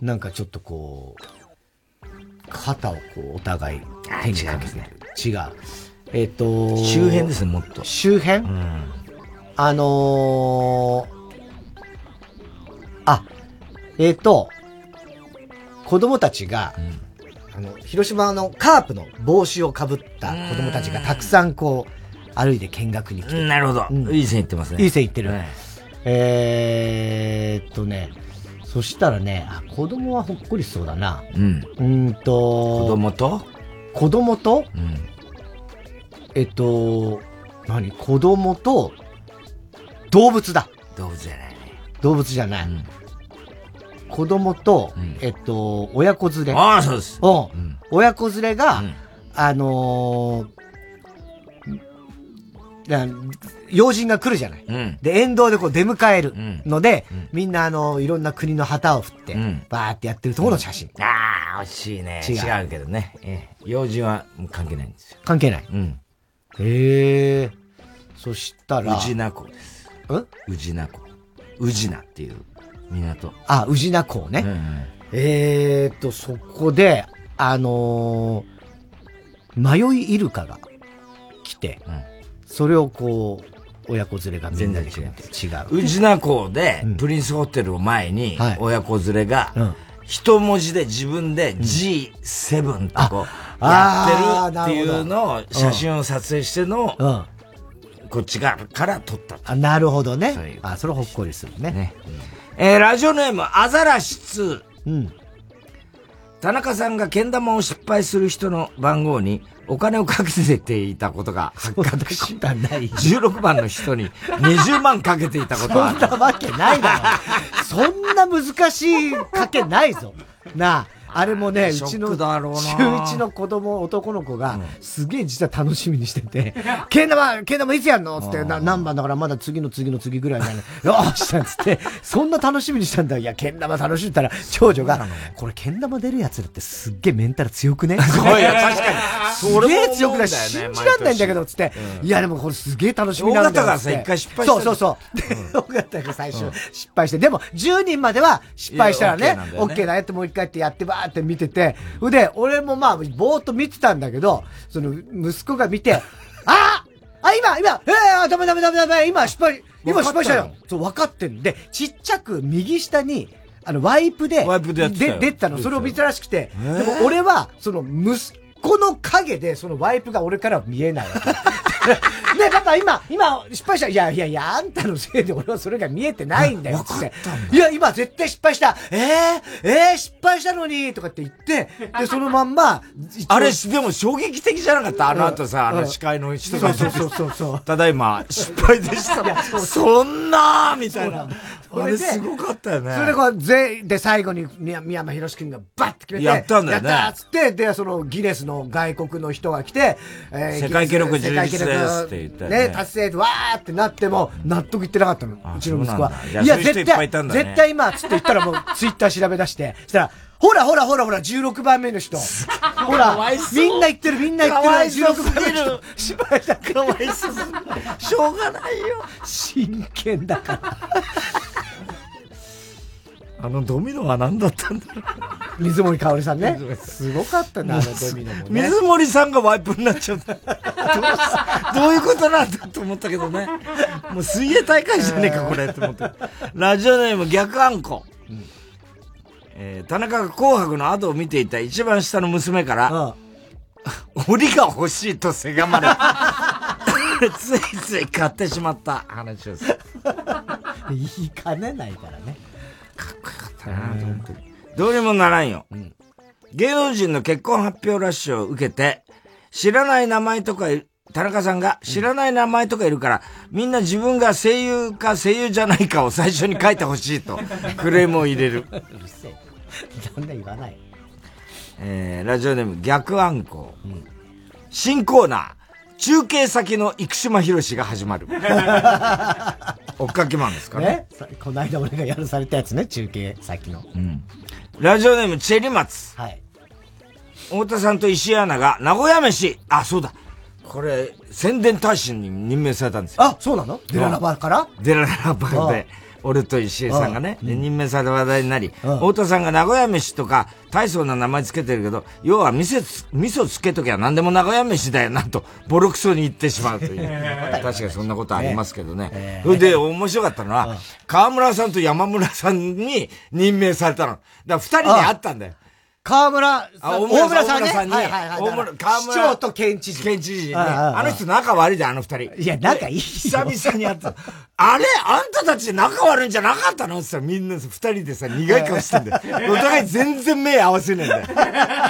なんかちょっとこう、肩をこう、お互い手にかけてる。違う,、えっ、と周辺ですね、もっと。周辺、あのーあ、えっ、と、子供たちが、あの、広島のカープの帽子をかぶった子供たちがたくさんこう、歩いて見学に来てなるほど。うんいい線いってますね。いい線いってる。えーっとね、そしたらね、あ、子供はほっこりしそうだな。うん。うーんと。子供と子供と、うん、えっと、何子供と、動物だ。動物じゃない。動物じゃない。子供と、えっと、親子連れ。ああそうですん親子連れが、あのーんだ要人が来るじゃない。で、沿道でこう出迎えるので、みんなあの、いろんな国の旗を振って、バーってやってるところの写真。ああ、惜しいね。違違ううけどね。ええ用事は関係ないんですよ。関係ない。うん。へえ。そしたら。宇品港です。うん宇品港。宇品っていう港。あ、宇品港ね。えーっと、そこで、あのー迷いイルカが来て、それをこう、親子連れがみんなで違う。違う。宇品港で、プリンスホテルを前に、親子連れが、一文字で自分で G7 とこう、やあってるっていうのあーなるをほ、ど写真を撮影してのう、ん。こっち側から撮った。あ、なるほどね。あ、それほっこりするね。えー、ラジオネーム、アザラシ2。うん。田中さんがけん玉を失敗する人の番号にお金をかけていたことが発覚し、16番の人に20万かけていたことはある。そんなわけないだろ。そんな難しい賭けないぞ。なあ、あれもね、うちの、週一の子供、男の子が、すげえ実は楽しみにしてて、けん玉、けん玉いつやんのつって、な何番だからまだ次の次の次ぐらいなのに、 よーしなんつって、そんな楽しみにしたんだ。いや、けん玉楽しみにしたら、長女が、これけん玉出るやつらってすっげえメンタル強くねごいよ確かにすげえ強くない。信じらんないんだけど、つって。いや、でもこれすげえ楽しみなんだよ。大型がさつって一回失敗したそのうそうそう。で、大型が最初失敗して。でも、10人までは失敗したらいや OK ねなんだ、よね OK だよってもう一回やってやってばーって見てて。それで、俺もまあ、ぼーっと見てたんだけど、その、息子が見て、ああ今今ええー、ダメダメダメダメ今失敗今分失かったの敗したよそう、分かってんで、ちっちゃく右下に、あの、ワイプで、やってたよで出てたの。それを見たらしくて、えーでも俺は、その、息子の影で、そのワイプが俺からは見えないわけ。 ねパパ、今、今、失敗した。いや、いや、いや、あんたのせいで俺はそれが見えてないんだよ。つって。いや、今絶対失敗した。えー、えー、失敗したのにとかって言って、で、そのまんま、あれ、でも衝撃的じゃなかったあの後さ、あうんの司会の人が。そうそうそうそう。ただいま、失敗でしたいや。 そうそんなーみたいな。そうなのあれすごかったよね。それでこう、全員で最後に宮宮山博君がバッて決めて。やったんだよねやったーっつって、で、そのギネスの外国の人が来て、え世界記録ギネス世界記録樹立ですって言ったよねね、達成でわーってなっても、納得いってなかったの、うちの息子はそうなん。いだいやや、そういう人絶いっぱい対、いたんだね絶対今、つって言ったらもう、ツイッター調べ出して、そしたら、ほらほらほらほら、16番目の人。ほからわい、そうみんな言ってる、みんな言ってるかわいそうすぎ16る。番目の人芝居だかわいそうすぎるしょうがないよ。真剣だから。あのドミノは何だったんだろ水森かおりさんね。すごかったね、あのドミノもう。ね。水森さんがワイプになっちゃ った。どうしどういうことなんだと思ったけどね。もう水泳大会じゃねえか、これ、と思って。ラジオネーム逆あんこ。えー田中が紅白の後を見ていた一番下の娘から、檻が欲しいとせがまれ、 ついつい買ってしまった話です。言いかねないからね。どうにもならんよ。芸能人の結婚発表ラッシュを受けて、知らない名前とかい、田中さんが知らない名前とかいるから、みんな自分が声優か声優じゃないかを最初に書いてほしいと、クレームを入れる。うるせえ。そんな言わない。えー、ラジオネーム逆アンコウ、新コーナー、中継先の生島博士が始まる。追っかけマンですかねねさこの間俺がやらされたやつね、中継先の。うん。ラジオネーム、チェリマツ。はい。太田さんと石井アナが名古屋飯。あ、そうだ。これ、宣伝大使に任命されたんですよ。あ、そうなのデララバからデララバああで、俺と石井さんがね、で任命された話題になり、太田さんが名古屋飯とか、大層な名前つけてるけど、要は味噌つ、味噌つけときゃ何でも名古屋飯だよな、と、ボロクソに言ってしまう という。確かにそんなことありますけどね。それで、面白かったのは、河村さんと山村さんに任命されたの。だから二人で会ったんだよ。河村あ大村さんね。大村さんにはいはいはい。大村だから河村市長と県知事。県知事ね。あああああの人仲悪いじゃん、あの二人。いや、仲いいよ。久々に会った。あれあんたたち仲悪いんじゃなかったのってさ、みんなさ二人でさ、苦い顔してんだよ。お互い全然目合わせねえんだよ。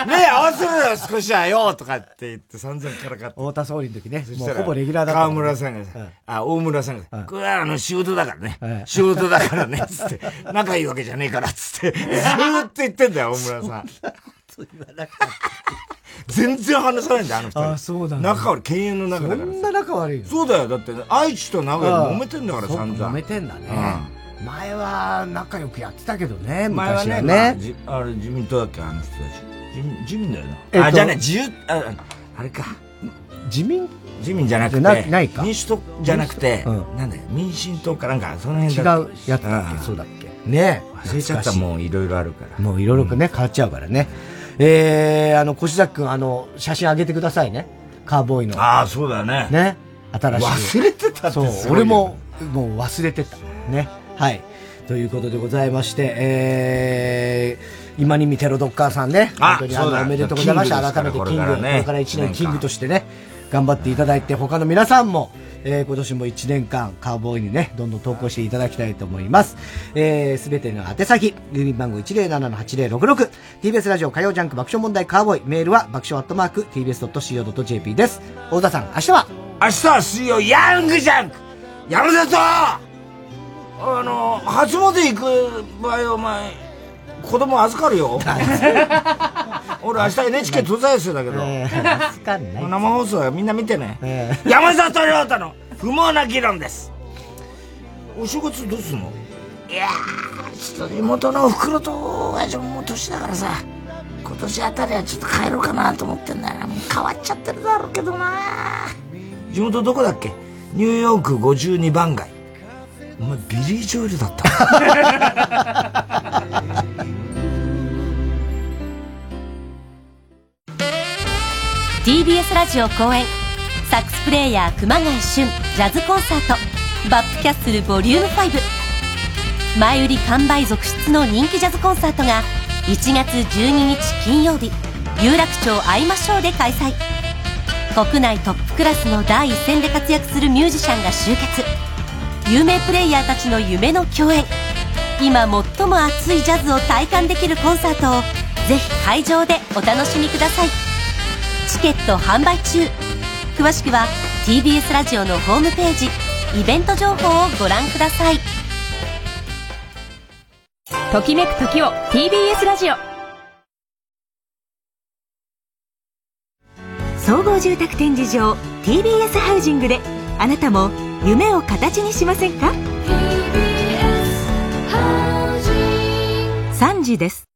目合わせろよ、少しはよとかって言って散々からかって。太田総理の時ね。もしたうらほぼレギュラーだったもね。河村さんがさあ、大村さんがさ、これはあの仕事だからねい。仕事だからね、つって。仲いいわけじゃねえから、つって。ずーっと言ってんだよ、大村さん。全然話さないんだよ、あの二人。あそうだね仲悪い、犬猿の仲だからそんな仲悪いのそうだよ、だって、愛知と名古屋で揉めてんだかあら、あ散そう々。揉めてんだねうん前は仲良くやってたけどね、前は昔ね、はまあね。じあれ自民党だっけあの人たち自民自民だよな、えっとあじゃあね自由ああれか自民自民じゃなくてなないか民主党じゃなくて、民なんだよ民進党かなんかその辺違だうやつだっけそうだっけねえ忘れちゃ懐っかたしいもういろいろあるからもういろいろね、変わっちゃうからね。えー、あの、越崎くん、あの、写真あげてくださいね。カーボーイの。ああそうだねね。新しい。忘れてたってすそごういよ、ね俺も、もう忘れてた。ね。はい。ということでございまして、えー、今に見テロドッカーさんね。あ本当にそあうだの、おめでとうございました。キングですか改めらてキング、これからねこれから一年キングとしてね、頑張っていただいて、他の皆さんも、えー今年も1年間カウボーイにね、どんどん投稿していただきたいと思います。えすべての宛先、郵便番号107-8066、TBS ラジオ火曜ジャンク爆笑問題カウボーイ、メールは爆笑アットマーク TBS.CO.JP です。大田さん、明日は明日は水曜、ヤングジャンクやるぜとあの、初詣行く場合、お前、子供預か るよ。俺明日 NHK 東西ですだけど。預かんない。生放送はみんな見てね。山里亮太の不毛な議論です。お正月どうすんのいやー、ちょっと妹のお袋と親父ももう年だからさ、今年あたりはちょっと帰ろうかなと思ってんだよな。もう変わっちゃってるだろうけどな地元どこだっけニューヨーク52番街。お前、ビリー・ジョエルだった。 TBS ラジオ公演サックスプレイヤー熊谷俊ジャズコンサートバップキャッスルボリューム5前売り完売続出の人気ジャズコンサートが1月12日金曜日有楽町会いましょうで開催国内トップクラスの第一線で活躍するミュージシャンが集結有名プレイヤーたちの夢の共演今最も熱いジャズを体感できるコンサートをぜひ会場でお楽しみくださいチケット販売中詳しくは TBS ラジオのホームページイベント情報をご覧くださいときめく時を TBS ラジオ総合住宅展示場 TBS ハウジングであなたも夢を形にしませんか3時です